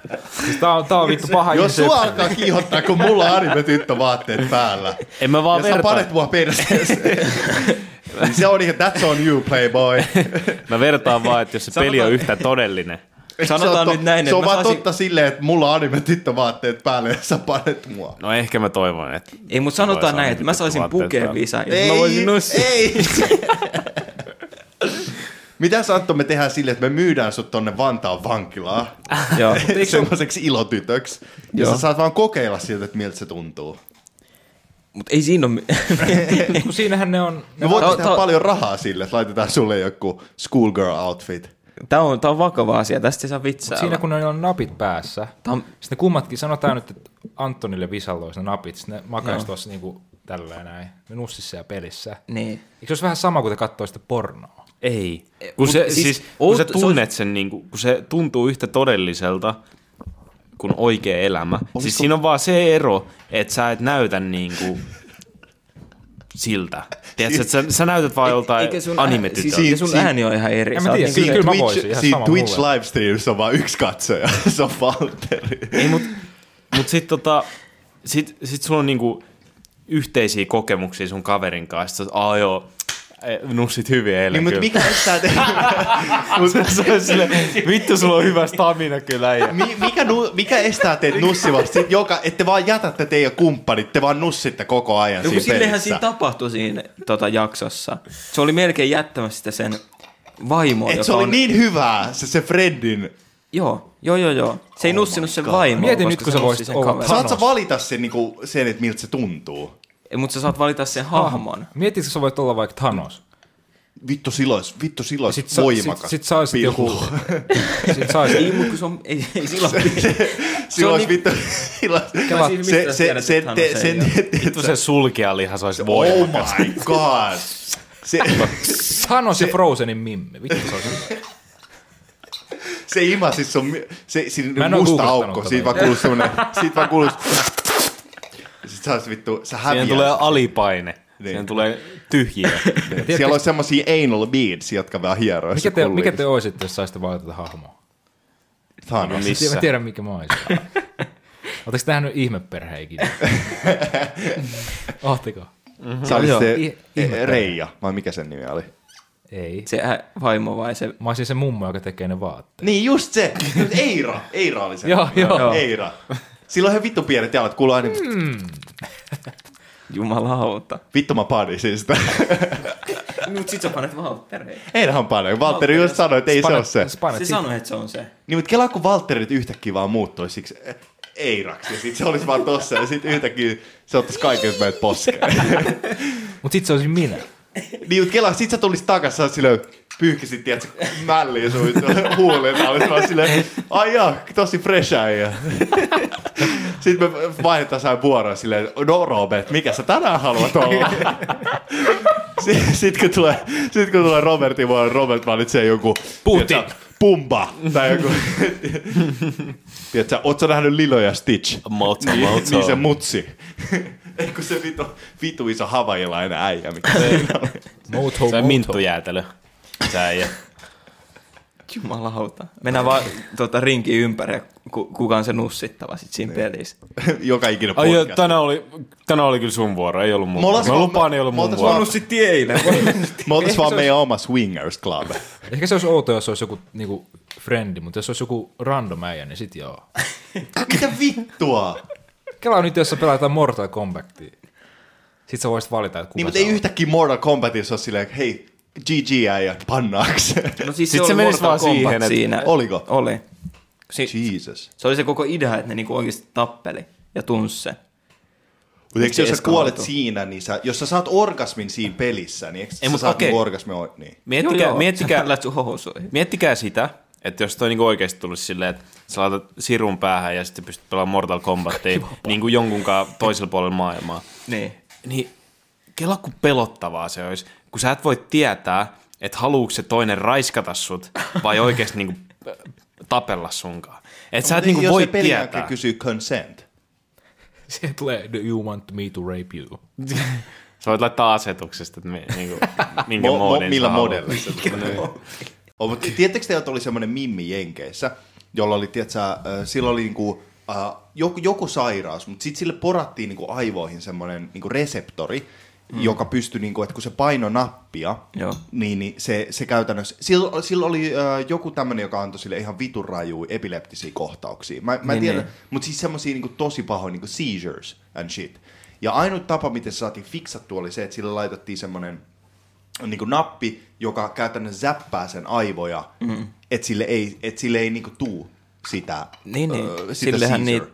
Siis tää on, tää on vittu paha Jos ihmisen- sua alkaa kiihottaa, kun mulla on anime tyttö vaatteet päällä, En mä ja vaan sä vertaan. panet mua perseeseen, *laughs* niin se on ihan, that's on you, playboy. Mä vertaan vaan, että jos se peli on yhtä todellinen. Sanotaan se on, to- nyt näin, Se että on mä vaan saisin- totta silleen, että mulla on anime tyttö vaatteet päällä, ja sä panet mua. No ehkä mä toivon, että... ei mut Voi sanotaan sanoa, näin, että mä mitä saisin vaatteet pukea on. visaa, jos Niin, mä *laughs* voisin nussia. *laughs* Ei. Mitä Santto me tehdään sille, että me myydään sut tonne Vantaan vankilaan Joo. semmoiseksi ilotytöksi. Ja Joo. sä saat vaan kokeilla siltä, että miltä se tuntuu. Mut ei siinä ole... Kun No siinähän ne on... Me voitais Tää- tehdä tää- paljon rahaa sille, että laitetaan sulle joku schoolgirl outfit. *laughs* Tää on, tää on vakava asia, tästä ei saa vitsaa. Siinä kun ne on napit päässä, Tam- Tam... sitten ne kummatkin, sanotaan nyt, että Antonille Visalle olisi ne napit, sitten ne makaisi tuossa niinku tällä ja näin, ne nussissa ja pelissä. Niin. Eikö se olisi vähän sama kuin te katsoo sitä pornoa? Ei. Kun, mut se, siis siis, kun sä oot- se on- tunnet sen, niin kuin, kun se tuntuu yhtä todelliselta kuin oikea elämä. Siis siinä on vaan se ero, että sä et näytä niin kuin siltä. Tiedätkö, että sä, sä näytät vaan joltain Eikä sun, ää, anime-tytöltä. siis, Siin- ja sun siin- ääni on ihan eri. En mä Sä oot tiedä, niinku- siinä kyllä mä voisin, ihan siinä sama Twitch mulle. livestreamissa on vaan yksi katsoja, *laughs* se on Valtteri. Ei, mut, mut sit tota, sit, sit sulla on niinku yhteisiä kokemuksia sun kaverin kanssa. Sit sä oot, Aa joo, eh, nussit hyvin eilen Niin, mutta kyllä. mikä estää te... *laughs* Mut- Se on sille, vittu, sulla on hyvä stamina kyllä. äijä." Mi- mikä, nu- mikä estää teitä nussimasta? Sit Joka, ette vaan jätätte teidän kumppanit, te vaan nussitte koko ajan No, kun siinä sillehän pelissä. siinä tapahtui siinä tota, jaksossa. Se oli melkein jättämässä sitä sen vaimoa, Et joka se oli on... niin hyvää, se, se Fredin Joo, joo, joo, joo. Se ei oh nussinut sen vaimoa, Mietin koska nyt, kun sä nussi voisit sen olla- kaverin. Saat- Saat sä valita sen, niinku, sen että miltä se tuntuu? Mutta sä saat valita sen hahmon. Mietitkö, sä voit olla vaikka Thanos? Vittu silois, vittu silois, Sit sa- voimakas. sit- sit saisit pilku. joku- Sit saisi Ei, mutta se on, ei, ei silloin. Silois, niinku- vittu, silois. Kyllä mä siis mistä Se, se, tiedät, se, että te, Thanos sen, ei Vittu se sulkealiha, se olisi oh voimakas. my god. Se, Thanos ja Frozenin mimmi. Vittu, se olisi se ima, siis sun, mi- se, Mä en siinä musta oo googlettanut aukko, tota. siitä vaan kuuluu semmonen, siitä vaan kuuluu, sit sä ois vittu, sä häviät. Siihen tulee alipaine. Niin. Siihen tulee tyhjiä. Siellä on semmosia anal beads, jotka vähän hieroo. Mikä te, mikä te oisitte, jos saisitte valita tätä hahmoa? Thanos. Missä? Missä? Mä tiedän, mikä mä oisin. Oletteko te nähnyt ihmeperheen ikinä? Ootteko? Sä olit Joo, se i- eh, Reija, vai mikä sen nimi oli? Ei. Se ä- vaimo vai se... Mä oisin se mummo, joka tekee ne vaatteet. Niin just se, Just Eira, Eira oli se. Joo, joo. Joo. Eira. Sillä on ihan vittu pienet jalat, kuuluu aina mm. Jumalauta. vittu mä panisin sitä. *laughs* Mut sit sä panet Valttereen. Eihän pane, Valtteri just sanoi, että ei se ole se. Spanet, Se sit, sanoi, että se on se. Niin mutta kelaa kun Valtteri nyt yhtäkkiä vaan muuttuisi siksi eh, Eiraksi ja sit se olisi vaan tossa ja sit yhtäkkiä se ottaisi kaiken meidät poskeen. mut sit se olisin minä. Niin mut kelaa, sit sä tulis takas, sä oot silleen pyyhkisit, tiedätkö, mälliin sun huuleen, ja olis vaan silleen, ai jaa, tosi fresh äijä. *laughs* Sitten me vaihdetaan sään vuoroa silleen, no Robert, mikä sä tänään haluat olla? *laughs* Sitten sit, kun tulee, sit kun tulee Robertin vuoro, Robert valitsee joku... Putin. tiedätkö, Pumba. Tai joku... *laughs* tiedätkö, oot sä nähnyt Lilo ja Stitch? Motso, Niin, motso. niin se mutsi. *laughs* Eikö se vitu, vitu iso havailainen äijä, mikä siinä oli. Moto, Se on moto. minttujäätelö. Sä ei. Jumalauta. Mennään vaan tota, rinki ympäri ja ku, kuka on se nussittava sit siinä Niin. pelissä. *laughs* Joka ikinä Ai joo, podcast. tänään oli, tänään oli kyllä sun vuoro, ei ollut Me mun vuoro. oltais- Mä lupaan, ei ollut me mun oltais vuoro. voinut Nussitti eilen. Me oltais vaan meidän oma swingers club. Ehkä se olisi outoa, jos se olisi joku niinku, frendi, mutta jos se olisi joku random äijä, niin sit joo. *laughs* Mitä vittua? Niin, Kela nyt, jos sä pelataan Mortal Kombatia. Sit sä voisit valita, että kuka Niin, mutta sä ei oot. yhtäkkiä Mortal Kombatissa ole silleen, hei, GG äijä, pannaaks? No siis Sit se, oli se menis Mortal vaan Kombat siihen, että- siinä. Oliko? Oli. Si- Jesus. se oli se koko idea, että ne niinku oikeasti tappeli ja tunsi sen. Mutta eikö Se jos sä eskaloituu. kuolet siinä, niin sä, jos sä saat orgasmin siinä pelissä, niin eikö sä mut saat okei. okay. orgasmin? o- Niin. Miettikää, miettikää, Sä sun housuihin. Miettikää sitä, että jos toi niinku oikeasti tulisi silleen, että sä laitat sirun päähän ja sitten pystyt pelaamaan Mortal Kombatia niinku jonkunkaan toisella puolella maailmaa. *laughs* Niin. Niin kela kun pelottavaa se olisi, kun sä et voi tietää, että haluuks se toinen raiskata sut vai oikeasti niinku äh, tapella sunkaan. Et sä et Mut niin, niinku jos voi se pelin tietää. jälkeen kysyy consent. Siihen tulee, do you want me to rape you? Sä voit laittaa asetuksesta, että mi- *laughs* niinku, minkä Mo, mo, moodin millä sä haluat. modella se tulee. Oh, mutta tiedättekö te, että oli semmoinen mimmi Jenkeissä, jolla oli, tiedätkö, äh, sillä oli niinku, äh, joku, joku sairaus, mutta sitten sille porattiin niinku aivoihin semmoinen niinku reseptori, mm. joka pystyi, niinku, että kun se paino nappia, Joo. niin, niin se, se käytännössä, sillä, sillä oli äh, joku tämmöinen, joka antoi sille ihan vitun rajuja epileptisiä kohtauksia. Mä, mä en Niin, tiedä, niin. mutta siis semmoisia niinku, tosi pahoja niinku seizures and shit. Ja ainut tapa, miten se saatiin fiksattua, oli se, että sille laitettiin semmoinen niin kuin nappi, joka käytännössä zäppää sen aivoja, Mm-hmm. mm. että sille ei, et sille ei niin kuin tuu sitä, öö, Niin, niin. sitä Sillehän seizure. niit-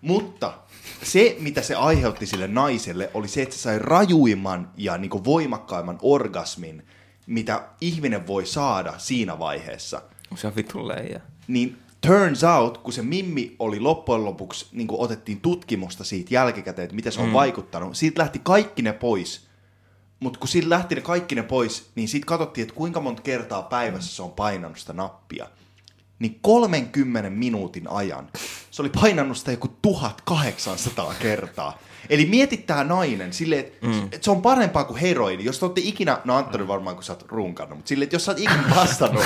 Mutta se, mitä se aiheutti sille naiselle, oli se, että se sai rajuimman ja niin kuin voimakkaimman orgasmin, mitä ihminen voi saada siinä vaiheessa Se on vitun leija. niin turns out, kun se Mimmi oli loppujen lopuksi, niin kuin otettiin tutkimusta siitä jälkikäteen, että miten se on mm. vaikuttanut, siitä lähti kaikki ne pois. Mutta kun siitä lähti ne kaikki ne pois, niin siitä katsottiin, että kuinka monta kertaa päivässä se on painanut sitä nappia. Niin 30 minuutin ajan se oli painanut sitä joku 1800 kertaa. Eli mietit tää nainen silleen, että mm. et se on parempaa kuin heroini. Jos te ootte ikinä, no Mm. Antoni varmaan kun sä oot runkannut, mutta silleen, että jos sä oot ikinä vastannut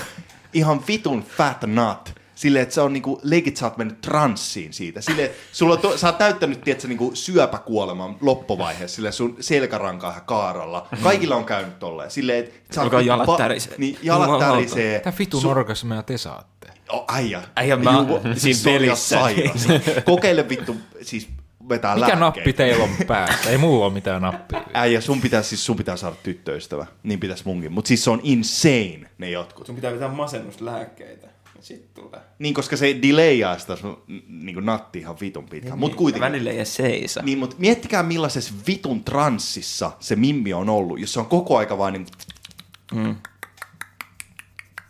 ihan vitun fat nut, Silleen, että se on niinku, legit sä oot mennyt transsiin siitä. Silleen, että sulla on to, sä oot täyttänyt, tietsä, niinku syöpäkuoleman loppuvaiheessa, silleen sun selkäranka on ihan kaaralla. Kaikilla on käynyt tolleen. Silleen, että sä oot Alkaa niinku jalat pa- tärisee. Niin, jalat Jumalauta. tärisee. Mitä vitun Su- orgasmeja te saatte? Oh, äijä. Äijä, mä- Juu, siinä siis se oli ihan pelissä. sairas. Kokeile vittu, siis vetää Mikä lääkkeitä. nappi teillä on päässä? Ei mulla ole mitään nappia. Äijä, sun pitää, siis sun pitää saada tyttöystävä. Niin pitäis munkin. Mut siis se on insane, ne jotkut. Sun pitää vetää masennuslääkkeitä. Sitten tulee. Niin, koska se delayaa sitä sun niin kuin natti ihan vitun Niin, pitkään. Mut kuitenkin. Välillä ei edes seisa. Niin, mutta miettikää millaisessa vitun transsissa se mimmi on ollut, jos se on koko aika vaan niin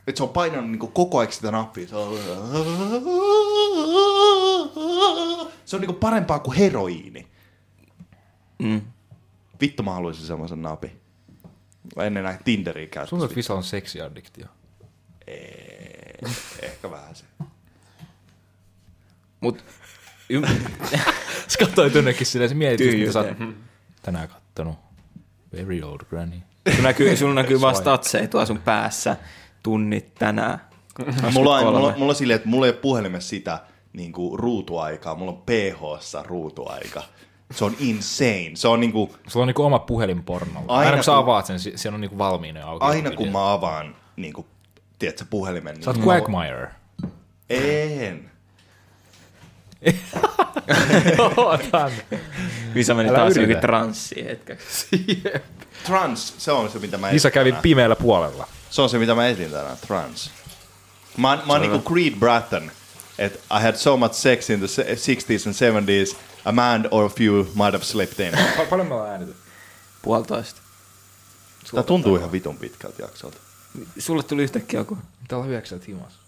Että se on painanut niin koko ajan sitä nappia. Se on, se on niin parempaa kuin heroiini. Mm. Vittu mä haluaisin semmoisen napin. Ennen näitä Tinderiä käyttäisi. Tuntuu, että Visa on seksiaddiktio. Ehkä vähän se. Mut *laughs* ym... Sä katsoit jonnekin silleen, sä mietit, just, mitä sä oot Tyhjyyteen. tänään kattonut. Very old granny. sun *laughs* näkyy, sun näkyy vaan statseja tuolla sun päässä tunnit tänään. Mulla on, 23. mulla, mulla on silleen, että mulla ei ole puhelimessa sitä niin kuin, ruutuaikaa, mulla on ph ruutuaika. Se on insane. Se on niin kuin, Sulla on niinku oma puhelin pornolla. Aina, Aina kun sä kun- avaat sen, si- siellä on niinku valmiina jo auki. aina kun mä avaan niin kuin, tiedätkö, puhelimen, Sä niin oot Quagmire. *laughs* en. Visa meni Älä taas yritä. johonkin transsiin hetkeksi. Trans, se on se mitä mä Isä etsin kävi tänään. pimeällä puolella. Se on se mitä mä etsin tänään, trans. Mä, oon- mä oon niinku Creed Bratton. Et I had so much sex in the se- 60s and 70s, a man or a few might have slipped in. Paljon me ollaan äänitetty? Puolitoista. Tää tuntuu ihan vitun pitkältä jaksolta. Sulle tuli yhtäkkiä joku. Täällä on yhdeksältä himas.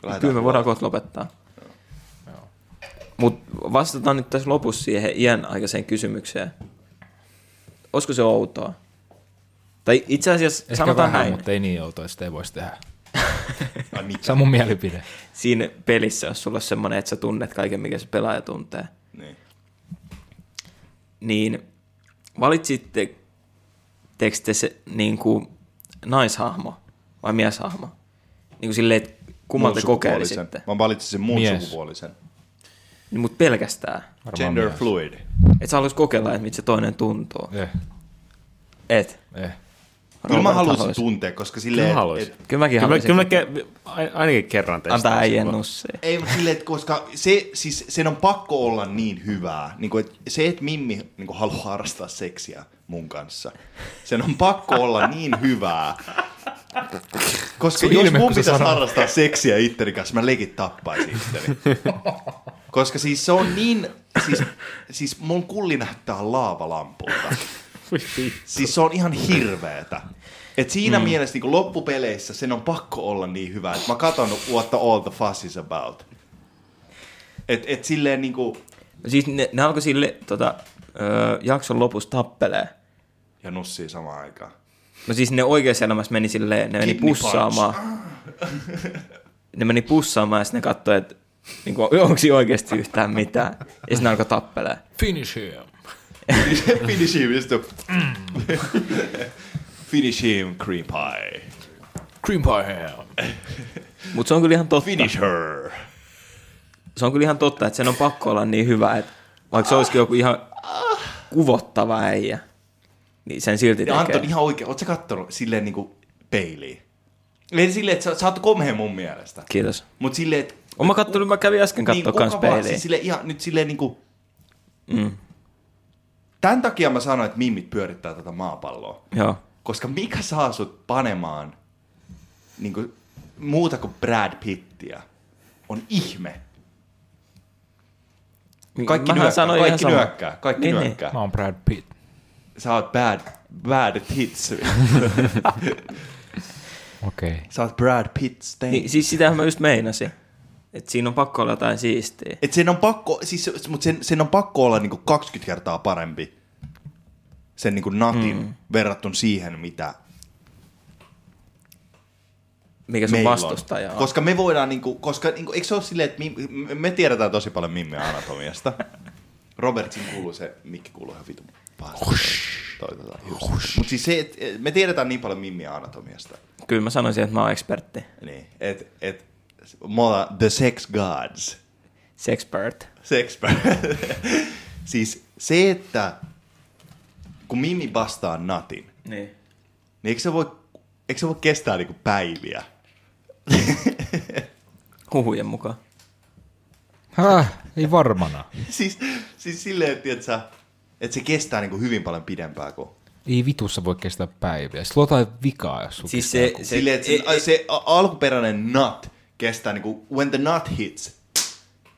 Kyllä Lähdetään. me voidaan kohta lopettaa. Mutta vastataan nyt tässä lopussa siihen iän aikaiseen kysymykseen. Olisiko se outoa? Tai itse asiassa Ehkä sanotaan Sanotaan vähän, näin. näin. mutta ei niin outoa, että sitä ei voisi tehdä. Ai mitä? Se on mun mielipide. Siinä pelissä, jos sulla on semmoinen, että sä tunnet kaiken, mikä se pelaaja tuntee, Niin. niin valitsitte te se niin kuin naishahmo vai mieshahmo? Niin kuin silleen, että kumman Mun te sukupuolisen. kokeilisitte. Mä valitsin sen muun Mies. sukupuolisen. Niin, mutta pelkästään. Gender fluid. Et sä haluaisi kokeilla, että mitä se toinen tuntuu. Eh, Et. eh. Kyllä mä Robert haluaisin haluaisi. tuntea, koska Kyllä silleen... mä haluaisin. et- Kyllä mäkin Kyllä, mä- haluaisin. kyllä mä ke- ai- ainakin kerran testaisin. Antaa äijän vaan. nusseen. Ei, mutta silleen, että koska se, siis, sen on pakko olla niin hyvää. Niin kuin, että se, että Mimmi niin kuin, haluaa harrastaa seksiä mun kanssa, sen on pakko olla niin hyvää. Koska Sun jos ilme, mun kun sä pitäisi sanot. harrastaa seksiä itteni kanssa, mä legit tappaisin itteni. *laughs* Koska siis se on niin... Siis, siis mun kulli näyttää laavalampulta. Siis se on ihan hirveetä. Et siinä mm. mielessä niin loppupeleissä sen on pakko olla niin hyvä, että mä katon what the all the fuss is about. Et, et silleen niin kuin, No Siis ne, ne alkoi sille tota, öö, jakson lopussa tappelee. ja nussii samaan aikaan. *laughs* No siis ne oikeassa elämässä meni silleen, ne meni Kidney pussaamaan. ne meni pussaamaan ja sitten ne katsoi, että niin onko siinä oikeasti yhtään mitään. Ja sitten ne alkoi tappelee. Finish him. Finish him, just a... Mm. *laughs* Finish him, cream pie. Cream pie him. Mutta se on kyllä ihan totta. Finish her. Se on kyllä ihan totta, että sen on pakko olla niin hyvä, että vaikka se olisikin joku ihan kuvottava äijä, niin sen silti Ja Anton, tekee. ihan oikein, ootko sä kattonut silleen niin kuin peiliin? Ei silleen, että sä, sä oot komea mun mielestä. Kiitos. Mut silleen, että... Oon mä kattonut, mä kävin äsken katsoa kuka kans vaan, peiliin. Mm. Siis silleen, ihan, nyt silleen niin kuin, Tämän takia mä sanoin, että mimmit pyörittää tätä maapalloa. Joo. Koska mikä saa sut panemaan niin kuin, muuta kuin Brad Pittiä? On ihme. Kaikki Niin, Mähän nyökkää, sanoin ihan kaikki sama. nyökkää, kaikki Niin, niin. nyökkää. Mä oon Brad Pitt. Sä oot bad, bad tits. Okei. Okay. Sä oot Brad Pitt stain. Niin, siis sitähän mä just meinasin. Että siinä on pakko olla jotain siistiä. Et sen on pakko, siis, se- mut sen, sen on pakko olla niinku 20 kertaa parempi sen niinku natin mm. verrattuna siihen, mitä Mikä sun meillä on. vastustaja on. Koska me voidaan, niinku, koska niinku, eikö se ole silleen, että mi, me- me tiedetään tosi paljon *laughs* Mimmiä anatomiasta. Robertsin kuuluu se, mikki kuuluu ihan vitun pahasti. Mutta siis se, et, et me tiedetään niin paljon Mimmiä anatomiasta. Kyllä mä sanoisin, että mä oon ekspertti. Niin, et, et, me ollaan the sex gods. Sexpert. Sexpä. *laughs* siis se, että kun Mimmi vastaa Natin, Niin. niin eikö se voi, eikö se voi kestää niinku päiviä? *laughs* Huhujen mukaan. Häh, ei varmana. siis, siis silleen, että, että se kestää niinku hyvin paljon pidempään kuin Ei vitussa voi kestää päiviä. Sillä on jotain vikaa, jos sulla Siis siis se, se, Silleen, että ei- se, ei- se a- alkuperäinen nut kestää, niinku, when the nut hits,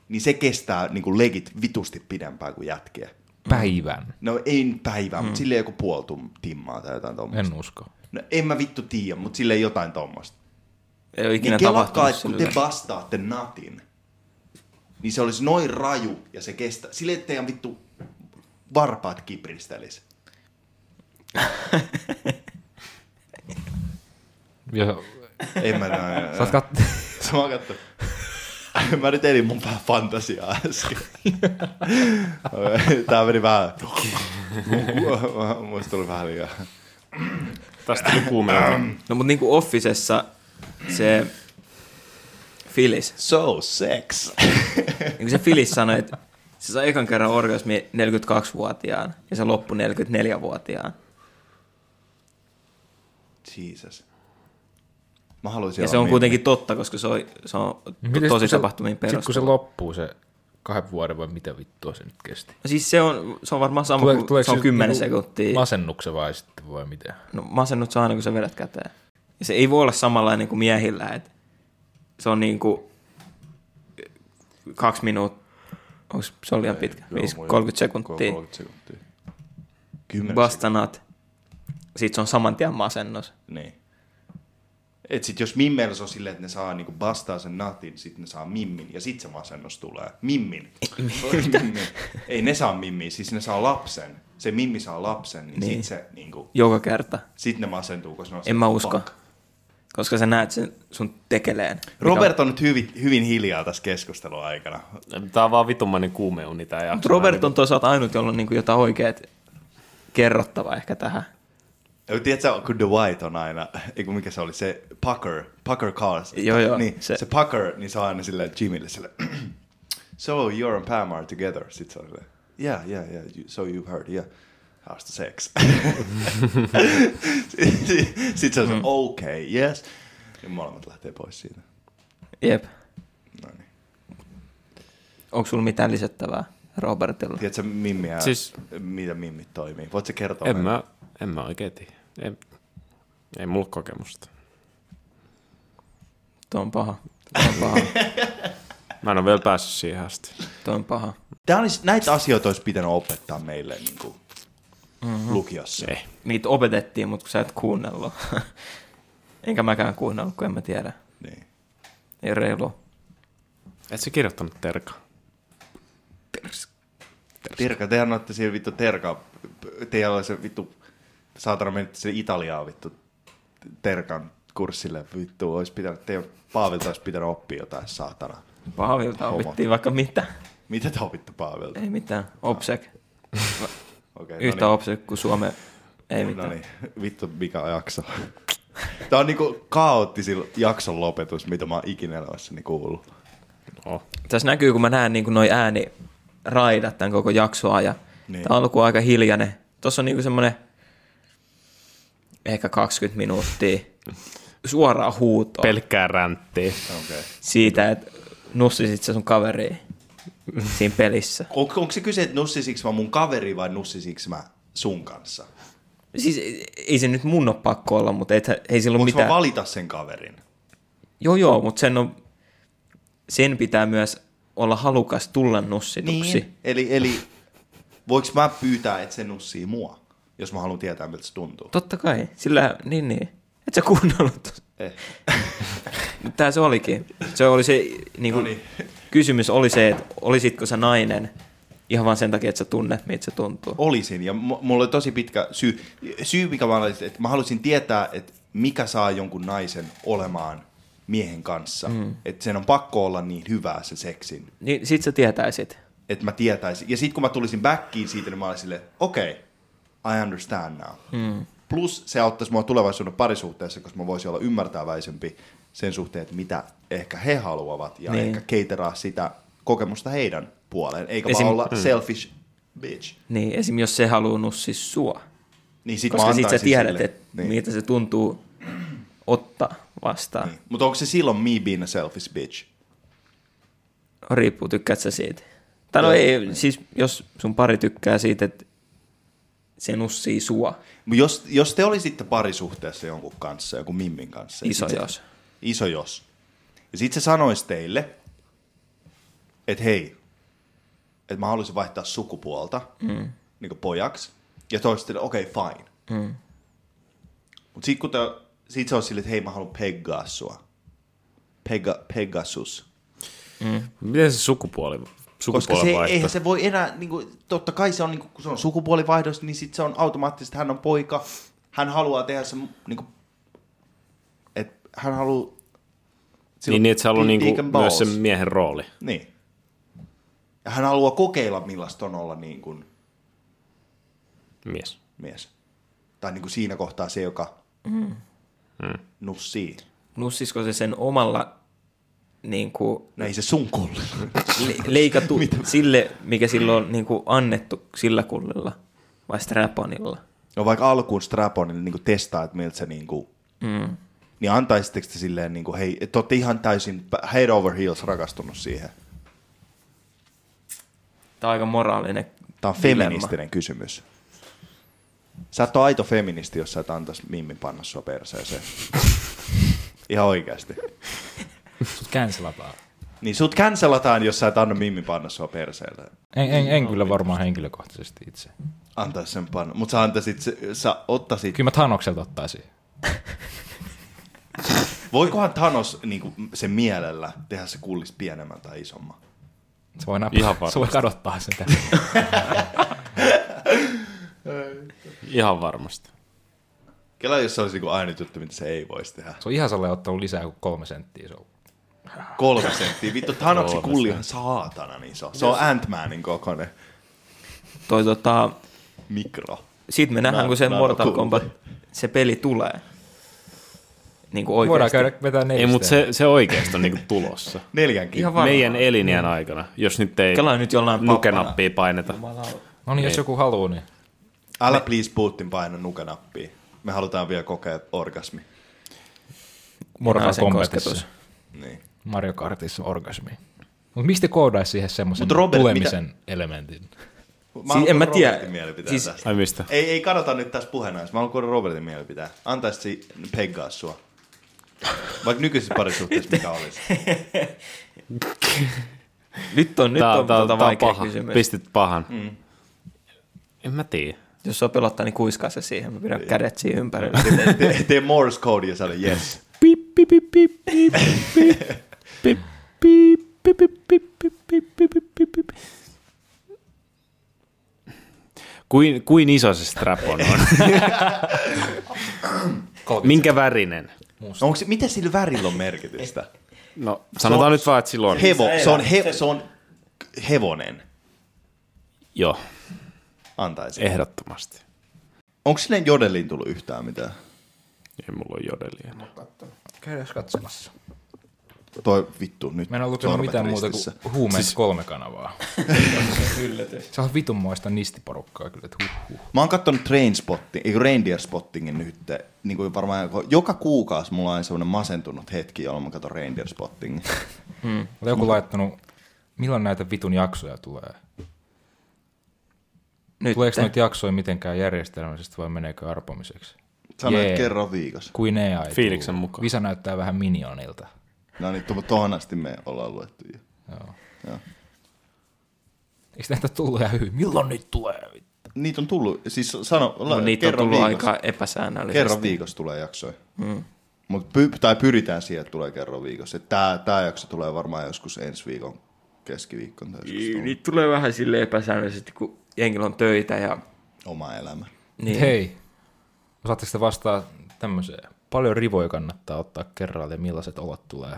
niin se kestää niinku legit vitusti pidempään kuin jätkiä. päivän. No ei päivää, mm. mutta silleen joku puoli tum- timmaa tai jotain tuommoista. En usko. No en mä vittu tiedä, mutta silleen jotain tuommoista. ei ole ikinä Niin kelatkaa, tapahtunut että kun te sillä. vastaatte natin, niin se olisi noin raju ja se kestää. Silleen, että teidän vittu varpaat kipristelis. Ja, En mä näe. Äh, sä oot kat- Sama katso. *laughs* Mä nyt elin mun vähän fantasiaa äsken. Tää meni vähän... Musta tuli vähän liikaa. Tästä tuli kuumeinen. No mutta niinku Officessa se Filis, So sex. niin se Filis sanoi, että se sai ekan kerran orgasmi 42-vuotiaan ja se loppui 44-vuotiaan. Jesus. Mä haluaisin Ja olla se on mimmi. kuitenkin totta, koska se on, se on to- Miten tosi kun se- tapahtumiin sit kun perustuva. se loppuu se kahden vuoden vai mitä vittua se nyt kesti? No Siis se on, se on varmaan sama Tule, kuin se on 10 sekuntia. Mas- Masennuksen vai sitten vai mitä? no, masennut saa aina, kun sä vedät käteen. Ja se ei voi olla samanlainen kuin miehillä. Et se on niinku kaksi minuuttia. Onks, se on liian pitkä. Viis- 30 sekuntia. 30 sekuntia. 10 Vastanat. Sitten se on saman tien masennus. Niin. Et sit jos mimmeillä se on silleen, että ne saa niinku bastaa sen natin, sit ne saa mimmin ja sit se masennus tulee. Mimmin. mimmin. *laughs* Ei ne saa mimmiä, siis ne saa lapsen. Se mimmi saa lapsen, niin, Niin. sit se niinku, Joka kerta. sit ne masentuu, koska ne on En se, mä usko. fuck. Koska sä näet sen sun tekeleen. Mikä on- Robert on nyt hyvin, hyvin hiljaa tässä keskustelun aikana. Tää on vaan vitumainen kuumeuni tää jakso. Mut Robert on toisaalta ainut, jolla on niinku jotain oikeet kerrottavaa ehkä tähän. Ja Tiedätkö, kun The White on aina, *laughs* ei kun mikä se oli, se Pucker, Pucker Cars. Joo, joo, Niin, se, se- se Pucker, niin se on aina silleen Jimmille silleen, *clears throat* so you and Pam are together. Sitten se on silleen, yeah, yeah, yeah, you, so you've heard, yeah. How's the sex? *laughs* Sitten se on mm. okay, yes. Ja molemmat lähtee pois siitä. Jep. No niin. Onko sulla mitään lisättävää Robertilla? Tiedätkö mimmiä, siis... Siis- mitä mimmit toimii? Voitko kertoa? En meille? mä, en mä oikein tiedä. Ei, ei mulla kokemusta. Tuo on paha. Tuo on paha. Mä en ole vielä päässyt siihen asti. Tuo on paha. Tää olisi, näitä asioita olisi pitänyt opettaa meille niin kuin, mm-hmm. lukiossa. Ei. Niitä opetettiin, mutta kun sä et kuunnellut. *laughs* Enkä mäkään kuunnellut, kun en mä tiedä. Niin. Ei reilu. Et sä kirjoittanut terkaa? Terka, te annoitte siihen vittu terka. Teillä oli se vittu, saatana menitte sinne Italiaan vittu terkan kurssille. Vittu, olisi pitänyt, teidän Paavilta olisi pitänyt oppia jotain, saatana. Paavilta Homma. opittiin vaikka mitä. Mitä te opitte Paavilta? Ei mitään. Obsek. Okei, Yhtä no obsek kuin Suomen. Ei niin, no mitään. niin, vittu mikä jakso. Tämä on niinku kaoottisin jakson lopetus, mitä mä oon ikinä elämässäni kuullut. Oh. Tässä näkyy, kun mä näen niin noi ääni raidat tämän koko jaksoa ja Niin. niin. tämä alku on aika hiljainen. Tuossa on niin semmoinen ehkä 20 minuuttia suoraa huutoa. Pelkkää ränttiä. Okay. siitä, että nussisit sä sun kaveriin siinä pelissä. On, onko se kyse, että nussisiks mä mun kaveri vai nussisiks mä sun kanssa? Siis ei- ei se nyt mun ole pakko olla, mutta et, ei silloin Voinko mä mitään. Val- valita sen kaverin? joo, joo, mutta sen, on, sen pitää myös olla halukas tulla nussituksi. Niin. Eli, eli voiko mä pyytää, että se nussii mua, jos mä haluan tietää, miltä se tuntuu? Totta kai, sillä, niin niin. Et sä kuunnellut. Eh. Mut Tää se olikin. Se oli se, niin kuin, Noniin. kysymys oli se, että olisitko sä nainen ihan vaan sen takia, että sä tunnet, miltä se tuntuu. Olisin, ja mu- mulla oli tosi pitkä syy, syy mikä mä olisin, että mä halusin tietää, että mikä saa jonkun naisen olemaan miehen kanssa. Mm. Että sen on pakko olla niin hyvää se seksin, Niin sit sä tietäisit. että mä tietäisin. Ja sitten kun mä tulisin backiin siitä, niin mä olin silleen, okei, okay, I understand now. Mm. Plus se auttaisi mua tulevaisuuden parisuhteessa, koska mä voisin olla ymmärtäväisempi sen suhteen, että mitä ehkä he haluavat ja niin. Niin. ehkä keiteraa sitä kokemusta heidän puoleen, eikä Esim... Esim- vaan olla mm. selfish bitch. Niin, esim. jos se haluaa nussia sua. Niin sit Koska mä sit sä antaisin tiedät, sille- että niin. miltä se tuntuu ottaa vastaan. Niin. Mutta onko se silloin me being a selfish bitch? Riippuu, tykkäät sä siitä. Tai no Joo, ei, siis jos sun pari tykkää siitä, että se nussii sua. Jos, jos te olisitte parisuhteessa jonkun kanssa, joku Mimmin kanssa. ja Iso sit se- jos. Iso jos. Ja sit se sanoisi teille, että hei, että mä haluaisin vaihtaa sukupuolta mm. niin pojaksi. Ja toista okei, okay, fine. Mm. Mut sit, kun te, sit se olisi silleen, että hei, mä haluan peggaa sua. Pega, Pegasus. Miten se sukupuoli, Koska se, sukupuolen vaihto? eihän se voi enää, niin kuin, totta kai se on, niin kuin, kun se on sukupuolivaihdos, niin sit se on automaattisesti, että hän on poika, hän haluaa tehdä se, niin kuin, että hän haluaa... Niin, niin, että se on Big niinku Dick and myös se Balls. miehen rooli. Niin. Ja hän haluaa kokeilla, millaista on olla niin kuin Mies. mies. Tai niin kuin siinä kohtaa se, joka mm. nussii. Nussisko se sen omalla niin kuin, No ei se sun kulle. *laughs* le- leikatu sille, mikä silloin on niin kuin annettu sillä kullilla vai straponilla? No vaikka alkuun Straponille niin kuin testaa, että miltä se niin kuin, Mm. niin antaisitteko te silleen, niin kuin, hei, te olette ihan täysin head over heels rakastunut siihen. Tämä on aika moraalinen Tämä on dilemma. feministinen kysymys. Sä et ole aito feministi, jos sä et antaisi mimmin panna sua *laughs* perseeseen. Ihan oikeasti. Sut cancelataan. Niin sut cancelataan, jos sä et anna mimmin panna sua perseelle. En, en, en kyllä varmaan henkilökohtaisesti itse. Antaisi sen panna. Mut sä antaisit, se, sä ottaisit. Kyllä mä Thanokselta ottaisin. Voikohan Thanos niinku, sen mielellä tehdä se kullis pienemmän tai isomman? Se voi Ihan nappaa. varmasti. Se voi kadottaa sitä. Ihan varmasti. Kela, jos se olisi niinku ainut juttu, mitä se ei voisi tehdä. Se on ihan sellainen ottanut lisää kuin kolme senttiä. Se on. Kolme senttiä. Vittu, Thanosin Kolme kulli on saatanan iso. Se on Ant-Manin kokoinen Toi, tota, mikro. Sitten me nähdään, Nano- kun se Mortal nanokulma. Kombat, se peli tulee. Niin kuin oikeasti. Voidaan käydä vetää Ei, neljästä. mutta se, se oikeasti on niinku tulossa. Neljän kiinni. Ihan varmaan. Meidän elinjän aikana, jos nyt ei Kelaa nyt jollain pappana. nukenappia paineta. No niin, jos joku haluaa, niin Älä please Putin paina nukenappia. Me halutaan vielä kokea orgasmi. Mortal Naisen Kombatissa. kosketus. Niin. Mario Kartissa orgasmi. Mutta mistä koodaisi siihen semmoisen Mut Robert, tulemisen elementin? Siis en mä tiedä. Robertin mielipiteen Siis- tästä. Ai mistä? Ei, ei kadota nyt tässä puheenaiheessa. Mä haluan kuulla Robertin mielipiteen. Antaisi si- peggaa sua. Vaikka nykyisessä parisuhteessa mikä *laughs* olisi. Nyt on, nyt Tää on, on, tää on, tota tää on vaikea paha. kysymys. Pistit pahan. En mä tiedä. Jos sua pelottaa, niin kuiskaa se siihen. Mä pidän kädet siihen ympärille. Tee, tee Morse code ja sano yes. Kuin, kuin iso se strapon on? Minkä värinen? No onko se, mitä sillä värillä on merkitystä? No, sanotaan nyt vaan, että sillä on. Hevo, se on, he, se on hevonen, Joo, antaisin. Eh. ehdottomasti. Onko sinne jodeliin tullut yhtään mitään? Ei mulla ole jodelia enää. Käydään katsomassa. Toi vittu, nyt Mä en ole lukenut sormet mitään muuta ristissä. kuin huumeet siis... kolme kanavaa. Yllätys. Se on vitunmoista nistiporukkaa kyllä, että huh, huh. Mä oon kattonut Trainspotting, ei kun Reindeer Spottingin nyt, niin kuin varmaan joka kuukausi mulla on aina semmoinen masentunut hetki, jolloin mä katson Reindeer Spottingin. *laughs* Olet joku laittanut, milloin näitä vitun jaksoja tulee? Nyt. eh? Tuleeko noita jaksoja mitenkään järjestelmällisesti vai meneekö arpomiseksi? Sanoit Jee. kerran viikossa. Kuin ei aitu. Fiiliksen mukaan. Visa näyttää vähän minionilta. No niin, tu- tuohon asti me ollaan luettu jo. Joo. Joo. Eikö näitä tullut ihan hyvin? Milloin niitä tulee? Niin. Niitä on tullut, siis sano, la- No, niitä on kerran tullut viikossa. aika epäsäännöllisesti. Kerran viikossa tulee jaksoja. Mm. Mut py- tai pyritään siihen, että tulee kerran viikossa. Et Tää, tää jakso tulee varmaan joskus ensi viikon keskiviikkoon tai joskus Niin, on Niitä tulee vähän sille epäsäännöllisesti, kun jengillä on töitä ja... oma elämä. Niin. Hei, osaatteko te vastaa tämmöiseen? Paljon rivoja kannattaa ottaa kerralla ja millaiset olot tulee?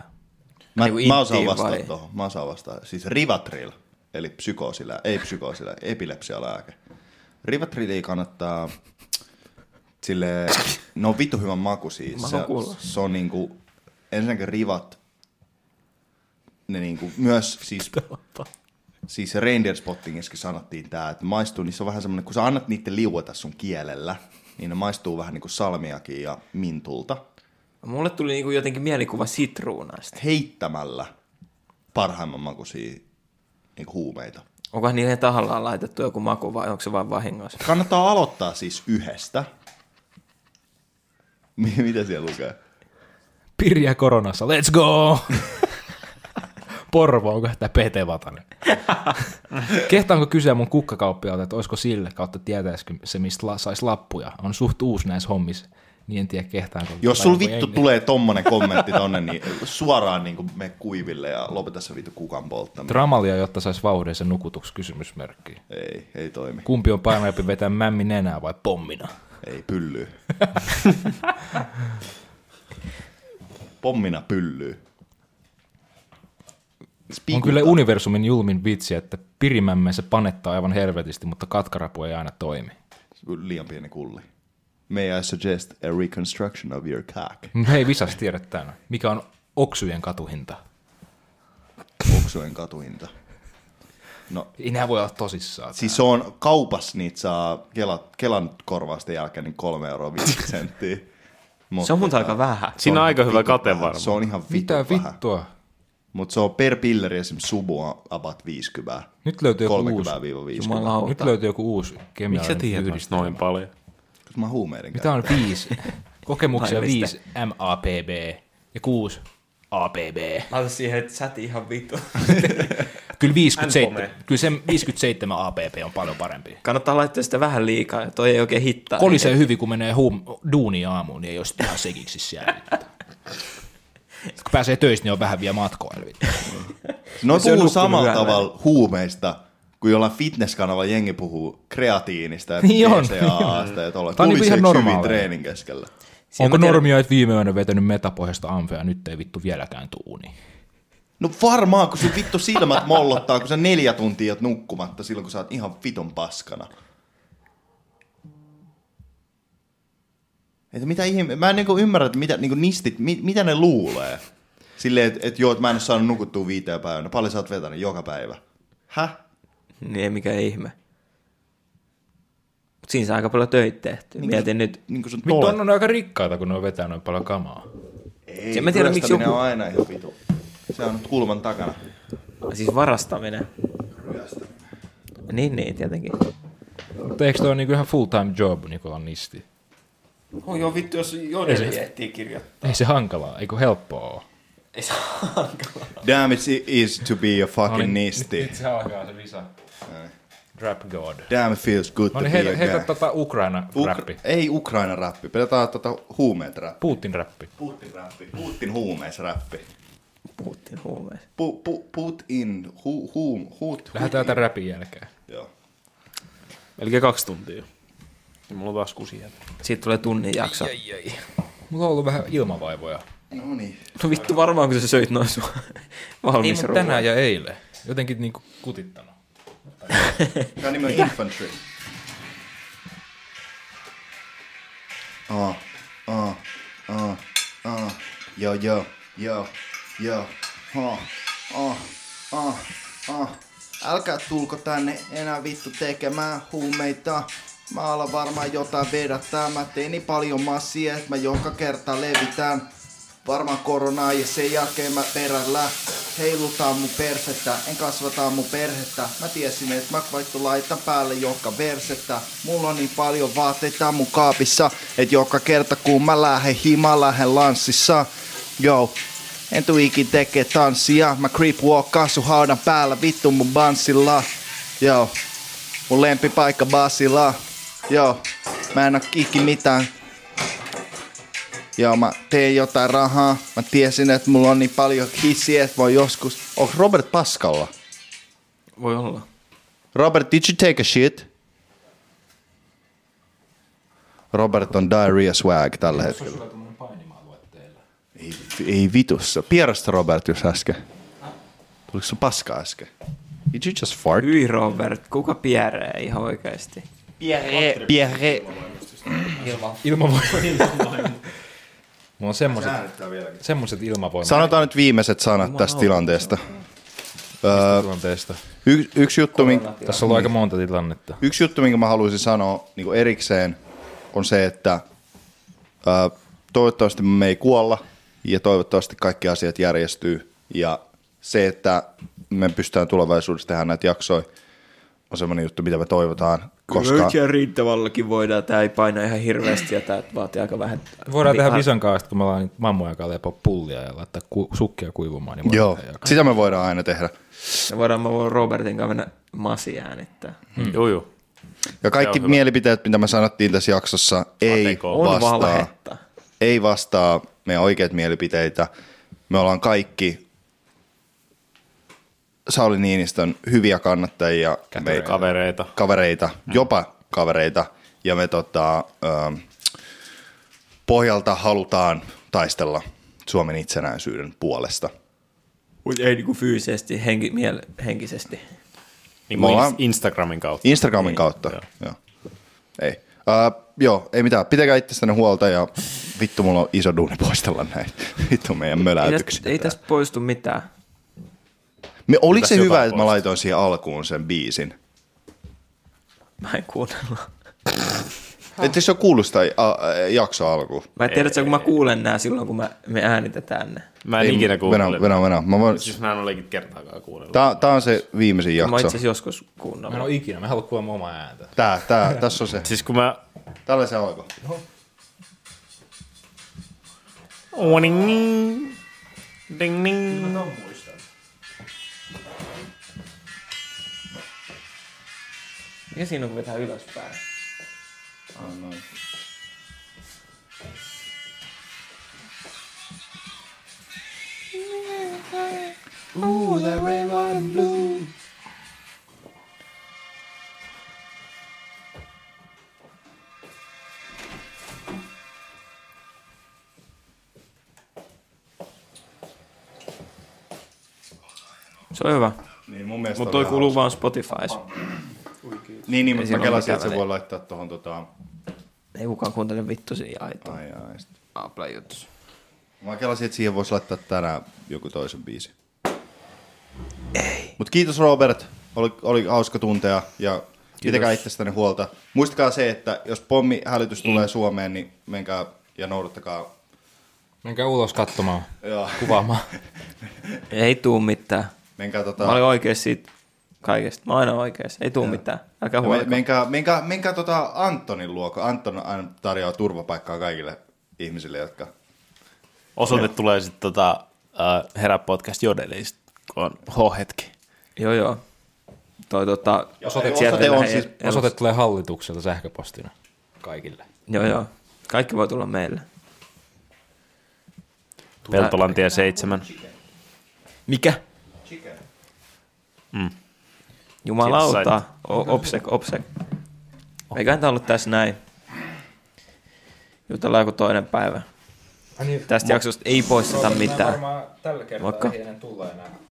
Mä, Niinku mä osaan inttiin vastata vai? tuohon. Mä osaan vastata. Siis Rivatril, eli psykoosillä, ei psykoosillä, epilepsialääke. Rivatrilia kannattaa sille, no vittu hyvän maku siis. Mä Se, haluan kuulla. se on niinku, ensinnäkin rivat, ne niinku myös siis Tuota. siis reindeer spottingissakin sanottiin tämä, että maistuu, niissä on vähän semmoinen, kun sä annat niiden liueta sun kielellä, niin ne maistuu vähän niin kuin salmiakin ja mintulta. Mulle tuli niinku jotenkin mielikuva sitruunasta. Heittämällä parhaimman makuisia niin huumeita. Onkohan niille tahallaan laitettu joku maku vai onko se vain vahingossa? Kannattaa aloittaa siis yhdestä. *laughs* Mi- Mitä siellä lukee? Pirja koronassa, let's go! Porvo, onko tämä PT Vatanen? Kehtaanko kysyä mun kukkakauppialta, että olisiko sille kautta tietäisikö se, mistä la- saisi lappuja? On suht uusi näissä hommissa, niin en tiedä kehtaanko. Jos sul vai vittu ei. tulee tommonen kommentti tonne, niin suoraan niin kuin me kuiville ja lopeta se vittu kukan polttaminen. Dramalia, jotta saisi vauhdeen nukutuksi kysymysmerkki. Ei, ei toimi. Kumpi on painavampi vetää mämmi nenää vai pommina? Ei *laughs* pyllyy. Pommina pyllyy. On kyllä universumin julmin vitsi, että pirimämme se panettaa aivan helvetisti, mutta katkarapu ei aina toimi. Liian pieni kulli. May I suggest a reconstruction of your cock? Mutta hei visas tiedä tämän. Mikä on oksujen katuhinta? Oksujen katuhinta. No, Ei nää voi olla tosissaan. siis se on kaupas, niitä saa Kela, Kelan korvausten jälkeen niin 3 euroa 50 senttiä. Mutta Se on mun tota, aika vähän. se Siinä on aika hyvä vitun kate vähän. varmaan. Se on ihan vittu Mitä vähän. vittua? Mutta se on per pilleri esimerkiksi subu on about 50. Nyt löytyy joku uusi. 30-50. Nyt Jumalauta. löytyy joku uusi Miksi sä kemiallinen tiedät yhdistys. noista noin paljon? Mä oon huumeiden Mitä on viisi? *laughs* Kokemuksia Laillista. viisi MAPB ja kuusi APB. Mä otan siihen, että säti ihan vittu. Kyllä 57, NKM. kyllä se 57 APP on paljon parempi. Kannattaa laittaa sitä vähän liikaa, ja toi ei oikein hittaa. Kolisee hyvin, kun menee huum, duuni aamuun, niin ei ole sit ihan sekiksi siellä. Sit kun pääsee töistä, niin on vähän vielä matkoa. eli vittu. Noi Se on No puhuu nukkunut samalla hyvällä. tavalla huumeista, kun jollain fitnesskanavalla jengi puhuu kreatiinista ja Niin on. PCAAsta ja tuolla. Tää on niinku ihan Kuliseeksi hyvin normaalia. treenin keskellä. Siinä Onko mä tiedän- normia, että viime yönä vetänyt metapohjasta amfea, nyt ei vittu vieläkään tuuni. No varmaan, kun sun vittu silmät mollottaa, kun sä neljä tuntia oot nukkumatta silloin, kun sä oot ihan viton paskana. Että mitä ihme, mä en niinku ymmärrä, että mitä niinku nistit, mi, mitä ne luulee. Silleen, että et joo, että mä en oo saanut nukuttua viiteen päivänä. Paljon sä oot vetänyt joka päivä. Häh? Niin ei mikään ihme. Mut siinä saa aika paljon töitä tehtyä. Niin, Mietin nyt. Niinku sun Vittu tolet. on, on aika rikkaita, kun ne on vetänyt noin paljon kamaa. Ei, Se mä tiedän, miksi ryöstäminen joku- on aina ihan vitu. Se on kulman takana. Siis varastaminen. Niin, niin, tietenkin. Mutta eikö toi ole niinku ihan full time job, niin kuin on nisti? Oh, joo, vittu, jos Jodeli ehtii kirjoittaa. Ei se hankalaa, eikö helppoa ole? Ei se ole hankala. Damn it is to be a fucking Noniin, nisti. Nyt se alkaa se visa. Rap God. Damn it feels good No to niin, be hei, hei a guy. tota Ukraina-räppi. Ukra- ei Ukraina-räppi, pelataan tota huumeet räppi. Putin-räppi. Putin-räppi. Putin huumees-räppi. Puhuttiin huumeessa. Pu, pu, Putin hu, huum, hut, Lähdetään tämän räpin jälkeen. Joo. Melkein kaksi tuntia. Ja mulla on taas kusi jätä. Siitä tulee tunnin jakso. Mulla on ollut vähän ilmavaivoja. No niin. No vittu varmaan, kun sä söit noin sun Ei, valmis mutta ruoan. tänään ja eilen. Jotenkin niinku kutittanut. Tämä nimi on Infantry. Ah, ah, ah, ah. Joo, joo, joo, joo. Ah, ah, ah, ah. Älkää tulko tänne enää vittu tekemään huumeita. Mä alan varmaan jotain vedättää. Mä tein niin paljon massia, että mä joka kerta levitän. Varmaan koronaa ja sen jälkeen mä perällä heilutaan mun persettä, en kasvata mun perhettä. Mä tiesin, että mä vaikka laitan päälle joka versettä. Mulla on niin paljon vaatteita mun kaapissa, että joka kerta kun mä lähden himaan, lähden lanssissa. Joo, en tuu ikin tekee tanssia. Mä creep walkkaan sun haudan päällä, vittu mun banssilla. Joo, mun lempipaikka Basila. Joo, mä en oo ikin mitään Joo, mä tein jotain rahaa. Mä tiesin, että mulla on niin paljon hissiä, että voi joskus... Onko Robert Paskalla? Voi olla. Robert, did you take a shit? Robert on diarrhea swag tällä hetkellä. Ei, ei vitussa. Pierasta Robert jos äsken. Tuliko se paska äsken? Did you just fart? Hyi Robert, kuka pieree ihan oikeesti? Pierre. *laughs* Ilmavoimat. Mulla on semmoset, semmoset ilmavoimat Sanotaan nyt viimeiset sanat tästä tilanteesta. Öö, tilanteesta. y- yksi juttu, minkä... Tässä on ollut aika monta tilannetta. Yksi juttu, minkä mä haluaisin sanoa niin erikseen, on se, että ää, toivottavasti me ei kuolla ja toivottavasti kaikki asiat järjestyy. Ja se, että me pystytään tulevaisuudessa tehdä näitä jaksoja, on semmoinen juttu, mitä me toivotaan, koska Koska... riittävälläkin voidaan, tämä ei paina ihan hirveästi ja tämä vaatii aika vähän. Voidaan tehdä Ihan- visan kanssa, kun me ollaan mammoja kanssa lepoa pullia ja laittaa ku- sukkia kuivumaan. Niin voidaan joo, tehdä joku- sitä me voidaan aina tehdä. Me voidaan, mä voin Robertin kanssa mennä masi äänittää. Mm. Juu, juu. Ja kaikki mielipiteet, mitä me sanottiin tässä jaksossa, ei Kategoria. On vastaa, valhetta. ei vastaa meidän oikeat mielipiteitä. Me ollaan kaikki Sauli Niinistön hyviä kannattajia, me, Kavereita. kavereita, Mm. jopa kavereita, ja me tota, ähm, pohjalta halutaan taistella Suomen itsenäisyyden puolesta. Mutta ei niinku fyysisesti, henki, miel- henkisesti. Niin Me kuin ollaan- ins- Instagramin kautta. Instagramin Ei, kautta. joo. Joo. Ei. Uh, joo, ei mitään. Pitäkää itsestänne huolta ja vittu, mulla on iso duuni poistella näin. *laughs* Vittu meidän Ei tästä, möläytyksiä. ei tästä poistu mitään. Me, oliko se Pitäisi hyvä, jotain että mä poistaa. laitoin siihen alkuun sen biisin? Mä en kuunnella. Etteikö se ole kuullut sitä a, jaksoa alkuun? Mä en tiedä, että kun mä kuulen nää silloin, kun mä, me äänitetään ne. Mä en ei, ikinä Venä, kuunnellut. venä, venä. Mä voin, Siis mä en ole ikinä kertaakaan kuunnellut. tää, tää on se viimeisin Mä itse jakso. asiassa joskus Mä en kuunnellut. ole ikinä, mä haluan kuulla mun omaa ääntä. Tää, tää, tässä on se. Siis kun mä... Tällä se alku. Ding ding. Ding ding. Mikä siinä on, kun vetää ylöspäin? Se on hyvä. Niin mun mielestä Mutta oli toi ihan kuuluu vaan Spotifys. hauska. Niin, niin mutta siinä mä ole kelasin, mitään että se väliä. voi laittaa tohon tota... Ei kukaan kuuntele vittu siinä aitoa. Ai, ai, sit. Apple jutus. Mä kelasin, että siihen voisi laittaa tänään joku toisen biisi. Ei. Mutta kiitos Robert, oli, oli hauska tuntea ja pitäkää itsestänne huolta. Muistakaa se, että jos pommihälytys Mm. tulee Suomeen, niin menkää ja noudattakaa. Menkää ulos katsomaan, Joo. *laughs* kuvaamaan. Ei tuu mitään. Menkää Mä olin tota... oikeassa siitä kaikesta. Mä oon aina oikeassa. Ei tuu mitään. Älkää ja Me, huolta. menkää, menkää, menkää tota Antonin luoko. Anton aina tarjoaa turvapaikkaa kaikille ihmisille, jotka... Osoite tulee sitten tota, uh, Herä Podcast Jodelista, kun on H-hetki. Joo joo. Toi tota... Osoite, sieltä osoite on lähe- siis... elus- Osoite tulee hallitukselta sähköpostina kaikille. Joo joo. Kaikki voi tulla meille. Peltolantia 7. Mikä? Mm. Jumalauta. Siitä sait. O- obsek, obsek. Eiköhän tää ollut tässä näin. Jutellaan joku toinen päivä. Tästä jaksosta ei poisteta mitään. Tällä kertaa Moikka. ei ei enää tulla enää